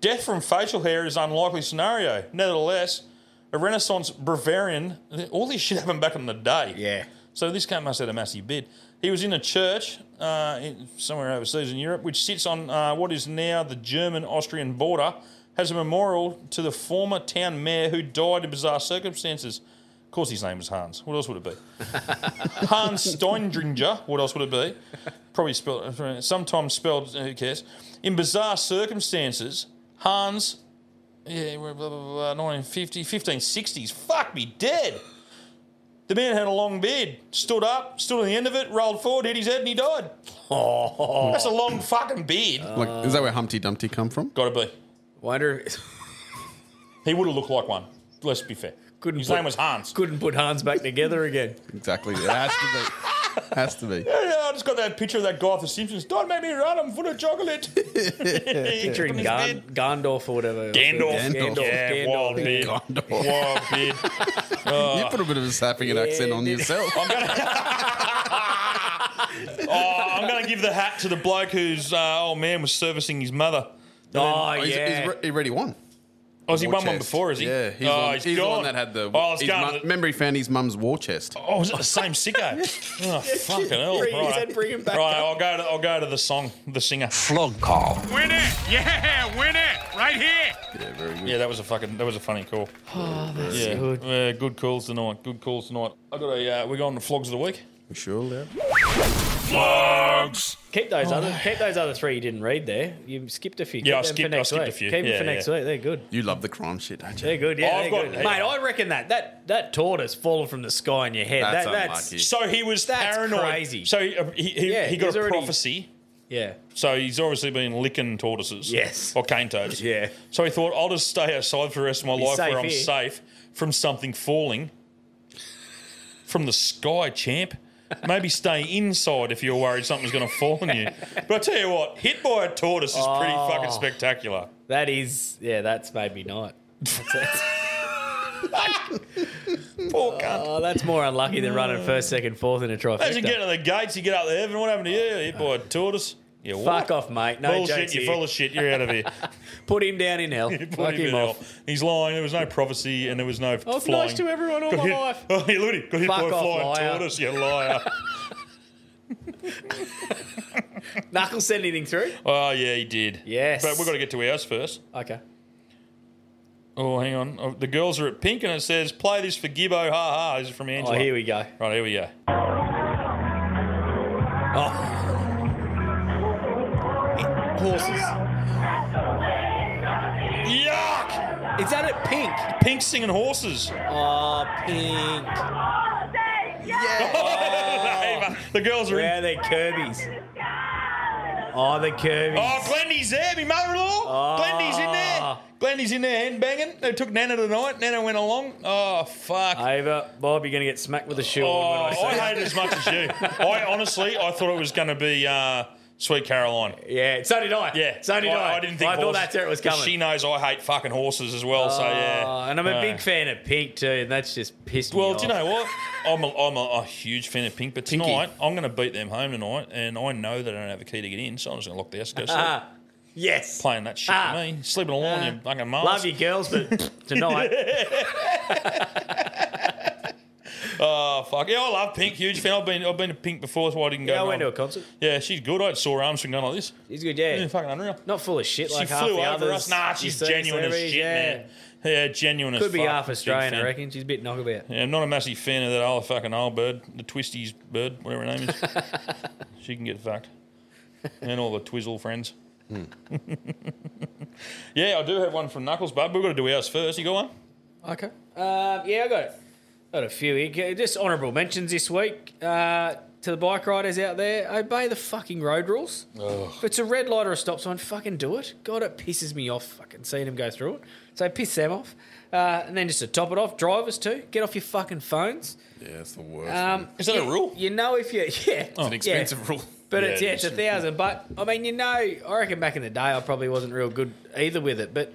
Death from facial hair is unlikely scenario. Nevertheless, a Renaissance Bavarian, all this shit happened back in the day. Yeah. So this guy must have had a massive beard. He was in a church uh, in, somewhere overseas in Europe, which sits on uh, what is now the German-Austrian border, has a memorial to the former town mayor who died in bizarre circumstances. Of course, his name was Hans. What else would it be? Hans Steindringer. What else would it be? Probably spelled, sometimes spelled, who cares? In bizarre circumstances, Hans, yeah, blah, blah, blah, blah, 1950, 1560s. Fuck me dead. The man had a long beard, stood up, stood on the end of it, rolled forward, hit his head, and he died.
Oh.
That's a long fucking beard.
like, is that where Humpty Dumpty come from?
Gotta be.
Wonder.
he would have looked like one. Let's be fair.
Couldn't
His
put-
name was Hans.
Couldn't put Hans back together again.
Exactly. It has to be. has to be.
Yeah, yeah, I just got that picture of that guy off The Simpsons. Don't make me run, I'm full of chocolate.
Picturing Gan- Gandalf or whatever.
Gandalf.
Gandalf.
Yeah,
Gandalf.
wild
yeah.
beard. Wild beard.
you put a bit of a Sappingan accent on yourself.
Oh, I'm going to give the hat to the bloke whose uh, old man was servicing his mother.
Oh, he's- yeah. he's re- he already won.
Oh, has he
War
won one
chest.
before, is he?
Yeah, he's,
oh,
the one- he's the
gone.
one that had the.
Oh, it's
his
gone.
mum- remember, he found his mum's war chest.
Oh, was it the same sicko? oh, fucking hell.
Bring- he
right.
said bring him back
Right,
up.
I'll go, to, I'll go to the song, the singer. Flog
call. Win it! Yeah, win it! Right here!
Yeah, very good. Yeah, that was a fucking, that was a funny call.
Oh, that's
yeah. good. Yeah, good calls tonight. Good calls tonight. I got a. Uh, we're going to flogs of the week.
We sure, Leo.
Flogs.
Keep those
Oh,
other
no.
keep those other three you didn't read there. You skipped a few. Keep
Yeah, I
them for
skipped- I
next
skipped
week.
a few.
Keep them for
Yeah,
next
yeah.
week. They're good.
You love the crime shit, don't you?
They're good. Yeah,
Oh, I've
they're
got-
good. Mate, I reckon that that that tortoise falling from the sky on your head.
That's
that,
unlucky.
that's
So he was paranoid.
Crazy.
So he, uh, he, he,
Yeah,
he got
he's
a
already-
prophecy.
Yeah.
So he's obviously been licking tortoises.
Yes.
Or cane toads.
Yeah.
So he thought, I'll just stay outside for the rest of my
He's
life
safe
where I'm
here."
safe from something falling from the sky, champ. Maybe stay inside if you're worried something's going to fall on you. But I tell you what, hit by a tortoise is pretty
Oh.
fucking spectacular.
That is, yeah, that's made me night.
Poor cunt.
Oh, that's more unlucky than running first, second, fourth in a trifecta.
Imagine getting to the gates, you get up to heaven. What happened to you? Hit by a tortoise. You what?
Fuck off, mate. No
Bullshit,
jokes
you're
here.
full of shit. You're out of here.
Put him down in hell.
You put
Fuck
him in
him
hell.
off.
He's lying. There was no prophecy, and there was no. I
was
flying.
nice to everyone all
Got
my
hit-
life.
Oh, yeah, look at him. Got hit
Fuck
by a
off,
flying
liar.
tortoise. You liar.
Knuckle send anything through?
oh yeah, he did.
Yes.
But we've got to get to ours first.
Okay.
Oh, hang on. Oh, the girls are at pink, and it says, "Play this for Gibbo." Ha ha. This is from Angela.
Oh, here we go.
Right, here we go.
Oh. Horses.
Yuck!
Is that at Pink?
Pink singing horses.
Oh, Pink.
the girls are
Where in. they Kirby's? Oh, the Kirby's.
Oh, Glendy's there, my mother-in-law.
Oh.
Glendy's in there. Glendy's in there, hand banging. They took Nana tonight. Nana went along. Oh fuck.
Ava, Bob, you're gonna get smacked with a shoe.
Oh,
on when
I
I, say
hate it as much as you. I honestly, I thought it was going to be uh, Sweet Caroline.
Yeah, so did I.
Yeah,
So did I.
I didn't think.
I thought
horses-
that's where it was
'cause
coming.
She knows I hate fucking horses as well. so
Oh,
yeah,
and I'm a
Uh,
big fan of Pink too, and that's just pissed me
Well,
off.
do you know what? I'm a, I'm a, a huge fan of Pink, but
Pinky.
tonight I'm going to beat them home tonight, and I know that I don't have a key to get in, so I'm just going to lock the house and go sleep.
Ah, yes,
playing that shit
Ah.
to me, sleeping along
Ah.
your fucking mum.
Love you girls, but tonight.
Oh fuck! Yeah, I love Pink. Huge fan. I've been I've been to Pink before, so I didn't go.
Yeah, I went to
wrong.
a concert.
Yeah, she's good. I saw her Armstrong going like this.
She's good, yeah.
fucking unreal.
Not full of shit
She
like half
flew
the
over
others.
us. Nah,
you
she's
see in
genuine as
series,
shit, man. Yeah, genuine as
Could be
fuck.
half
Big
Australian, I
fan.
reckon. She's a bit knockabout.
Yeah, I'm not a massive fan of that other fucking old bird, the Twisties bird, whatever her name is. she can get fucked. And all the Twizzle friends.
Hmm.
Yeah, I do have one from Knuckles, but we've got to do ours first. You got one?
Okay. Uh, yeah, I got it. Got a few. here. Just honourable mentions this week uh, to the bike riders out there. Obey the fucking road rules. If it's a red light or a stop sign, fucking do it. God, it pisses me off fucking seeing them go through it. So piss them off. Uh, and then just to top it off, drivers too. Get off your fucking phones.
Yeah, it's the worst.
Um,
Is that a
you-
rule?
You know if you
Oh.
yeah,
It's an
yeah.
expensive rule.
But
Yeah,
it's
it
yeah, it's a
is.
thousand. But I mean, you know, I reckon back in the day, I probably wasn't real good either with it. But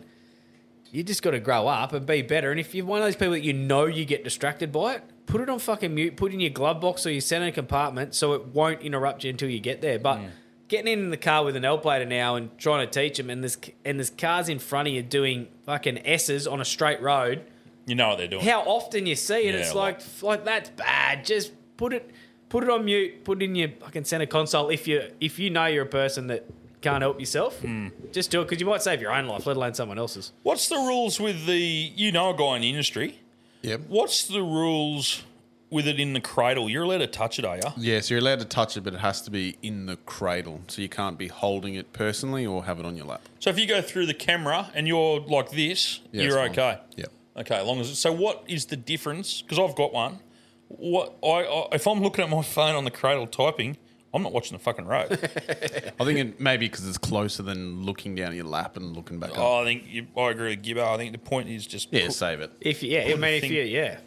you just got to grow up and be better. And if you're one of those people that you know you get distracted by it, put it on fucking mute. Put it in your glove box or your center compartment so it won't interrupt you until you get there. But getting in the car with an L plater now and trying to teach them, and there's and there's cars in front of you doing fucking S's on a straight road.
You know what they're doing.
How often you see it,
Yeah,
it's
a lot.
like like that's bad. Just put it put it on mute, put it in your fucking center console if you if you know you're a person that can't help yourself,
Hmm.
just do it because you might save your own life, let alone someone else's.
What's the rules with the? You know, a guy in the industry.
Yep.
What's the rules with it in the cradle? You're allowed to touch it, are you?
Yeah, so you're allowed to touch it, but it has to be in the cradle. So you can't be holding it personally or have it on your lap.
So if you go through the camera and you're like this,
Yeah,
you're
it's fine.
okay. Yep. Okay, as long as so, what is the difference? Because I've got one. What I, I if I'm looking at my phone on the cradle typing, I'm not watching the fucking road.
I think it maybe because it's closer than looking down your lap and looking back up.
oh, I think you, I agree with Gibbo. I think the point is just
Yeah, save it.
If you, yeah, I
Put the
mean, if
thing-
you yeah,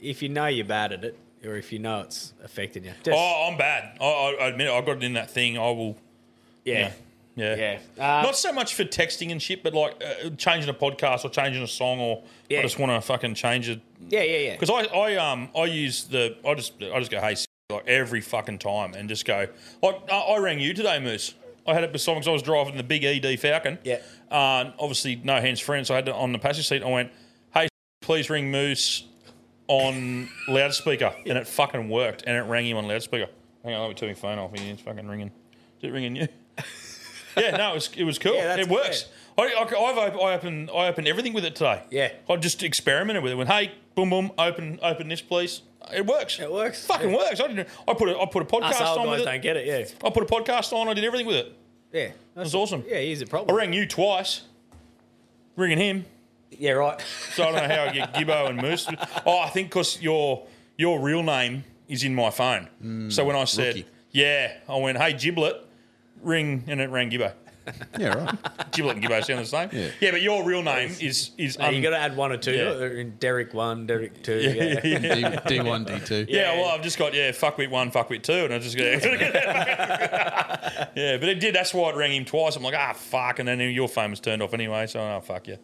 if you know you're bad at it, or if you know it's affecting you, just,
oh, I'm bad. I, I I admit it, I got it in that thing. I will.
Yeah.
you know, yeah.
Yeah. Uh,
Not so much for texting and shit, but like uh, changing a podcast or changing a song, or I
Yeah.
just want to fucking change it
yeah, yeah, yeah.
because I, I um I use the I just I just go hey s- like every fucking time and just go like I, I rang you today Moose I had it beside because I was driving the big ED Falcon yeah uh, and obviously no hands free so I had it on the passenger seat I went hey s- please ring Moose on loudspeaker and it fucking worked and it rang him on loudspeaker hang on let me turn my phone off it's fucking ringing is it ringing you yeah no it was it was cool it works I, I, I've op- I open I open everything with it today
yeah
I just experimented with it. When hey, boom, boom, open, open this, please. It works. It
works.
Fucking
Yeah.
works. I didn't. I put a, I put a podcast
Us old
on with
guys
it.
don't get it. Yeah,
I put a podcast on. I did everything with it.
yeah.
That's it was awesome.
Yeah, he's a problem.
I rang you twice. Ringing him.
Yeah, right.
So I don't know how I get Gibbo and Moose. Oh, I think because your your real name is in my phone.
Mm,
so when I said, yeah, I went, hey, Giblet, ring, and it rang Gibbo.
Yeah, right.
Giblet and Gibbo sound the same. Yeah, but your real name is is.
No, you
un-
got to add one or two.
Yeah.
to it. In Derek one, Derek two.
Yeah,
Yeah,
yeah. D- D1,
D2.
Yeah, well, I've just got yeah, fuck with one, fuck with two, and I just go. yeah, but it did. That's why it rang him twice. I'm like, ah, fuck, and then your phone was turned off anyway, so oh, fuck you.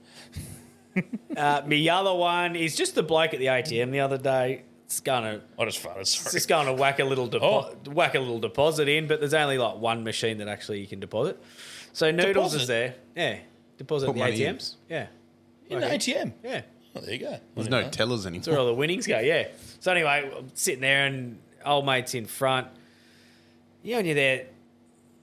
Uh, my other one is just the bloke at the ATM the other day. It's gonna.
I just farted. Sorry.
Just going to whack a little depo-
Oh.
whack a little deposit in, but there's only like one machine that actually you can deposit. So noodles is
Deposit?
there. Yeah, deposit
Put
at the
money in.
ATMs. Yeah,
In the
Okay.
ATM.
Yeah.
Oh, there you go.
There's no tellers anymore.
That's where all the winnings go, yeah. So anyway, I'm sitting there and old mate's in front. You know, when you're there,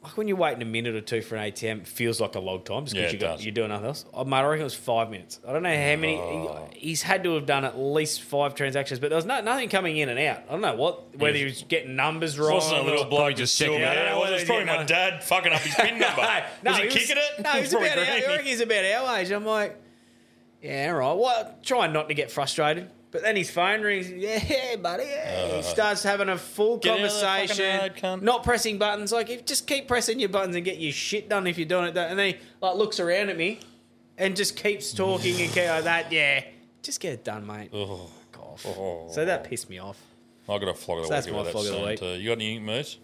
like when you're waiting a minute or two for an ATM, it feels like a long time just
Yeah, it
because
does.
you are doing nothing else. Oh, mate, I reckon it was five minutes. I don't know how many.
Oh.
he- he's had to have done at least five transactions, but there was no, nothing coming in and out. I don't know what, whether he was getting numbers wrong.
Wasn't a little bloke just checking.
Yeah, I don't
Yeah, it
know
was
whether
it was probably
getting
my dad fucking up his pin number. was he, kicking it?
no, he's
Probably
about our, I
grinning.
reckon he's about our age. I'm like, yeah, all right. Well, trying not to get frustrated. But then his phone rings. Yeah, buddy. Yeah.
Uh.
he starts having a full
Get out of the fucking
conversation,
road,
not pressing buttons. Like, if, just keep pressing your buttons and get your shit done if you're doing it. That, and then he like looks around at me, and just keeps talking and keep like that. Yeah, just get it done, mate.
Oh,
God. So that pissed me off.
I got a flog of
So
the
that's
week.
my
about that
flog of the
soon
week.
too. You got any moose?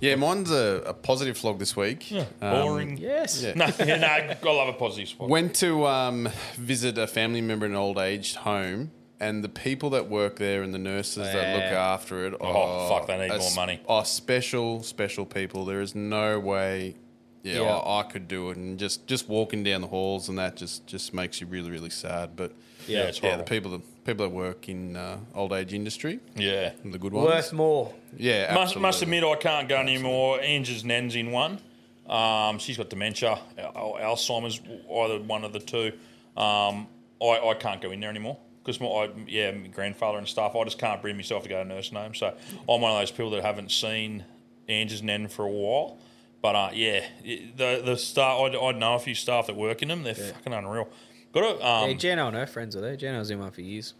Yeah, mine's a, a positive flog this week. Um,
Boring.
yeah.
No, yeah, no, I love a positive spot.
Went to um, visit a family member in an old aged home, and the people that work there and the nurses that look
Yeah.
after it.
Oh,
are-
fuck, they need
are
more
s-
money.
Are special, special people. There is no way. Yeah,
Yeah.
I, I could do it, and just just walking down the halls and that just just makes you really really sad. But
Yeah, it's
yeah, the
horrible.
people that people that work in uh, old age industry,
yeah,
the good ones,
Worth more.
Yeah,
must, must
absolutely.
admit I can't go anymore. Angie's nan's in one. Um, she's got dementia, al- Alzheimer's, either one of the two. Um, I, I can't go in there anymore because my I, yeah, my grandfather and stuff. I just can't bring myself to go to nursing home. So I'm one of those people that haven't seen Angie's nan for a while. But uh, yeah, it- the the staff. I I know a few staff that work in them. They're fucking unreal. Got to um,
yeah, Jano and her friends are there. Jano's in one for years.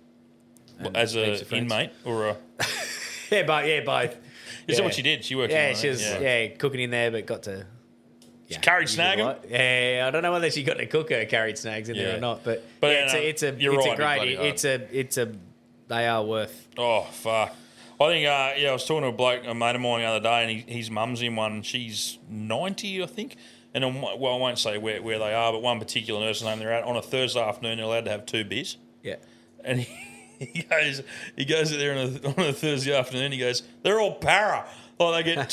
And
as
heaps of
a
friends.
inmate or a
Yeah, but yeah, both. Is
Is that what she did? She worked in
Yeah,
one,
she was
yeah.
yeah. cooking in there, but got to. Yeah,
carried
you did
snag 'em?
right. Yeah, yeah, I don't know whether she got to cook her carried snags in there
Yeah.
or not, but
But
but
yeah,
it's,
no,
a, it's a
you're
it's
right,
a great
bloody right.
it's a it's a they are worth.
Oh fuck! I think uh, yeah, I was talking to a bloke, a mate of mine, the other day, and he, his mum's in one. She's ninety, I think. And on, one- well, I won't say where, where they are, but one particular nursing home they're at on a Thursday afternoon, they're allowed to have two beers.
Yeah.
And he, he goes, he goes there on a, on a Thursday afternoon. He goes, they're all para. Like they get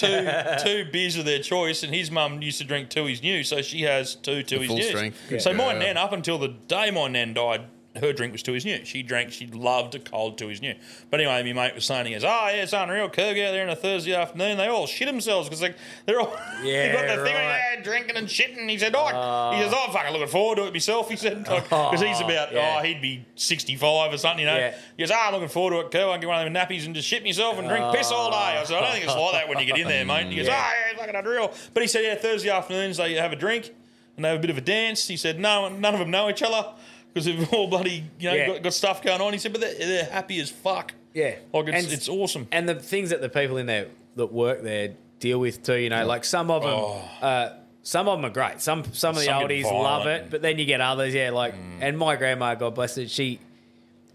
two two beers of their choice, and his mum used to drink two his new, so she has two two
The
his
full
new.
strength.
So
Yeah.
my nan, up until the day my nan died, her drink was two his new. She drank, she loved a cold two his new. But anyway, my mate was saying, he goes, "Oh yeah, it's unreal. Kirk out there on a Thursday afternoon, they all shit themselves because like they're all
Yeah,
they got the thing
right. Ah.
yeah, drinking and shitting." He said, "Oh, he says, oh, I'm fucking looking forward to it myself." He said, because he's about
Yeah.
oh, he'd be sixty five or something, you know.
Yeah.
He goes, "Ah, I'm looking forward to it, Kerr. I can get one of them nappies and just shit myself and drink piss all day." I said, "I don't think it's like that when you get in there, mate." He goes,
Yeah.
"Ah, yeah, it's fucking unreal." But he said, "Yeah, Thursday afternoons they have a drink and they have a bit of a dance." He said, "No, none of them know each other because they've all bloody you know
Yeah.
got, got stuff going on." He said, "But they're, they're happy as fuck."
Yeah,
like it's, it's awesome.
And the things that the people in there that work there deal with too, you know, like some of them,
Oh.
uh, some of them are great. Some some of the
Some get
oldies
violent Mm.
love it, but then you get others, yeah, like. And my grandma, God bless her, she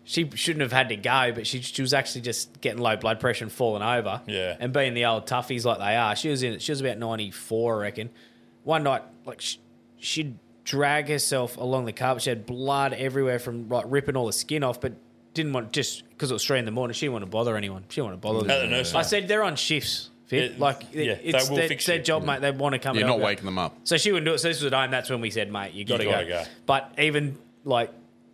she shouldn't have had to go, but she she was actually just getting low blood pressure and falling over.
Yeah.
and being the old toughies like they are, she was in. She was about ninety four, I reckon. One night, like she, she'd drag herself along the carpet. She had blood everywhere from like ripping all the skin off, but didn't want just because it was three in the morning. She didn't want to bother anyone. She didn't want to bother.
At the
them.
nursery.
I said they're on shifts. Fit.
It-
like
yeah,
it- it's
they will
their,
fix
it's their
you.
job, mate. They want to come.
You're
and
not
help
waking them up.
So she wouldn't do it. So this was at home. That's when we said, mate, you got to
gotta
go.
go.
But even like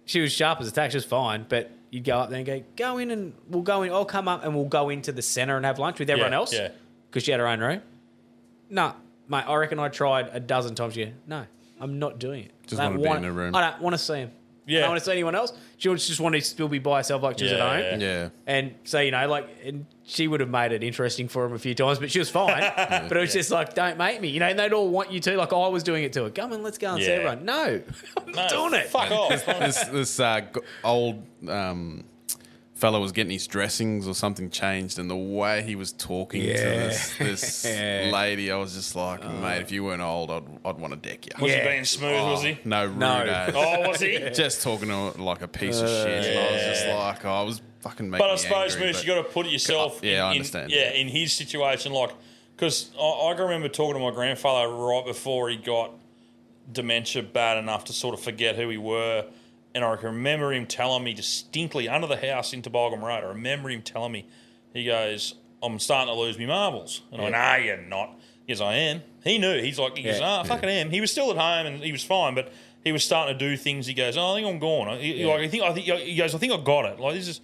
she was sharp as a tack. She was fine, but. You'd go up there and go, go in and we'll go in. I'll come up and we'll go into the centre and have lunch with everyone
Yeah,
else.
yeah.
Because she had her own room. No, mate, I reckon I tried a dozen times. Yeah, no, I'm not doing it.
Just
I
wanna
don't
be in
want-
a room.
I don't want to see him. I
Yeah.
don't want to see anyone else. She would just want to still be by herself like she was at
eh?
home.
Yeah.
And so, you know, like, and she would have made it interesting for him a few times, but she was fine. but it was just like, don't make me. You know, and they'd all want you to. Like, I was doing it to her. Come on, let's go and see
Yeah.
everyone. No, I'm not doing it.
Fuck
this this uh, g- old um, fellow was getting his dressings or something changed, and the way he was talking to
Yeah.
this, this
Yeah.
lady, I was just like, mate, if you weren't old, I'd, I'd want to deck you.
Oh. Was he Yeah. being smooth, was he?
No, rude
No.
as.
Oh, was he?
just talking to her like a piece of
Uh,
shit. And I was just
Yeah.
like, oh, I was fucking making
But I suppose,
angry,
Moose,
but-
you got to put it yourself.
Yeah, I
in-
understand.
yeah, in his situation, like because I, I can remember talking to my grandfather right before he got dementia bad enough to sort of forget who we were, and I can remember him telling me distinctly under the house in Toboggan Road. I remember him telling me, he goes, "I'm starting to lose me marbles," and I
Yeah.
went, "Ah, you're not." Yes, I am. He knew. He's like, he goes,
Yeah.
"Ah, fucking am." He was still at home and he was fine, but. He was starting to do things. He goes, "Oh, I think I'm gone." I- he-
Yeah.
Like I think, I think he goes, "I think I got it." Like this is,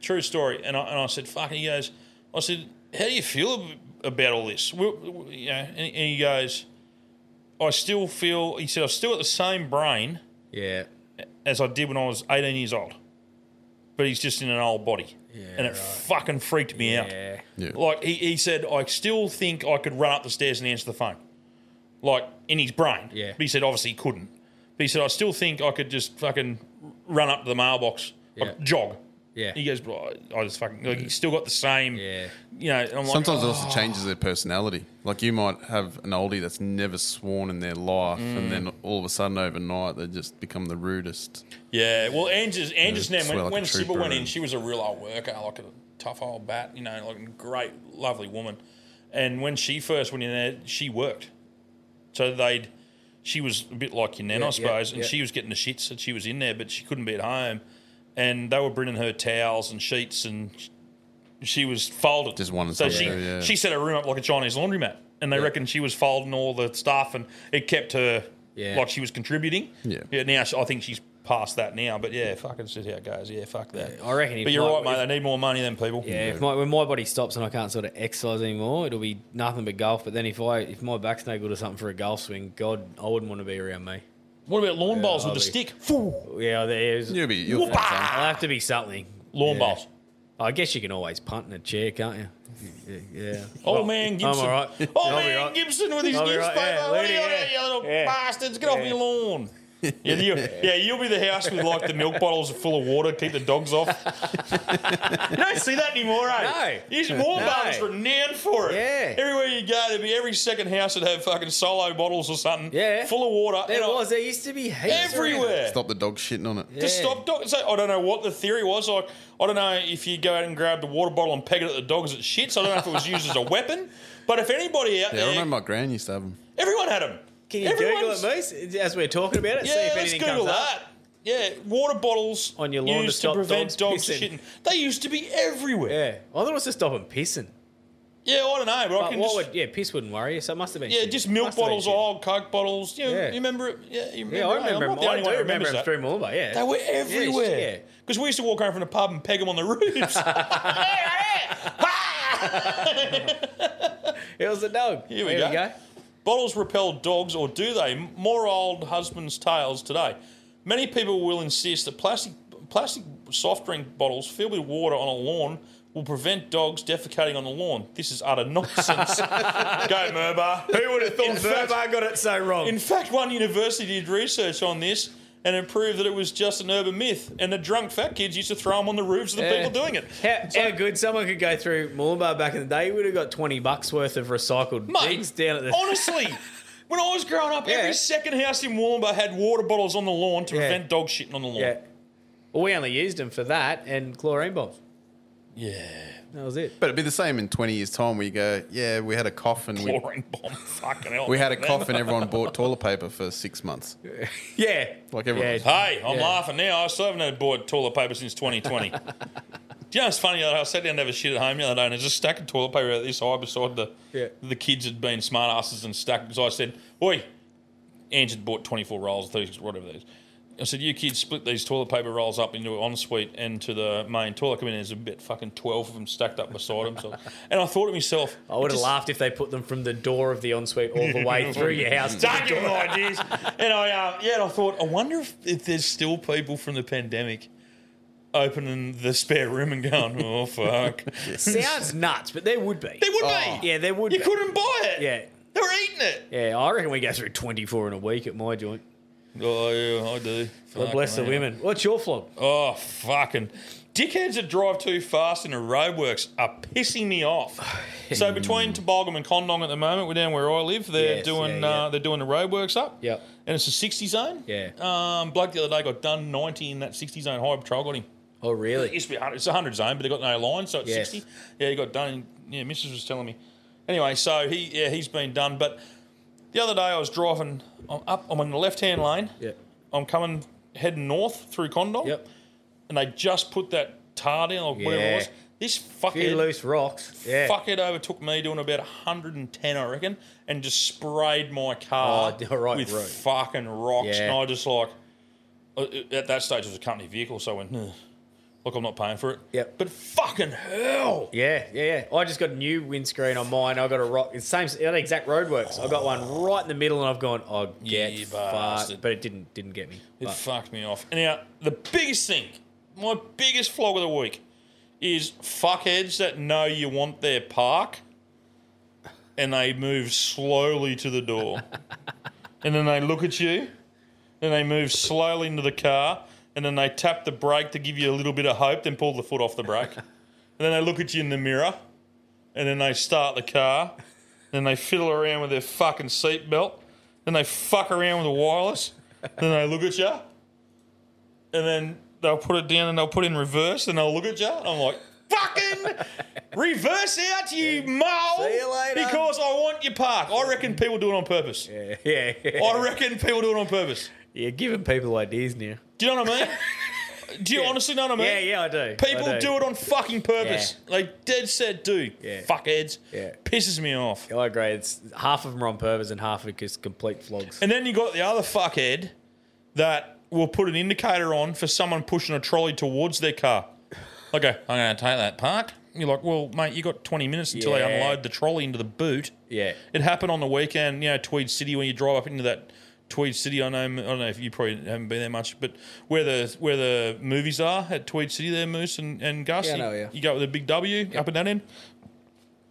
True story. And I, and I said, fuck. And he goes, I said, how do you feel ab- about all this? We, we- you know, and, and he goes, I still feel, he said, I'm still at the same brain
yeah.
as I did when I was 18 years old. But he's just in an old body. and it fucking freaked me out.
Yeah.
Like, he, he said, I still think I could run up the stairs and answer the phone. Like, in his brain.
Yeah.
But he said, obviously, he couldn't. But he said, I still think I could just fucking run up to the mailbox, like,
Yeah.
jog.
Yeah.
He goes, well, I I just fucking, like, he's still got the same, yeah. you know, and I'm like,
Sometimes it
"Oh."
also changes their personality. Like you might have an oldie that's never sworn in their life,
Mm.
and then all of a sudden overnight they just become the rudest.
Yeah, well, Angie's Angie's
Yeah,
name when,
smell like
when
a
Sibba
trooper
went in,
and-
she was a real old worker, like a tough old bat, you know, like a great, lovely woman. And when she first went in there, she worked, so they'd she was a bit like your nan,
Yeah,
I
yeah,
suppose, and
yeah.
she was getting the shits that she was in there, but she couldn't be at home, and they were bringing her towels and sheets, and sh- she was folded.
Just one and
so she
something, yeah.
she set her room up like a Chinese laundromat, and they reckoned reckon she was folding all the stuff, and it kept her
Yeah.
like she was contributing.
Yeah.
Yeah, now she, I think she's past that now, but yeah, fucking shit how it goes. Yeah, fuck that.
I reckon if
But you're
my-
right, mate. They need more money than people.
Yeah, if my, when my body stops and I can't sort of exercise anymore, it'll be nothing but golf. But then if I if my back's no good or something for a golf swing, God, I wouldn't want to be around me.
What about lawn bowls with
I'll
the
be-
stick?
Yeah, there's.
You'll be.
you'll-
I'll have to be something.
Lawn
Yeah.
bowls.
I guess you can always punt in a chair, can't you? Yeah. yeah.
Old man Gibson.
I'm all right.
Old
I'll be
man
right.
Gibson with his
I'll be
newspaper.
right. Yeah,
what are you
Looney,
on
yeah.
at, you little
Yeah.
bastards? Get off
Yeah.
your lawn. Yeah, you, yeah, you'll be the house with like the milk bottles full of water, keep the dogs off. you don't see that anymore, eh?
No.
He's more
No.
barber's renowned for it. Yeah. Everywhere you go, there'd be every second house would have fucking solo bottles or something. Yeah. Full of water.
There
And I-
was. There used to be heaps around.
everywhere.
Stop the dog shitting on it.
Just stop dogs. I don't know what the theory was. Like, I don't know if you go out and grab the water bottle and peg it at the dog as it shits. I don't know if it was used as a weapon. But if anybody out
Yeah, I
there,
remember my gran used to have them.
everyone had them.
Can you Google it, Moose, as we're talking about it?
Yeah,
see if
let's
anything
Google
comes
that.
up.
Yeah, water bottles on
your lawn to
used to,
stop
prevent
dogs
dogs,
pissing.
shitting. They used to be everywhere.
Yeah. I thought it was to stop them pissing.
Yeah, I don't know, but, I
But
can
what
just.
would, yeah, piss wouldn't worry you, so it must have been
yeah,
shit.
just milk
Must have been
bottles,
shit.
old Coke bottles. You,
Yeah.
you remember it? Yeah, you remember
Yeah, I
it?
remember
I'm not
them.
the only one
I do
who
remember
remembers
them
that.
through Mulva, yeah.
They were
Yeah, it's- yeah.
everywhere. Because we used to walk home from the pub and peg them on the roofs.
it was a dog.
Here we
There
go.
we go.
Bottles repel dogs, or do they? More old husbands' tales today. Many people will insist that plastic plastic soft drink bottles filled with water on a lawn will prevent dogs defecating on the lawn. This is utter nonsense. Go, Murba. Who would have
thought Murba got it so wrong?
In fact, one university did research on this. And it proved that it was just an urban myth, and the drunk fat kids used to throw them on the roofs of the
Yeah.
people doing it.
How, how good someone could go through Moolumbar back in the day, would have got 20 bucks worth of recycled
Mate,
things down at the.
Honestly, when I was growing up, every second house in Wollumba had water bottles on the lawn to prevent dog shitting on the lawn.
Yeah. Well, we only used them for that and chlorine bombs.
Yeah.
That was it.
But it'd be the same in 20 years' time where you go, yeah, we had a cough and we,
Chlorine bomb, fucking hell.
we had a
man.
cough and everyone bought toilet paper for six months.
Yeah.
Like everyone. was-
Hey, I'm laughing now. I still haven't had bought toilet paper since 2020. Do you know what's funny? I sat down to have a shit at home the other day, and there's a stack of toilet paper out this high beside the
Yeah.
the kids had been smart asses and stuck. Because I said, "Oi, Ange had bought 24 rolls, 36, whatever that is." I said, "You kids split these toilet paper rolls up into an ensuite and to the main toilet. I mean, there's about fucking 12 of them stacked up beside them." So, and I thought to myself,
I would have
just-
laughed if they put them from the door of the ensuite all the way through your house. to the
Don't give
door.
them ideas. And I, uh, yeah, and I thought, I wonder if, if there's still people from the pandemic opening the spare room and going, oh fuck.
Sounds nuts, but there would be. There
would be.
Yeah, there would
You
be.
couldn't buy it.
Yeah.
They were eating it.
Yeah, I reckon we go through 24 in a week at my joint.
Oh, yeah, I do.
God bless the
Fucking hell.
women. What's your flog?
Oh fucking dickheads that drive too fast in the roadworks are pissing me off. so between Tobalgum and Condong at the moment, we're down where I live. They're
Yes,
doing
yeah, yeah.
Uh, they're doing the roadworks up.
Yep.
and it's a 60 zone.
Yeah.
Um, bloke the other day got done 90 in that 60 zone. High patrol got him.
Oh, really?
It used to be 100, it's 100 zone, but they got no line, so it's
Yes.
60. Yeah, he got done. And, yeah, Mrs was telling me. Anyway, so he yeah he's been done. But the other day I was driving I'm up. I'm on the left hand lane.
Yeah.
I'm coming heading north through Condong. Yep. And they just put that tar down or whatever it
Yeah.
was. This
Few
fucking
loose rocks. Yeah.
Fuckhead overtook me doing about 110, I reckon, and just sprayed my car
Oh, right,
with
right.
fucking rocks.
Yeah.
And I just like, uh, at that stage, it was a company vehicle, so I went, "Ugh, look, I'm not paying for it. Yep. But fucking hell.
Yeah, yeah, yeah. I just got a new windscreen on mine. I got a rock. It's same it had exact roadworks. I got one right in the middle, and I've gone. Oh, get
You bastard.
fucked. But it didn't didn't get me.
It
But-
fucked me off. And now, the biggest thing, my biggest flog of the week is fuckheads that know you want their park and they move slowly to the door. and then they look at you, then they move slowly into the car, and then they tap the brake to give you a little bit of hope, then pull the foot off the brake. and then they look at you in the mirror, and then they start the car, then they fiddle around with their fucking seatbelt, then they fuck around with the wireless, then they look at you, and then they'll put it down and they'll put it in reverse, and they'll look at you, and I'm like, fucking reverse out, you mole!
See you later.
Because I want your park. I reckon people do it on purpose.
yeah, yeah, yeah.
I reckon people do it on purpose.
You're giving people ideas now.
Do you know what I mean? Do you honestly know what I mean?
Yeah, yeah, I do.
People
I
do. it on fucking purpose. They dead set do. Fuckheads.
Yeah.
Pisses me off.
I agree. It's half of them are on purpose, and half of it is complete flogs.
And then you got the other fuckhead that will put an indicator on for someone pushing a trolley towards their car. Like, a, I'm going to take that park. You're like, well, mate, you got 20 minutes until
Yeah.
they unload the trolley into the boot.
Yeah.
It happened on the weekend, you know, Tweed City, when you drive up into that Tweed City. I know. I don't know if you probably haven't been there much, but where the where the movies are at Tweed City, there, Moose and, and Gus.
Yeah, I
you,
know, yeah.
you go with a big W up and down end.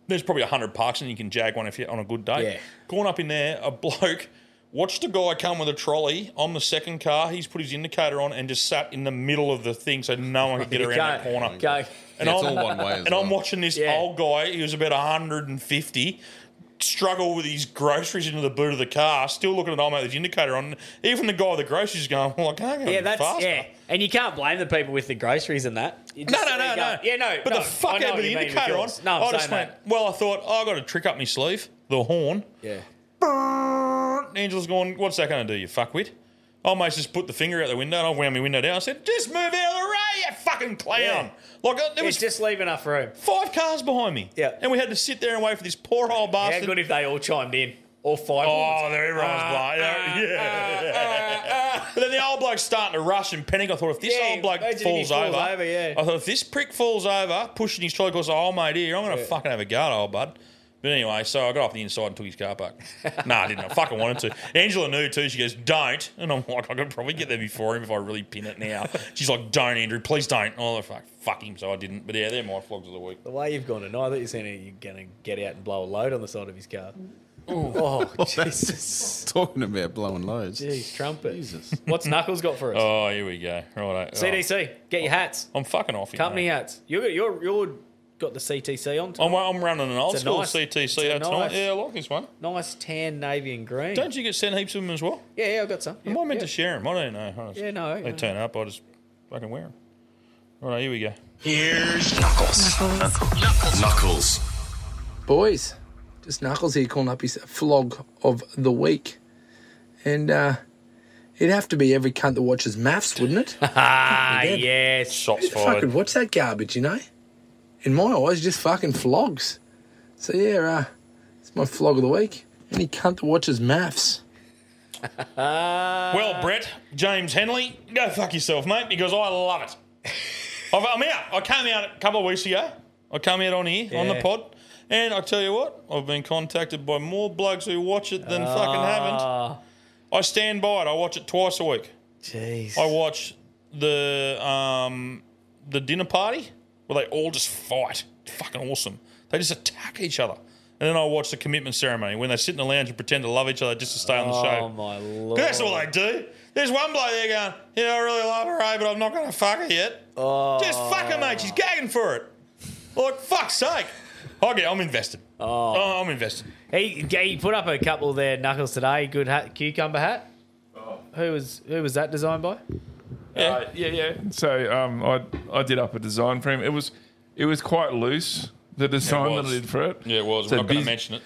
There's probably hundred parks, and you can jag one if you on a good day.
Yeah.
Going up in there, a bloke watched a guy come with a trolley on the second car. He's put his indicator on and just sat in the middle of the thing, so no one could get
You
around that
can't-
corner.
can't-
And
Yeah, it's
I'm,
all one way as
and I'm watching this old guy. He was about 150. Struggle with his groceries into the boot of the car. Still looking at old mate with his indicator on. Even the guy with the groceries is going, "Well, I can't go
Yeah,
any
that's
faster."
yeah, and you can't blame the people with the groceries and that. You
No,
just-
no, no,
you
no.
go- Yeah, no.
But
no,
the fuck
I know
out
what
with the
you mean with
indicator on.
yours. No, I'm
I just
saying
went,
that.
well, I thought oh, I got a trick up my sleeve. The horn.
Yeah.
Angela's going, what's that going to do, you fuckwit? I almost just put the finger out the window and I wound my window down. I said, just move out of the way, you fucking clown. Like, uh, there was
just leave enough room.
Five cars behind me. Yeah. And we had to sit there and wait for this poor old bastard.
How good if they all chimed in, all five. Ah,
Oh, there everyone's blind. ah, yeah. but then the old bloke's starting to rush and panic. I thought if this
Yeah,
old bloke
imagine if
falls,
he falls
over,
over, yeah.
I thought if this prick falls over, pushing his trolley course, oh mate, here I'm going to
Yeah.
fucking have a go, at old bud. But anyway, so I got off the inside and took his car park. no, I didn't. I fucking wanted to. Angela knew too. She goes, "Don't," and I'm like, I could probably get there before him if I really pin it now. She's like, "Don't, Andrew, please don't." Oh fuck, fuck him. So I didn't. But yeah, they're my flogs of the week.
The way you've gone tonight, I thought you seen him, you're going to get out and blow a load on the side of his car. Oh, Jesus.
Talking about blowing loads.
Jeez, trumpet. Jesus. What's Knuckles got for us?
Oh, here we go. Right.
CDC, get your hats.
I'm fucking off. here,
Company
mate.
hats. You're, you're, you're got the CTC on.
I'm, I'm running an old
It's a
school
nice- it's
CTC
a
hat tonight.
nice-
Yeah, I like this one.
Nice tan, navy, and green.
Don't you get sent heaps of them as well?
Yeah, yeah, I've got some.
Am I meant to share them? I don't know. Honestly.
Yeah, no,
They
no.
turn up, I just fucking wear them. Right, here we go.
Here's Knuckles. Knuckles. Knuckles.
Boys, just Knuckles here calling up his flog of the week. And uh, it'd have to be every cunt that watches maths, wouldn't it?
Ah,
Fucking dead.
yes. Shots
Who the fuck would watch that garbage, you know? In my eyes, just fucking flogs. So yeah, uh, it's my flog of the week. Any cunt that watches maths.
well, Brett, James Henley, go fuck yourself, mate, because I love it. I've, I'm out. I came out a couple of weeks ago. I come out on here, on the
Yeah.
pod, and I tell you what, I've been contacted by more blokes who watch it than fucking
Ah.
haven't. I stand by it. I watch it twice a week.
Jeez.
I watch the um, the dinner party where they all just fight. It's fucking awesome. They just attack each other. And then I watch the commitment ceremony when they sit in the lounge and pretend to love each other just to stay on the show.
Oh, my lord.
'Cause That's all they do. There's one bloke there going, yeah, I really love her, eh, but I'm not going to fuck her yet.
Oh.
Just fuck her, mate. She's gagging for it. Like, fuck's sake. I get, I'm invested. Oh. I'm invested.
He, he put up a couple there, Knuckles, today. Good hat, cucumber hat.
Oh.
Who was who was that designed by?
Yeah, uh, yeah, yeah. So um, I I did up a design for him. It was it was quite loose. The design that I did for it.
Yeah, it was.
So
I'm not going to
busy-
mention it.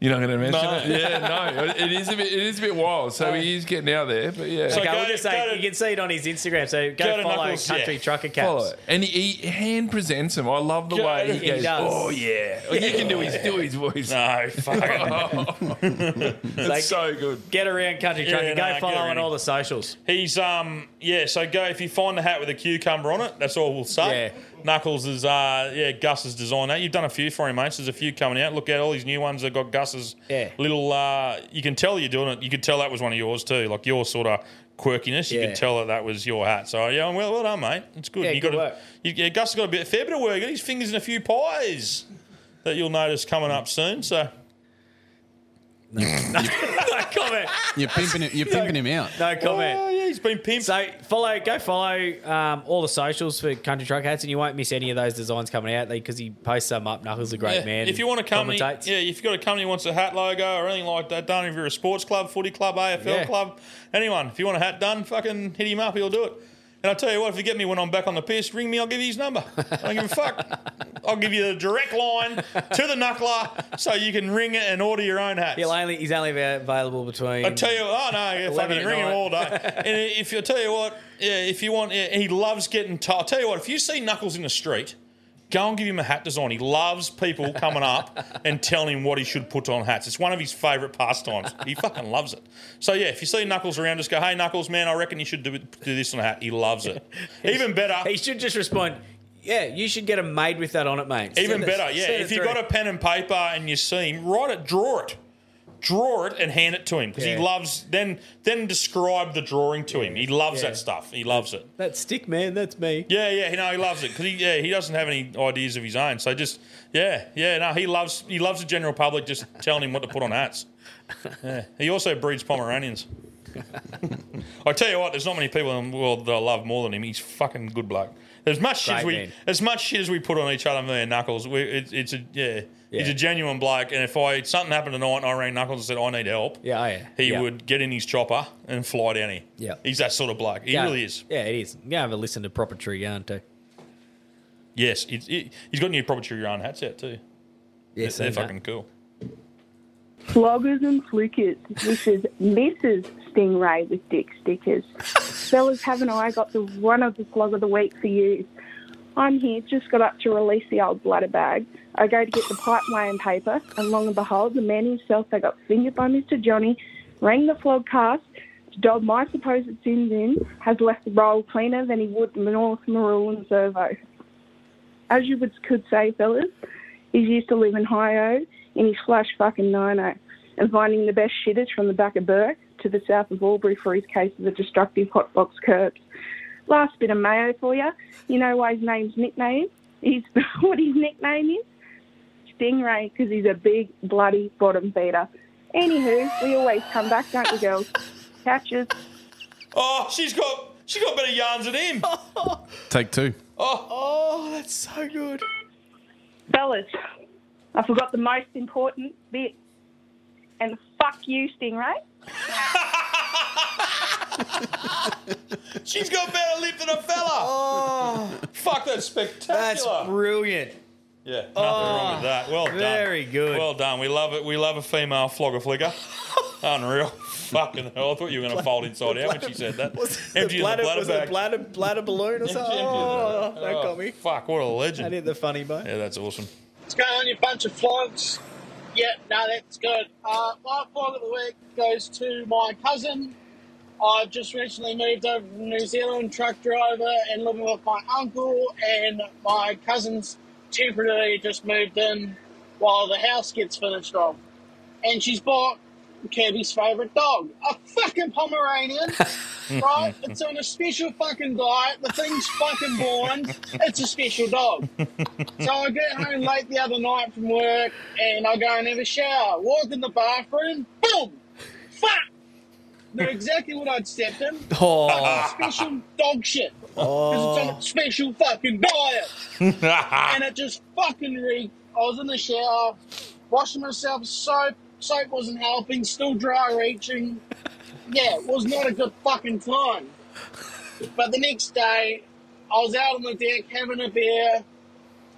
You're not going to mention
No.
it. Yeah, no. It is a bit. It is a bit wild. So he is getting out there, but yeah.
okay, we'll just say you can see it on his Instagram. So go,
go to
follow
Knuckles,
Country
yeah.
Trucker Caps.
Follow it. And he, he hand presents him. I love the
Go-
way he,
He
goes.
does.
Oh yeah. Like, you can do his do his voice.
No, fuck.
It's so good.
Get around Country
Yeah,
Trucker.
no,
go
get
follow on
around
all
him.
the socials.
He's um yeah. So go if you find the hat with a cucumber on it. That's all we'll say. Knuckles is uh yeah. Gus has designed that. You've done a few for him, mates. There's a few coming out. Look at all these new ones that got Gus's
Yeah.
little. uh You can tell you're doing it. You could tell that was one of yours too. Like your sort of quirkiness. You
Yeah.
could tell that that was your hat. So yeah, well, well done, mate. It's good.
Yeah,
you
good
got a-
work.
you- yeah, Gus has got a bit, fair bit of work. His fingers in a few pies that you'll notice coming up soon. So.
no comment.
You're pimping him. You're pimping him out.
No comment.
Oh, yeah, he's been pimped.
So follow, go follow um, all the socials for Country Truck Hats, and you won't miss any of those designs coming out because he posts them up. Knuckles is a great
Yeah,
man.
If you want a company,
commentates.
yeah, if you've got a company that wants a hat logo or anything like that done, if you're a sports club, footy club, AFL
Yeah.
club, anyone, if you want a hat done, fucking hit him up, he'll do it. And I tell you what, if you get me when I'm back on the piss, ring me, I'll give you his number. I don't give a fuck. I'll give you the direct line to the knuckler so you can ring it and order your own hats.
He'll only, he's only av- available between.
I tell you, oh no, yeah,
11
fucking
at
ring him
night.
all day. and if you I tell you what, yeah, if you want, yeah, he loves getting. T- I tell you what, if you see Knuckles in the street, go and give him a hat design. He loves people coming up and telling him what he should put on hats. It's one of his favourite pastimes. He fucking loves it. So yeah, if you see Knuckles around, just go, hey Knuckles, man, I reckon you should do, do this on a hat. He loves it. Even better.
He should just respond. Yeah, you should get him made with that on it, mate.
Even
Send it-
better, yeah.
send it
If you've
through.
got a pen and paper and you see him, write it, draw it. draw it and hand it to him because
Yeah.
he loves. Then then describe the drawing to him. He loves
Yeah.
that stuff. He loves it.
That stick man, that's me.
Yeah, yeah, no, he loves it because he, yeah, he doesn't have any ideas of his own. So just yeah, yeah, no, he loves he loves the general public just telling him what to put on hats. Yeah. He also breeds Pomeranians. I tell you what, there's not many people in the world that I love more than him. He's fucking good bloke. As much shit as
Great
we
man.
as much shit as we put on each other, me and Knuckles, we, it, it's a yeah, he's
Yeah.
a genuine bloke. And if I something happened tonight and I rang Knuckles and said I need help,
Yeah, I am.
he
Yeah.
would get in his chopper and fly down here.
Yeah.
he's that sort of bloke. He
Yeah.
really is.
Yeah, it is. You have a listen to Proper Tree Yarn too.
Yes, it, it, he's got new proprietary yarn hats out too.
Yes,
they're,
and that.
fucking cool.
Floggers and flickers. This is Mrs. Stingray with dick stickers. Fellas, haven't I got the one of the flog of the week for you? I'm here, just got up to release the old bladder bag. I go to get the pipe weighing paper, and long and behold, the man himself that got fingered by Mr. Johnny rang the flog cast to dob my supposed sins in, has left the roll cleaner than he would the North Maroon Servo. As you would, could say, fellas, He's used to live in Hio in his flash fucking nino and finding the best shitters from the back of Burke to the south of Albury for his cases of destructive hot box curbs. Last bit of mayo for you. You know why his name's nickname? He's what his nickname is? Stingray, because he's a big bloody bottom beater. Anywho, we always come back, don't we, girls? Catches.
Oh, she's got she got better yarns than him. oh,
Take two.
oh, that's so good.
Fellas, I forgot the most important bit. And fuck you, Stingray.
She's got better lip than a fella. Oh, fuck, that's spectacular.
That's brilliant.
Yeah, nothing
Oh,
wrong with that. Well done.
very good.
Well done. We love it. We love a female flogger flicker. Unreal. Fucking hell. I thought you were going to fold inside out when she said that.
the
Empty as a
bladder,
bladder
was it
bag.
a bladder, bladder balloon or something? Oh, that got me.
Fuck, what a legend.
That hit the funny bone.
Yeah, that's awesome.
What's going on, you bunch of flogs? Yeah, no, that's good. Uh, my flog of the week goes to my cousin. I've just recently moved over from New Zealand, truck driver, and living with my uncle and my cousins temporarily just moved in while the house gets finished off. And she's bought Kirby's favourite dog, a fucking Pomeranian, right? It's on a special fucking diet. The thing's fucking born. It's a special dog. So I get home late the other night from work and I go and have a shower. Walk in the bathroom, boom! Fuck! Know exactly what I'd stepped in.
Oh.
Special dog shit. Because it's on a special fucking diet
Ah.
and it just fucking reeked. I was in the shower, washing myself, soap, soap wasn't helping, still dry reaching. Yeah, it was not a good fucking time. But the next day, I was out on the deck having a beer.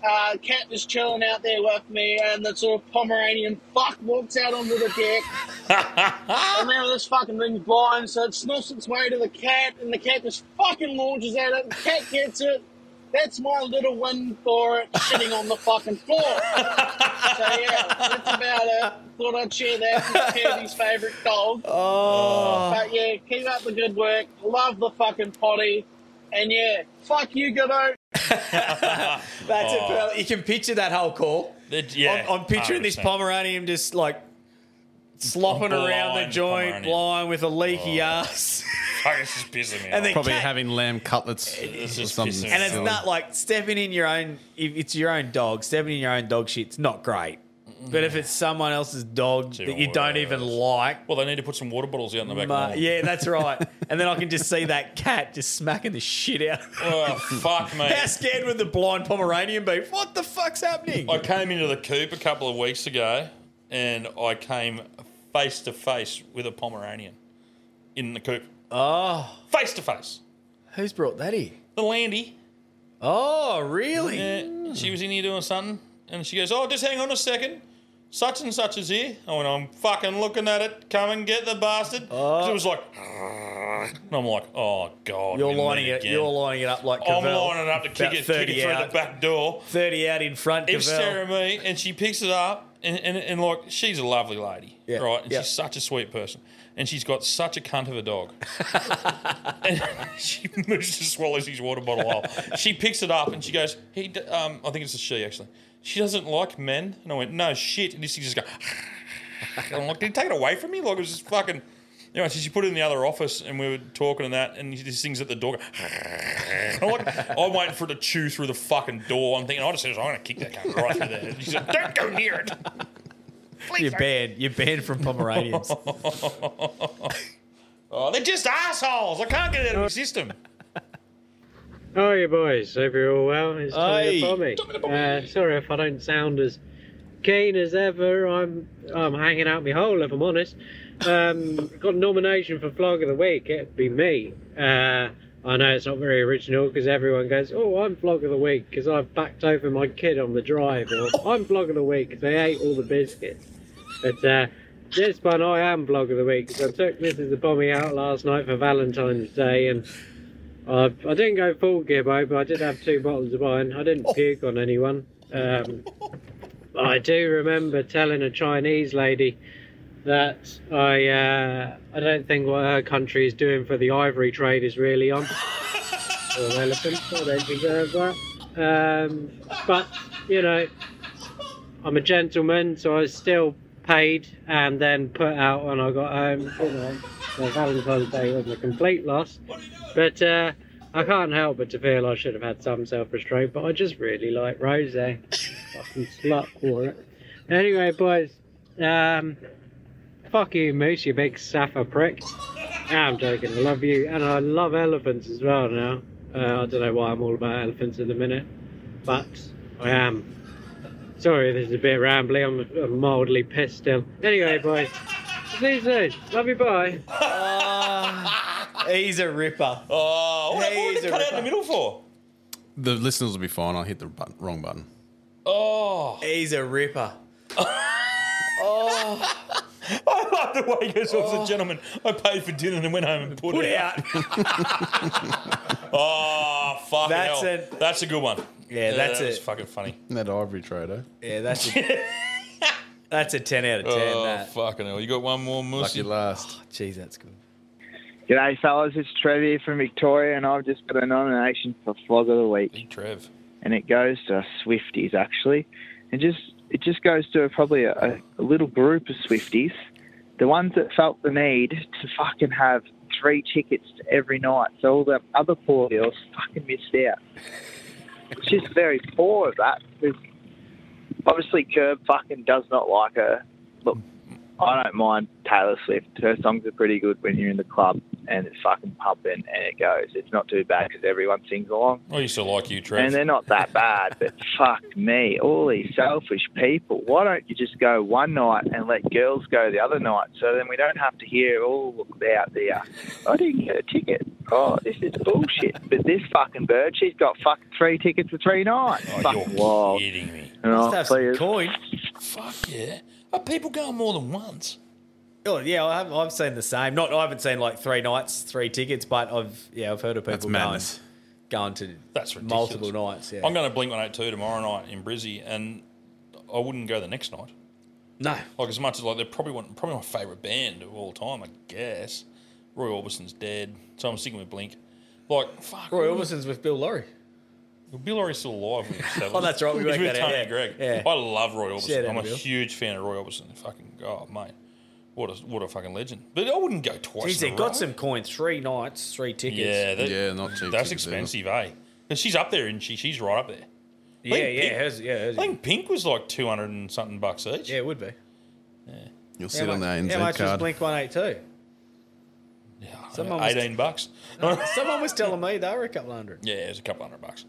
Uh, cat was chilling out there with me, and the sort of Pomeranian fuck walks out onto the deck. and now this fucking thing's blind, so it sniffs its way to the cat, and the cat just fucking launches at it. The cat gets it. That's my little win for it, shitting on the fucking floor. so yeah, that's about it. Thought I'd share that with Kirby's favourite dog.
Oh.
But yeah, keep up the good work. Love the fucking potty. And yeah, fuck you, Gibbo.
That's
Oh.
it. Pearl. You can picture that whole call.
yeah,
I'm, I'm picturing this
100%.
Pomeranian just like slopping
Blind
around the joint,
Pomeranian.
blind with a leaky ass.
Fuck, this is pissing me
And
off.
the
Probably
cat-
having lamb cutlets or something.
And it's not like stepping in your own. If it's your own dog, stepping in your own dog shit's not great. But if it's someone else's dog that you don't even like,
well, they need to put some water bottles out in the back.
Ma-
of the
yeah, that's right. and then I can just see that cat just smacking the shit out.
Oh fuck, mate!
How scared would the blind Pomeranian be? What the fuck's happening?
I came into the coop a couple of weeks ago, and I came face to face with a Pomeranian in the coop.
Oh,
face to face.
Who's brought that in?
The Landy.
Oh, really?
Yeah, she was in here doing something, and she goes, "Oh, just hang on a second. Such and such is here." I went, "I'm fucking looking at it. Come and get the bastard." 'Cause
Oh.
It was like, and I'm like, "Oh god,
You're
we meet
lining it.
again."
You're lining it up like
I'm
Cavell.
lining it up to kick
About
it, kick
30
it through
out.
the back door.
Thirty out in front.
It was
Cavell.
staring at me, and she picks it up, and, and, and like she's a lovely lady,
Yeah,
right? And
yeah.
she's such a sweet person, and she's got such a cunt of a dog. and she moves to swallows his water bottle whole. She picks it up and she goes, "He, d- um, I think it's a she actually. She doesn't like men." And I went, "No shit." And this thing just go. I'm like, did he take it away from me? Like, it was just fucking. You know, she she put it in the other office and we were talking and that, and this thing's at the door. I'm, like, I'm waiting for it to chew through the fucking door. I'm thinking, I just said, I'm going to kick that cunt right through there. And she's like, don't go near it.
You're banned. You're banned from Pomeranians.
Oh, they're just assholes. I can't get it out of my system.
How are you, boys? Hope you're all well. It's Tommy
Aye.
the Bommy. Uh, sorry if I don't sound as keen as ever. I'm I'm hanging out my hole, if I'm honest. Um, got a nomination for Vlog of the Week. It'd be me. Uh, I know it's not very original because everyone goes, "Oh, I'm Vlog of the Week" because I've backed over my kid on the drive, or "I'm Vlog of the Week" 'cause they ate all the biscuits. But uh, this one, I am Vlog of the Week 'cause I took this as a Bommy out last night for Valentine's Day and. I, I didn't go full gibbo, but I did have two bottles of wine. I didn't puke on anyone. Um, but I do remember telling a Chinese lady that I uh, I don't think what her country is doing for the ivory trade is really on. or relevant. I don't deserve that. Um, but you know, I'm a gentleman, so I was still paid and then put out when I got home. You know, so Valentine's Day was a complete loss. But uh, I can't help but to feel I should have had some self restraint, but I just really like Rose. eh? Fucking slut for it. Anyway, boys, um, fuck you, Moose, you big sapper prick. No, I'm joking, I love you, and I love elephants as well now. Uh, I don't know why I'm all about elephants in the minute, but I am. Sorry, this is a bit rambly. I'm, I'm mildly pissed still. Anyway, boys, see you soon. Love you, bye.
Ah. He's a ripper.
Oh, what, what did they cut out in the middle for?
The listeners will be fine. I hit the button, wrong button.
Oh.
He's a ripper.
Oh. I like the way he goes, "Well, as a gentleman, I paid for dinner and went home and put, it out. oh, fuck
That's
that's A, that's a good one.
Yeah, that's
that was
it.
fucking funny.
That ivory trader.
Yeah, that's a, that's a ten out of ten.
Oh,
that.
fucking hell! You got one more, Moosey?
Lucky last. Jeez, that's good.
G'day, fellas. It's Trev here from Victoria, and I've just got a nomination for Flog of the Week.
Trev.
And it goes to Swifties, actually. And just it just goes to probably a, a little group of Swifties, the ones that felt the need to fucking have three tickets to every night, so all the other poor girls fucking missed out. It's just very poor of that. 'cause Obviously, Curb fucking does not like her. Look, I don't mind Taylor Swift. Her songs are pretty good when you're in the club and it's fucking pumping and it goes. It's not too bad because everyone sings along.
I used to like you, Trev.
And they're not that bad, but fuck me, all these selfish people. Why don't you just go one night and let girls go the other night so then we don't have to hear all about the, uh, I didn't get a ticket. Oh, this is bullshit. But this fucking bird, she's got fucking three tickets for three nights. fucking wild.
Oh, kidding me.
And
Must
I'll
have
tell
some
you-
Coin.
Fuck yeah! Are people going more than once?
Oh yeah, I have, I've seen the same. Not I haven't seen like three nights, three tickets, but I've yeah, I've heard of people
That's
going,
madness.
going to
That's ridiculous.
multiple nights. Yeah,
I'm going to Blink 182 tomorrow night in Brizzy, and I wouldn't go the next night.
No.
Like, as much as, like, they're probably, one, probably my favourite band of all time, I guess. Roy Orbison's dead, so I'm sticking with Blink. Like, fuck.
Roy Orbison's with Bill Laurie.
Bill Laurie's still alive. When he was seven.
Oh, that's right, we
He's
worked
with
that out,
Tony
yeah.
and Greg.
Yeah.
I love Roy
Shout
Orbison.
out
I'm a
to Bill.
huge fan of Roy Orbison. Fucking, oh, mate. What a, what a fucking legend. But I wouldn't go twice.
Jeez,
in a
they got
row.
some coin. Three nights, three tickets.
Yeah, that, That's
tickets,
expensive, eh? And she's up there, and she she's right up there.
Yeah,
I think
yeah,
Pink-
hers- yeah, hers-
I think Pink was like two hundred and something bucks each. Yeah,
it would be.
Yeah,
You'll
How much- How much was Blink One Eight Two? someone was-
Eighteen bucks.
Someone was telling me they were a couple hundred.
Yeah, it's a couple hundred bucks.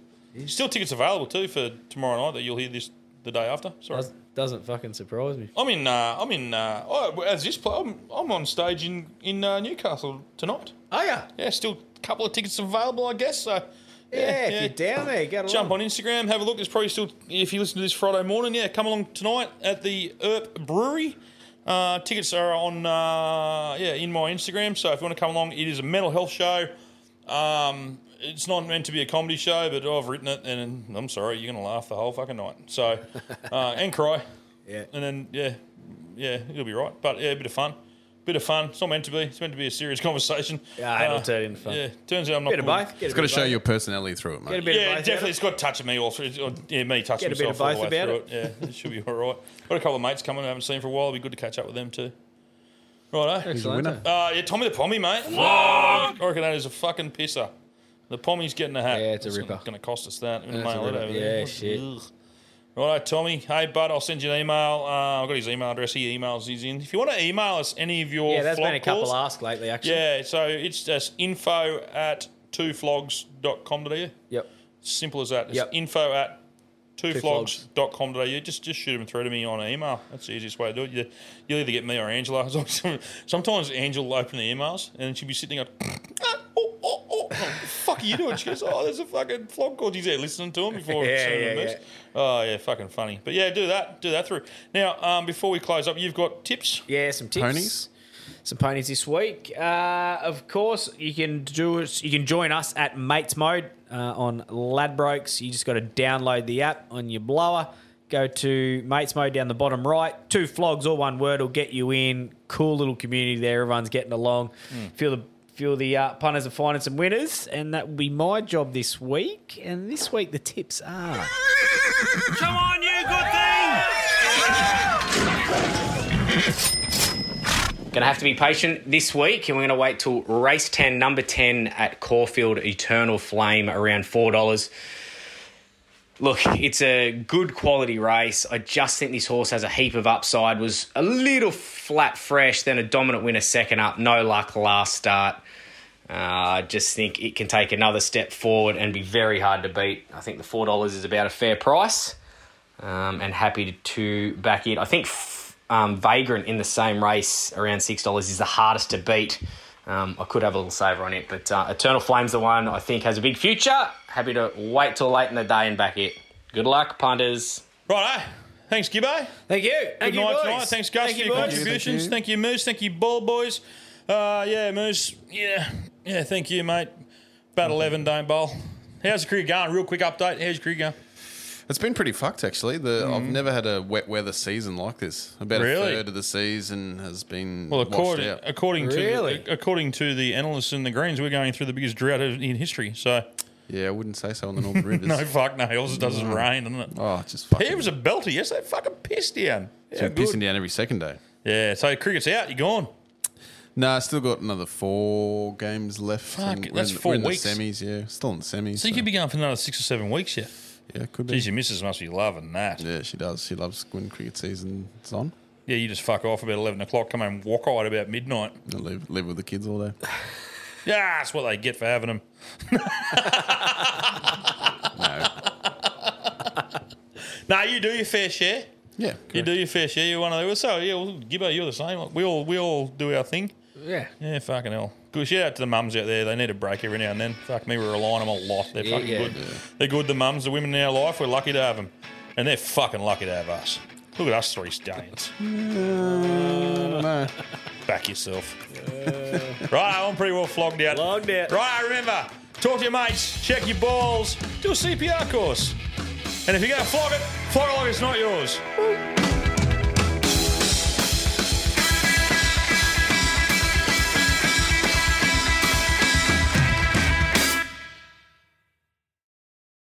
Still tickets available too for tomorrow night that you'll hear this the day after. Sorry.
Does- Doesn't fucking surprise me.
I'm in. Uh, I'm in. Uh, oh, as this play, I'm, I'm on stage in in uh, Newcastle tonight.
Oh yeah,
yeah. Still a couple of tickets available, I guess. So
Yeah, if you're down there, get
Jump on Instagram, have a look. There's probably still if you listen to this Friday morning. Yeah, come along tonight at the Erp Brewery. Uh, tickets are on uh, yeah in my Instagram. So if you want to come along, it is a mental health show. Um, it's not meant to be a comedy show, but I've written it, and I'm sorry, you're gonna laugh the whole fucking night. So uh, and cry.
Yeah.
And then yeah, yeah, it'll be right. But yeah, a bit of fun. Bit of fun. It's not meant to be. It's meant to be a serious conversation. Uh,
Yeah, it'll turn into fun.
Yeah, turns out I'm not.
Bit of
good.
both.
It's got to show your personality through it, mate.
yeah, definitely. It's got a touch of me all through. Yeah, me touching
Get a bit
myself
of
all the
both
way
about
through it. Yeah, it should be all right. Got a couple of mates coming I haven't seen for a while. It'll be good to catch up with them too. Right,
He's a winner.
Uh, yeah, Tommy the Pommy, mate. I reckon that is a fucking pisser. The Pommy's getting a hat. Yeah, it's a ripper. It's going to cost us that. We're gonna
That's a
mail it
ripper.
over there.
Yeah, shit.
Ugh. Right, Tommy. Hey, bud, I'll send you an email. Uh, I've got his email address. He emails his in. If you want to email us any of your
Yeah, there's
flog
been a couple
calls-
asked lately, actually.
Yeah, so it's just info at twoflogs.com.au.
Yep.
Simple as that. It's
Yep.
info at
Twoflogs.
twoflogs.com.au. Just just shoot them through to me on email. That's the easiest way to do it. You, you'll either get me or Angela. Sometimes Angela will open the emails and she'll be sitting there going, fuck are you doing? She goes, oh, there's a fucking flog called. He's there listening to him before
Yeah,
sending
yeah,
them this. Oh, yeah, fucking funny. But yeah, do that. Do that through. Now, um, before we close up, you've got tips?
Yeah, some tips.
Ponies?
Some ponies this week. Uh, of course, you can do it. You can join us at Mates Mode uh, on Ladbrokes. You just got to download the app on your blower. Go to Mates Mode down the bottom right. Two flogs, all one word, will get you in. Cool little community there. Everyone's getting along.
Hmm.
Mm.
Feel the feel the uh, punters are finding some winners, and that will be my job this week. And this week the tips are.
Come on, you good thing!
Going to have to be patient this week, and we're going to wait till race 10, number 10 at Caulfield Eternal Flame, around $4. Look, it's a good quality race. I just think this horse has a heap of upside. Was a little flat fresh, then a dominant winner second up. No luck last start. Uh, I just think it can take another step forward and be very hard to beat. I think the $4 is about a fair price um, and happy to back it. I think um, Vagrant in the same race around six dollars is the hardest to beat. Um, I could have a little saver on it, but uh, Eternal Flame's the one I think has a big future. Happy to wait till late in the day and back it. Good luck, punters.
Right, Thanks, Gibbo.
Thank you.
Good
Thank you,
night
boys.
tonight. Thanks, Gus,
Thank
for
you,
your
boys.
contributions. Thank you. Moose. Thank you, Ball Boys. Uh, yeah, Moose. Yeah, yeah. Thank you, mate. About eleven, don't bowl. How's the career going? Real quick update. How's your career going?
It's been pretty fucked actually. The I've
Mm.
never had a wet weather season like this. About
Really?
a third of the season has been
Well,
washed
according,
out.
according to the, according to the analysts in the Greens, we're going through the biggest drought in in history. So
yeah, I wouldn't say so on the Northern Rivers.
no fuck no, all it does is
No.
rain, doesn't it?
Oh, it's just
Here was a belter yesterday. Fucking pissed down.
it's
Yeah,
been
good.
pissing down every second day.
Yeah, so cricket's out. You're gone.
No, I still got another four games left.
Fuck,
and we're
that's
in the-
four
we're in
weeks.
the semis. Yeah, still in the semis.
So you could be going for another six or seven weeks, yeah.
Yeah, could
be. Geez, your missus must be loving that.
Yeah, she does. She loves when cricket season's on.
Yeah, you just fuck off about eleven o'clock. Come home walk eyed about midnight.
I live live with the kids all day.
Yeah, that's what they get for having them.
No.
no, you do your fair share.
Yeah,
you do your fair share. You're one of those. So yeah, well, Gibbo, you're the same. Like, we all we all do our thing.
Yeah.
Yeah, fucking hell. Good shout out to the mums out there. They need a break every now and then. Fuck me, we rely on them a lot. They're
Yeah,
fucking
yeah.
good. They're good. The mums, the women in our life, we're lucky to have them, and they're fucking lucky to have us. Look at us three stallions. Back yourself. right, I'm pretty well flogged out. Flogged out. Right, remember, talk to your mates, check your balls, do a CPR course. And if you're going to flog it, flog it like it's not yours.